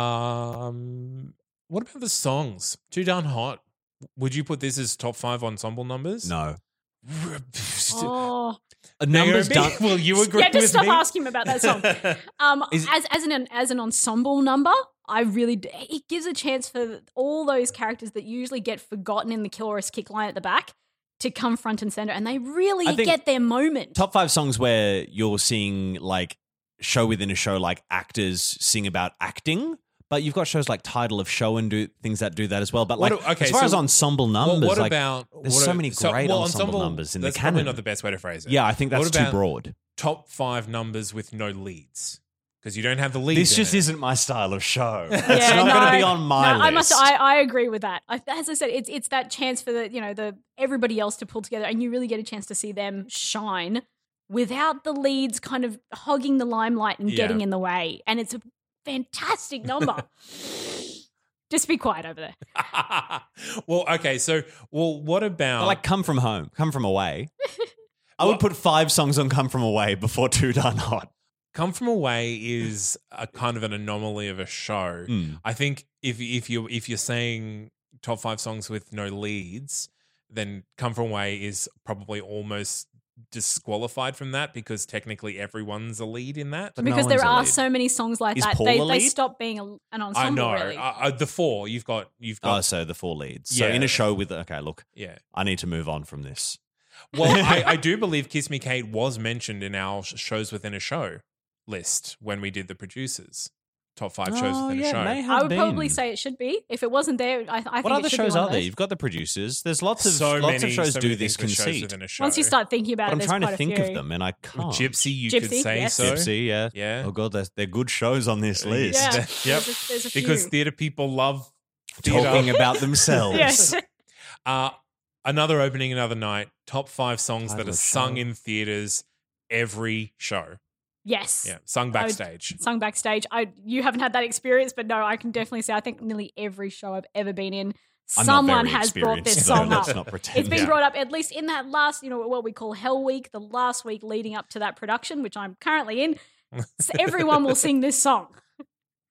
Speaker 1: Um, what about the songs? Too darn hot. Would you put this as top five ensemble numbers?
Speaker 2: No.
Speaker 1: (laughs)
Speaker 3: Oh,
Speaker 2: Numbers
Speaker 1: Naomi, (laughs)
Speaker 2: done.
Speaker 1: will you agree
Speaker 3: yeah, just
Speaker 1: with
Speaker 3: stop
Speaker 1: me?
Speaker 3: asking him about that song. Um,
Speaker 2: Is-
Speaker 3: as as an as an ensemble number, I really d- it gives a chance for all those characters that usually get forgotten in the kill or kick line at the back to come front and center, and they really
Speaker 2: I think
Speaker 3: get their moment.
Speaker 2: top five songs where you're seeing like show within a show, like actors sing about acting. But you've got shows like Title of Show and do things that do that as well. But
Speaker 1: What
Speaker 2: like
Speaker 1: a- okay,
Speaker 2: as far
Speaker 1: so
Speaker 2: as ensemble
Speaker 1: (laughs) Well,
Speaker 2: numbers,
Speaker 1: what
Speaker 2: like,
Speaker 1: about
Speaker 2: there's
Speaker 1: what
Speaker 2: so
Speaker 1: a-
Speaker 2: many great ensemble numbers in the
Speaker 1: that's probably
Speaker 2: canon.
Speaker 1: Not the best way to phrase it.
Speaker 2: yeah, I think that's
Speaker 1: What about
Speaker 2: too broad.
Speaker 1: Top five numbers with no leads because you don't have the leads.
Speaker 2: This
Speaker 1: in
Speaker 2: just
Speaker 1: it.
Speaker 2: isn't my style
Speaker 1: (laughs)
Speaker 2: of show.
Speaker 1: Yeah,
Speaker 2: It's not going to
Speaker 3: no.
Speaker 2: be on my
Speaker 3: no,
Speaker 2: list.
Speaker 3: I must. I, I agree with that. I, as I said, it's it's that chance for the you know the everybody else to pull together, and you really get a chance to see them shine without the leads kind of hogging the limelight and
Speaker 1: Yeah.
Speaker 3: getting in the way. And it's a
Speaker 2: (laughs)
Speaker 3: fantastic number. Just be quiet over there.
Speaker 1: (laughs) well, okay. So, well, what
Speaker 2: But,
Speaker 1: about
Speaker 2: like Come From Home, Come From
Speaker 3: (laughs)
Speaker 2: Away. I would put five songs on Come From Away before Two Darn Hot.
Speaker 1: Come From Away is a kind of an anomaly of a show.
Speaker 2: Mm.
Speaker 1: I think if if you if you're saying top five songs with no leads, then Come From Away is probably almost disqualified from that because technically everyone's a lead in that.
Speaker 2: But no
Speaker 3: because there
Speaker 2: one's a
Speaker 3: are
Speaker 2: lead.
Speaker 3: so many songs like
Speaker 2: Is
Speaker 3: that,
Speaker 2: Paul
Speaker 3: they,
Speaker 2: a
Speaker 3: they
Speaker 2: lead?
Speaker 3: stop being a, an ensemble.
Speaker 1: I know.
Speaker 3: Really.
Speaker 1: Uh, uh, the four you've got, you've
Speaker 2: Oh,
Speaker 1: got,
Speaker 2: so the four leads. So
Speaker 1: Yeah.
Speaker 2: in a show with okay, look,
Speaker 1: yeah.
Speaker 2: I need to move on from this.
Speaker 1: Well, I, I
Speaker 2: (laughs)
Speaker 1: do believe Kiss Me Kate was mentioned in our sh- shows within a show list when we did the producers top five shows
Speaker 2: Oh,
Speaker 1: within
Speaker 2: yeah,
Speaker 1: a show.
Speaker 2: may have
Speaker 3: I would probably
Speaker 2: been.
Speaker 3: say it should be. If it wasn't there, I, I think
Speaker 2: What
Speaker 3: it
Speaker 2: other
Speaker 3: should be
Speaker 2: shows
Speaker 3: one
Speaker 2: are
Speaker 3: of
Speaker 2: there?
Speaker 3: those.
Speaker 2: You've got the producers. There's lots of
Speaker 1: so
Speaker 2: lots
Speaker 1: many,
Speaker 2: of shows
Speaker 1: so
Speaker 2: do
Speaker 1: many
Speaker 2: this
Speaker 1: things with shows
Speaker 2: conceit.
Speaker 1: within a show.
Speaker 3: Once you start thinking about
Speaker 2: But
Speaker 3: it,
Speaker 2: I'm
Speaker 3: there's
Speaker 2: trying
Speaker 3: quite
Speaker 2: to
Speaker 3: a
Speaker 2: think
Speaker 3: few.
Speaker 2: of
Speaker 3: (laughs)
Speaker 2: them, and I
Speaker 1: Well,
Speaker 2: can't.
Speaker 1: Gypsy, you could
Speaker 3: Gypsy,
Speaker 1: say
Speaker 3: yes.
Speaker 1: so.
Speaker 2: Gypsy, yeah.
Speaker 1: Yeah.
Speaker 2: Oh god, they're, they're good shows on this
Speaker 1: Uh, Yeah. (laughs)
Speaker 2: list.
Speaker 3: Yeah,
Speaker 1: Yep.
Speaker 3: there's a, there's a few.
Speaker 1: Because theatre people love theatre. (laughs)
Speaker 2: Talking about themselves.
Speaker 3: yes,
Speaker 1: Uh, another opening, another night. Top five songs that
Speaker 2: Title
Speaker 1: are
Speaker 2: of
Speaker 1: sung
Speaker 2: show.
Speaker 1: in theatres every show.
Speaker 3: yes.
Speaker 1: Yeah, sung
Speaker 3: I would-
Speaker 1: backstage.
Speaker 3: Sung backstage. I you haven't had that experience, but no, I can definitely say I think nearly every show I've ever been in,
Speaker 2: I'm not
Speaker 3: someone
Speaker 2: very
Speaker 3: has brought
Speaker 2: experienced,
Speaker 3: this
Speaker 2: though,
Speaker 3: song
Speaker 2: let's
Speaker 3: up.
Speaker 2: Not pretend.
Speaker 3: It's been
Speaker 1: Yeah.
Speaker 3: brought up at least in that last, you know, what we call Hell Week, the last week leading up to that production, which I'm currently in. So everyone will sing this song.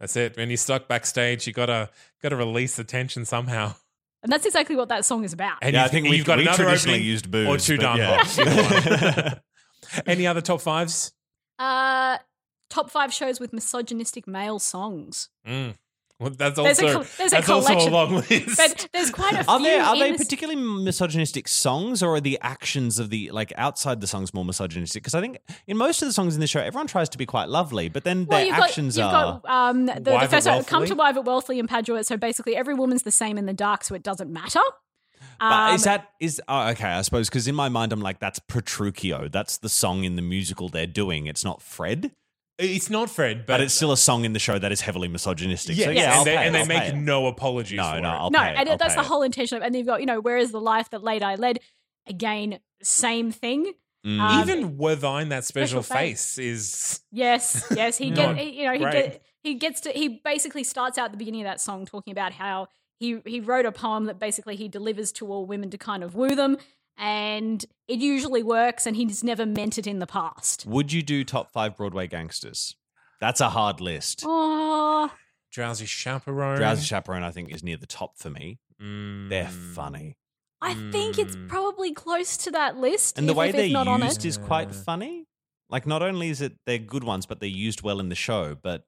Speaker 1: That's it. When you're stuck backstage, you gotta gotta release the tension somehow. (laughs)
Speaker 3: And that's exactly what that song is about.
Speaker 1: And
Speaker 2: yeah,
Speaker 1: you
Speaker 2: I think
Speaker 1: you've
Speaker 2: we,
Speaker 1: got
Speaker 2: we
Speaker 1: another
Speaker 2: traditionally
Speaker 1: opening
Speaker 2: used booze
Speaker 1: or two
Speaker 2: but
Speaker 1: darn
Speaker 2: yeah.
Speaker 1: hops, (laughs)
Speaker 2: (laughs)
Speaker 1: either one. Any other top fives?
Speaker 3: Uh, top five shows with misogynistic
Speaker 2: (laughs)
Speaker 3: male songs.
Speaker 1: Mm. Well, that's
Speaker 3: There's a
Speaker 1: also
Speaker 3: col- there's a
Speaker 1: that's also a
Speaker 3: collection.
Speaker 1: long (laughs) list.
Speaker 3: But there's quite a few.
Speaker 2: Are there are
Speaker 3: in
Speaker 2: they
Speaker 3: this-
Speaker 2: particularly misogynistic songs, or are the actions of the like outside the songs more misogynistic? Because I think in most of the songs in the show, everyone tries to be quite lovely, but then
Speaker 3: Well,
Speaker 2: their
Speaker 3: you've
Speaker 2: actions
Speaker 3: got, you've
Speaker 2: are.
Speaker 3: got um, the, the
Speaker 1: Wyvert
Speaker 3: first one, come
Speaker 1: Wealthley?
Speaker 3: to Wyvert Wealthy and Paduet. So basically, every woman's the same in the dark, so it doesn't matter.
Speaker 2: but
Speaker 3: Um,
Speaker 2: is that is oh, okay? I suppose because in my mind, I'm like that's Petruchio. That's the song in the musical they're doing. It's not Fred, but,
Speaker 1: it's not Fred, but,
Speaker 2: it's still a song in the show that is heavily misogynistic.
Speaker 1: yes,
Speaker 2: so, yeah, I'll
Speaker 1: and they,
Speaker 2: pay it,
Speaker 1: and they
Speaker 2: I'll
Speaker 1: make
Speaker 2: pay it.
Speaker 1: no apologies.
Speaker 2: no,
Speaker 1: for
Speaker 2: no,
Speaker 1: it.
Speaker 2: I'll
Speaker 3: no,
Speaker 2: pay it,
Speaker 3: and
Speaker 2: I'll
Speaker 3: that's
Speaker 2: pay
Speaker 3: the
Speaker 2: it.
Speaker 3: whole intention of. And then you've got you know, where is the life that late I led? Again, same thing.
Speaker 2: Mm.
Speaker 3: Um,
Speaker 1: Even were thine that special,
Speaker 3: Special
Speaker 1: face is
Speaker 3: Yes, yes, he
Speaker 1: God,
Speaker 3: get he, you know he
Speaker 1: great.
Speaker 3: get, he gets to he basically starts out at the beginning of that song talking about how he he wrote a poem that basically he delivers to all women to kind of woo them, and it usually works, and he's never meant it in the past.
Speaker 2: Would you do top five Broadway gangsters? That's a hard list.
Speaker 3: Oh,
Speaker 1: drowsy chaperone.
Speaker 2: Drowsy Chaperone, I think, is near the top for me.
Speaker 1: Mm.
Speaker 2: They're funny.
Speaker 3: I think it's
Speaker 1: Mm.
Speaker 3: probably close to that list.
Speaker 2: Hmm. And the
Speaker 3: if-
Speaker 2: way
Speaker 3: if
Speaker 2: they're
Speaker 3: it's not on it.
Speaker 2: used is quite
Speaker 1: Yeah.
Speaker 2: funny. Like, not only is it they're good ones, but they're used well in the show, but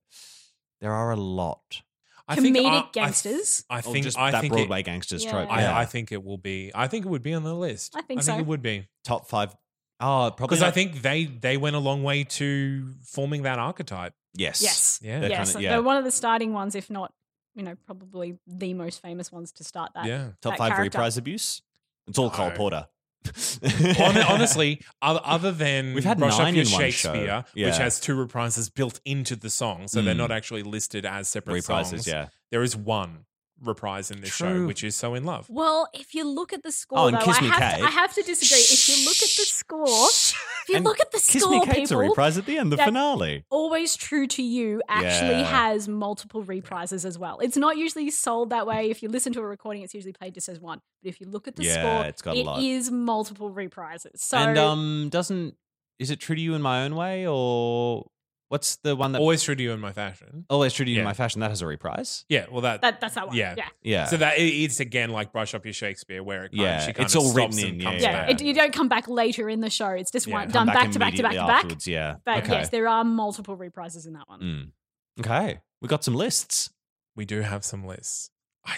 Speaker 2: there are a lot.
Speaker 1: I think I-
Speaker 3: Comedic
Speaker 1: I th-
Speaker 3: gangsters.
Speaker 1: I
Speaker 2: Or
Speaker 1: think
Speaker 2: just
Speaker 1: I
Speaker 2: that
Speaker 1: think
Speaker 2: Broadway
Speaker 1: it,
Speaker 2: gangsters
Speaker 3: Yeah.
Speaker 2: trope.
Speaker 1: I,
Speaker 2: yeah.
Speaker 1: I think it will be. I think it would be on the list.
Speaker 3: I think
Speaker 1: I think
Speaker 3: so.
Speaker 1: it would be
Speaker 2: top five. Oh, probably.
Speaker 1: because I
Speaker 2: not-
Speaker 1: think they they went a long way to forming that archetype.
Speaker 2: Yes.
Speaker 3: Yes.
Speaker 1: Yeah.
Speaker 2: They're
Speaker 3: yes,
Speaker 2: kinda- yeah.
Speaker 3: they're one of the starting ones, if not, you know, probably the most famous ones to start that.
Speaker 1: Yeah.
Speaker 2: Top
Speaker 3: that
Speaker 2: five
Speaker 3: character.
Speaker 2: reprise abuse. It's all Cole
Speaker 1: No.
Speaker 2: Porter. (laughs)
Speaker 1: Hon- Honestly, o- other than
Speaker 2: We've had
Speaker 1: Brush Up
Speaker 2: nine
Speaker 1: Your
Speaker 2: in one show.
Speaker 1: Shakespeare,
Speaker 2: Yeah.
Speaker 1: which has two reprises built into the song, so they're
Speaker 2: Mm.
Speaker 1: not actually listed as separate
Speaker 2: reprises,
Speaker 1: songs.
Speaker 2: yeah.
Speaker 1: There is one reprise in this show,
Speaker 2: True.
Speaker 1: which is "So in Love."
Speaker 3: Well, if you look at the score,
Speaker 2: Oh, and
Speaker 3: though,
Speaker 2: Kiss
Speaker 3: I,
Speaker 2: Me
Speaker 3: have
Speaker 2: Kate.
Speaker 3: to, I have to disagree. If you look at the score,
Speaker 1: (laughs)
Speaker 3: if you
Speaker 2: And
Speaker 3: look at the
Speaker 2: Kiss
Speaker 3: score,
Speaker 2: Me Kate's
Speaker 3: people,
Speaker 2: a reprise at the end, the
Speaker 3: that-
Speaker 2: finale.
Speaker 3: always true to you actually
Speaker 2: Yeah.
Speaker 3: has multiple reprises as well. It's not usually sold that way. If you listen to a recording, it's usually played just as one. But if you look at the
Speaker 2: Yeah,
Speaker 3: score,
Speaker 2: it's got a
Speaker 3: it
Speaker 2: lot.
Speaker 3: is multiple reprises. So
Speaker 2: and um, doesn't is it true to you in my own way or what's the one that
Speaker 1: Always true to you in my fashion.
Speaker 2: always true to you
Speaker 1: Yeah.
Speaker 2: in my fashion? That has a reprise.
Speaker 1: Yeah, well, that,
Speaker 3: that, that's that one.
Speaker 1: Yeah.
Speaker 3: Yeah. Yeah.
Speaker 2: Yeah.
Speaker 1: so that it- it's again like brush up your Shakespeare, where it kind
Speaker 2: Yeah,
Speaker 1: of, she kind
Speaker 2: it's
Speaker 1: of
Speaker 2: all
Speaker 1: stops
Speaker 2: written
Speaker 1: and
Speaker 2: in,
Speaker 1: comes
Speaker 2: yeah,
Speaker 1: back.
Speaker 3: It, you don't come back later in the show. It's just
Speaker 1: Yeah.
Speaker 3: one,
Speaker 2: Come
Speaker 3: done back, to back to back to
Speaker 2: immediately
Speaker 3: back.
Speaker 2: afterwards, Yeah.
Speaker 3: But
Speaker 2: okay.
Speaker 3: yes, there are multiple reprises in that one.
Speaker 2: Mm. Okay. We got some lists.
Speaker 1: we do have some lists. I,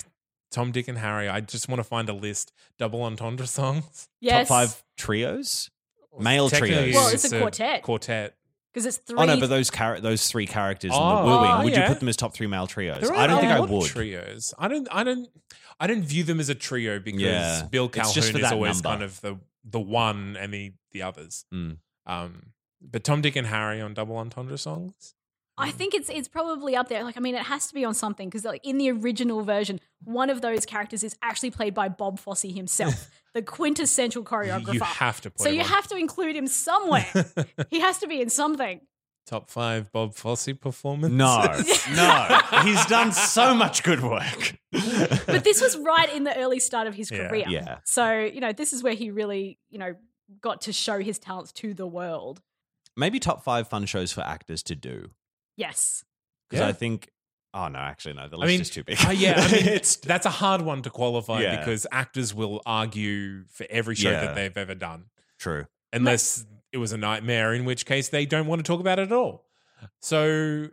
Speaker 1: Tom, Dick, and Harry. I just want to find a list double entendre songs.
Speaker 3: Yes.
Speaker 2: Top five trios. (laughs) Male
Speaker 1: Technically,
Speaker 2: trios.
Speaker 3: Well, it's a quartet.
Speaker 1: Quartet.
Speaker 3: Because it's three.
Speaker 2: Oh no, but those char- those three characters
Speaker 1: Oh,
Speaker 2: in the wooing, would
Speaker 1: yeah.
Speaker 2: you put them as top three male trios?
Speaker 1: There
Speaker 2: I don't
Speaker 1: are
Speaker 2: think I
Speaker 1: a lot of
Speaker 2: would.
Speaker 1: Trios. I don't. I don't. I don't view them as a trio because
Speaker 2: Yeah.
Speaker 1: Bill
Speaker 2: It's
Speaker 1: Calhoun
Speaker 2: just for
Speaker 1: is
Speaker 2: that
Speaker 1: always
Speaker 2: number.
Speaker 1: kind of the the one and the the others.
Speaker 2: Mm.
Speaker 1: Um, but Tom, Dick, and Harry on double entendre songs.
Speaker 3: I think it's it's probably up there. Like, I mean, it has to be on something because like in the original version, one of those characters is actually played by Bob
Speaker 1: (laughs)
Speaker 3: Fosse himself, the quintessential
Speaker 1: You-
Speaker 3: choreographer.
Speaker 1: you have to play.
Speaker 3: so you
Speaker 1: one.
Speaker 3: have to include
Speaker 1: (laughs)
Speaker 3: him somewhere. he has to be in something.
Speaker 1: Top five Bob Fosse performance. (laughs)
Speaker 2: (laughs) No, no, he's done so much good work. (laughs)
Speaker 3: But this was right in the early start of his
Speaker 1: Yeah.
Speaker 3: career.
Speaker 2: Yeah.
Speaker 3: So you know, this is where he really you know got to show his talents to the world.
Speaker 2: Maybe top five fun shows for actors to do
Speaker 3: Yes.
Speaker 2: because
Speaker 1: Yeah.
Speaker 2: I think. Oh no, actually no, the
Speaker 1: I
Speaker 2: list
Speaker 1: mean,
Speaker 2: is too big.
Speaker 1: uh, yeah, I mean,
Speaker 2: (laughs) it's
Speaker 1: That's a hard one to qualify
Speaker 2: Yeah.
Speaker 1: because actors will argue for every show
Speaker 2: Yeah.
Speaker 1: that they've ever done,
Speaker 2: true.
Speaker 1: unless it was a nightmare, in which case they don't want to talk about it at all. So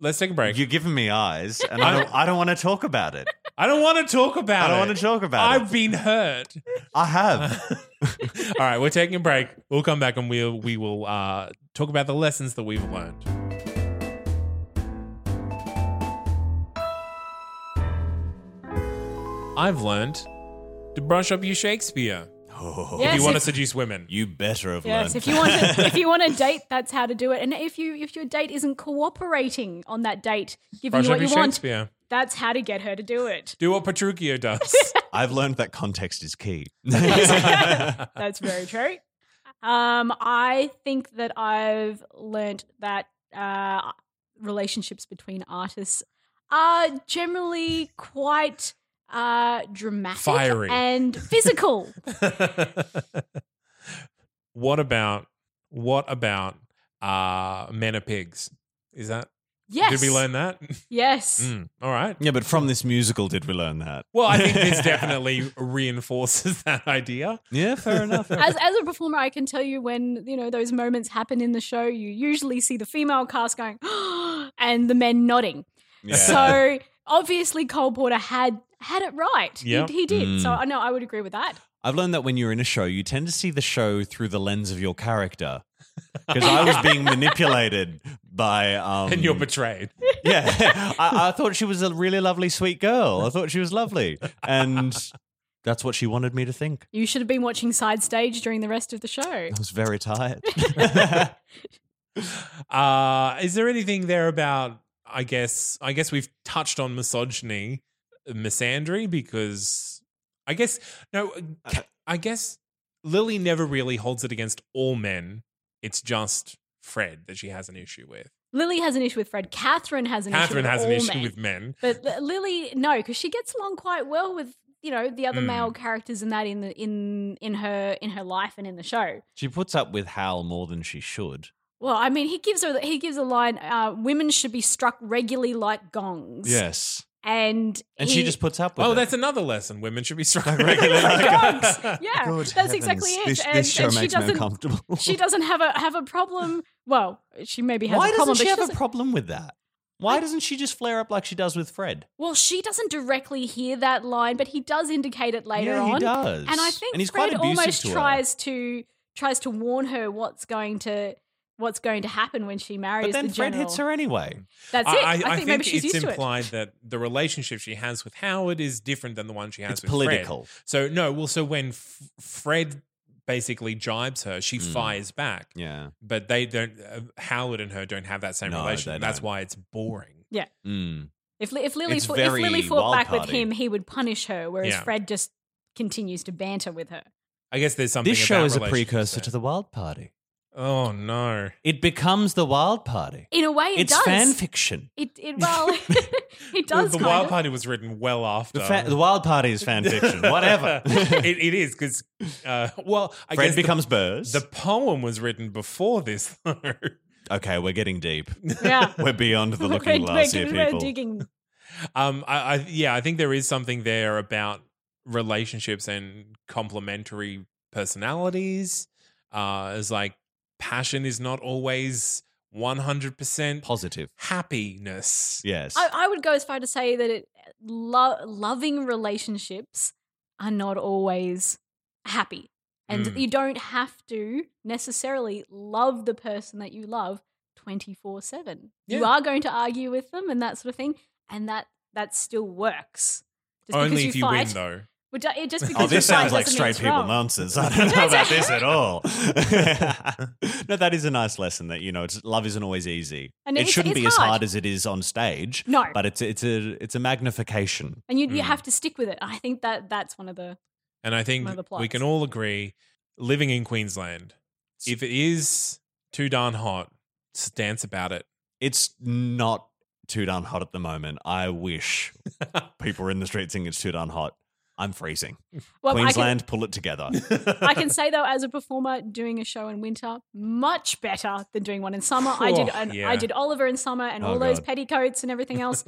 Speaker 1: let's take a break.
Speaker 2: You're giving me eyes, and I don't, I don't want to talk about it.
Speaker 1: I don't want to talk
Speaker 2: I
Speaker 1: about
Speaker 2: don't
Speaker 1: it.
Speaker 2: want to talk about
Speaker 1: I've
Speaker 2: it.
Speaker 1: been hurt. (laughs)
Speaker 2: I have. (laughs)
Speaker 1: All right, we're taking a break. We'll come back and we'll we will uh, talk about the lessons that we've learned. I've learned to brush up your Shakespeare.
Speaker 3: Yes,
Speaker 1: if you want to
Speaker 3: if-
Speaker 1: seduce women.
Speaker 2: You better have
Speaker 3: Yes,
Speaker 2: learned.
Speaker 3: if you want to, if you want
Speaker 1: (laughs)
Speaker 3: a date, that's how to do it. And if you if your date isn't cooperating on that date, giving
Speaker 1: Brush
Speaker 3: you
Speaker 1: up
Speaker 3: what
Speaker 1: your
Speaker 3: you want,
Speaker 1: Shakespeare.
Speaker 3: that's how to get her to do it.
Speaker 1: Do what Petruchio
Speaker 3: (laughs)
Speaker 1: does.
Speaker 2: (laughs)
Speaker 1: (laughs)
Speaker 2: I've learned that context is key.
Speaker 3: That's very true. Um, I think that I've learnt that uh, relationships between artists are generally quite uh, dramatic
Speaker 1: Fiery. (laughs)
Speaker 3: and physical.
Speaker 1: what about what about uh, men are pigs? Is that
Speaker 3: yes.
Speaker 1: did we learn that? (laughs)
Speaker 3: Yes.
Speaker 1: Mm, all right.
Speaker 2: (laughs) yeah, but from this musical, did we learn that?
Speaker 1: Well, I think
Speaker 2: (laughs)
Speaker 1: this definitely reinforces (laughs) that idea.
Speaker 2: Yeah, fair enough.
Speaker 3: As, as a performer, I can tell you when you know those moments happen in the show. You usually see the female cast going (gasps) and the men nodding.
Speaker 2: Yeah.
Speaker 3: So obviously, Cole Porter had had it right. He-
Speaker 1: Yeah.
Speaker 3: He, did. So
Speaker 2: Mm.
Speaker 3: I know I would agree with that.
Speaker 2: I've learned that when you're in a show, you tend to see the show through the lens of your character. Because I was being manipulated by. Um,
Speaker 1: And you're betrayed.
Speaker 2: (laughs) yeah. I, I thought she was a really lovely, sweet girl. I thought she was lovely. And that's what she wanted me to think.
Speaker 3: You should have been watching side stage during the rest of the show.
Speaker 2: I was very
Speaker 3: (laughs)
Speaker 2: tired. (laughs)
Speaker 1: Uh, is there anything there about? I guess I guess we've touched on misogyny, misandry, because I guess no, uh, ca- I guess Lily never really holds it against all men. It's just Fred that she has an issue with.
Speaker 3: Lily has an issue with Fred. Catherine has an
Speaker 1: Catherine
Speaker 3: issue with
Speaker 1: has an
Speaker 3: all
Speaker 1: issue
Speaker 3: men.
Speaker 1: with men.
Speaker 3: But Li- Lily, no, because she gets along quite well with you know the other
Speaker 1: Mm.
Speaker 3: male characters and that in the in in her in her life and in the show.
Speaker 2: she puts up with Hal more than she should.
Speaker 3: Well, I mean, he gives her he gives a line. Uh, Women should be struck regularly like gongs.
Speaker 2: Yes.
Speaker 3: and
Speaker 2: And
Speaker 3: he-
Speaker 2: she
Speaker 3: (laughs)
Speaker 2: just puts up with
Speaker 1: Oh,
Speaker 2: it.
Speaker 1: that's another lesson. Women should be struck
Speaker 2: regularly (laughs)
Speaker 1: regularly.
Speaker 3: gongs. Yeah,
Speaker 2: Good
Speaker 3: that's
Speaker 2: heavens.
Speaker 3: exactly it.
Speaker 2: This,
Speaker 3: and,
Speaker 2: this show
Speaker 3: and she
Speaker 2: makes me
Speaker 3: doesn't.
Speaker 2: uncomfortable. (laughs)
Speaker 3: She doesn't have a have a problem. Well, she maybe has
Speaker 2: Why
Speaker 3: a
Speaker 2: doesn't
Speaker 3: problem.
Speaker 2: she
Speaker 3: but
Speaker 2: have
Speaker 3: doesn't-
Speaker 2: a problem with that? Why doesn't she just flare up like she does with Fred?
Speaker 3: Well, she doesn't directly hear that line, but he does indicate it later
Speaker 2: yeah,
Speaker 3: on.
Speaker 2: he does.
Speaker 3: And I think
Speaker 2: and he's
Speaker 3: Fred
Speaker 2: quite abusive
Speaker 3: almost
Speaker 2: to her.
Speaker 3: tries to tries to warn her what's going to what's going to happen when she marries
Speaker 2: But then
Speaker 3: the
Speaker 2: Fred
Speaker 3: general.
Speaker 2: hits her anyway.
Speaker 3: That's it. I, think, maybe she's
Speaker 1: it's
Speaker 3: used to it.
Speaker 1: implied that the relationship she has with Howard is different than the one she has
Speaker 2: It's
Speaker 1: with Fred.
Speaker 2: political.
Speaker 1: So no, well, so when F- Fred basically jibes her, she
Speaker 2: Mm.
Speaker 1: fires back.
Speaker 2: Yeah.
Speaker 1: But they don't. Uh, Howard and her don't have that same
Speaker 2: No,
Speaker 1: relation.
Speaker 2: they
Speaker 1: That's
Speaker 2: don't.
Speaker 1: why it's boring.
Speaker 2: Mm.
Speaker 3: If, Li- if Lily
Speaker 2: It's
Speaker 3: fought, if Lily
Speaker 2: very
Speaker 3: fought
Speaker 2: wild
Speaker 3: back with
Speaker 2: party.
Speaker 3: him, he would punish her, whereas
Speaker 1: Yeah.
Speaker 3: Fred just continues to banter with her.
Speaker 1: I guess there's something.
Speaker 2: This show
Speaker 1: about
Speaker 2: is a
Speaker 1: relationships
Speaker 2: precursor
Speaker 1: there.
Speaker 2: to the Wild Party.
Speaker 1: Oh no!
Speaker 2: It becomes the Wild Party.
Speaker 3: In a way, it
Speaker 2: it's
Speaker 3: does.
Speaker 2: fan fiction.
Speaker 3: It, it well, (laughs) it does.
Speaker 1: The
Speaker 3: kind
Speaker 1: Wild
Speaker 3: of.
Speaker 1: Party was written well after
Speaker 2: The, fa- the Wild Party is fan fiction. Whatever.
Speaker 1: (laughs) it, it is because, uh, well, I
Speaker 2: (laughs) Fred
Speaker 1: guess the-
Speaker 2: becomes Burrs.
Speaker 1: the, poem was written before this. (laughs) Though.
Speaker 2: okay, we're getting deep.
Speaker 3: Yeah.
Speaker 2: (laughs) We're beyond the
Speaker 3: We're-
Speaker 2: looking
Speaker 3: we're-
Speaker 2: glass
Speaker 3: we're-
Speaker 2: here,
Speaker 3: we're
Speaker 2: people.
Speaker 3: digging.
Speaker 1: Um, I, I yeah, I think there is something there about relationships and complementary personalities. Uh, is like passion is not always one hundred percent
Speaker 2: Positive.
Speaker 1: happiness.
Speaker 2: Yes.
Speaker 3: I, I would go as far to say that it, lo- loving relationships are not always happy. And
Speaker 1: Mm.
Speaker 3: you don't have to necessarily love the person that you love 24 7. You
Speaker 1: Yeah.
Speaker 3: are going to argue with them and that sort of thing. And that, that still works. Just because
Speaker 1: Only if you
Speaker 3: fight,
Speaker 1: win, though.
Speaker 3: Well, do- it
Speaker 2: (laughs)
Speaker 3: just because
Speaker 2: Oh,
Speaker 3: you
Speaker 2: this
Speaker 3: fight
Speaker 2: sounds like
Speaker 3: doesn't mean
Speaker 2: straight
Speaker 3: it's
Speaker 2: people
Speaker 3: wrong.
Speaker 2: nonsense. I
Speaker 3: (laughs)
Speaker 2: don't know about this at all. (laughs) no, that is a nice lesson that you know, it's, love isn't always easy.
Speaker 3: And
Speaker 2: it
Speaker 3: it's-
Speaker 2: shouldn't
Speaker 3: it's
Speaker 2: be as
Speaker 3: hard.
Speaker 2: hard as it is on stage.
Speaker 3: No.
Speaker 2: but mm-hmm. it's it's a it's a magnification.
Speaker 3: And you, you
Speaker 1: Mm.
Speaker 3: have to stick with it. I think that that's one of the.
Speaker 1: And I think
Speaker 3: One of the
Speaker 1: we
Speaker 3: plots.
Speaker 1: can all agree living in Queensland, if it is too darn hot, just dance about it.
Speaker 2: It's not too darn hot at the moment. I
Speaker 3: (laughs)
Speaker 2: wish people in the street think it's too darn hot. I'm freezing.
Speaker 3: Well, I can,
Speaker 2: Queensland, pull it together.
Speaker 3: (laughs) I can say though, as a performer, doing a show in winter much better than doing one in summer. I did,
Speaker 1: Oh,
Speaker 3: an,
Speaker 1: yeah.
Speaker 3: I did Oliver in summer and
Speaker 2: Oh,
Speaker 3: all those
Speaker 2: God.
Speaker 3: petticoats and
Speaker 2: (laughs)
Speaker 3: everything else.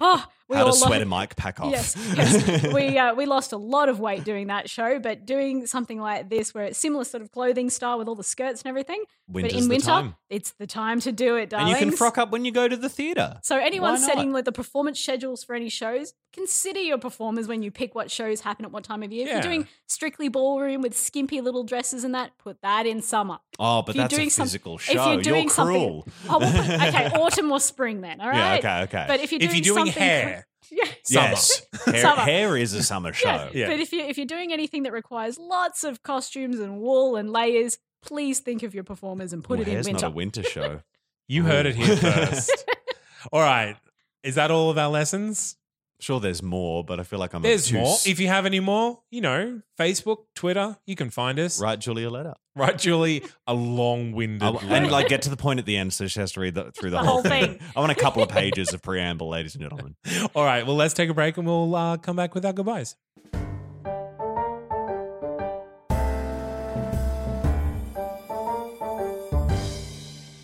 Speaker 3: oh, we
Speaker 2: How
Speaker 3: all
Speaker 2: does
Speaker 3: lo-
Speaker 2: sweater Mike pack off?
Speaker 3: Yes, yes. we uh, we lost a lot of weight doing that show, but doing something like this, where it's similar sort of clothing style with all the skirts and everything,
Speaker 2: Winter's
Speaker 3: but in
Speaker 2: the
Speaker 3: winter,
Speaker 2: time.
Speaker 3: it's the time to do
Speaker 2: (laughs)
Speaker 3: it,
Speaker 2: and
Speaker 3: darlings.
Speaker 2: you can frock up when you go to the theatre.
Speaker 3: so
Speaker 2: Why
Speaker 3: anyone
Speaker 2: not?
Speaker 3: setting like the performance schedules for any shows, consider your performers when you pick what show shows happen at what time of year. If
Speaker 1: Yeah.
Speaker 3: you're doing strictly ballroom with skimpy little dresses and that, put that in summer.
Speaker 2: Oh, but
Speaker 3: If you're
Speaker 2: that's a
Speaker 3: doing some-
Speaker 2: physical
Speaker 3: if
Speaker 2: show.
Speaker 3: you're doing
Speaker 2: are
Speaker 3: something-
Speaker 2: cruel.
Speaker 3: Oh, well,
Speaker 2: (laughs)
Speaker 3: okay, autumn or spring then. All
Speaker 2: yeah,
Speaker 3: right.
Speaker 2: okay, okay.
Speaker 3: But if you're doing,
Speaker 1: if you're doing
Speaker 3: something
Speaker 1: hair,
Speaker 3: (laughs) yeah,
Speaker 1: summer.
Speaker 2: yes, (laughs) hair,
Speaker 3: Summer.
Speaker 2: hair is a summer
Speaker 3: (laughs) yeah.
Speaker 2: show.
Speaker 1: Yeah.
Speaker 3: But if you if you're doing anything that requires lots of costumes and wool and layers, please think of your performers and put
Speaker 2: Ooh,
Speaker 3: it in
Speaker 2: hair's
Speaker 3: winter.
Speaker 2: not a winter
Speaker 3: (laughs)
Speaker 2: show.
Speaker 1: you heard it here
Speaker 2: Ooh.
Speaker 1: first. all right. Is that all of our lessons?
Speaker 2: Sure, there's more, but I feel like I'm
Speaker 1: There's
Speaker 2: obtuse.
Speaker 1: more. If you have any more, you know, Facebook, Twitter, you can find us. (laughs) Right,
Speaker 2: Write Julia a letter.
Speaker 1: Julie? A long winded.
Speaker 2: I- and like get to the point at the end, so she has to read the, through the,
Speaker 3: The
Speaker 2: whole
Speaker 3: whole
Speaker 2: thing.
Speaker 3: thing.
Speaker 2: (laughs) I want a couple
Speaker 3: (laughs)
Speaker 2: of pages of preamble, ladies and gentlemen.
Speaker 1: All right. Well, let's take a break and we'll uh, come back with our goodbyes.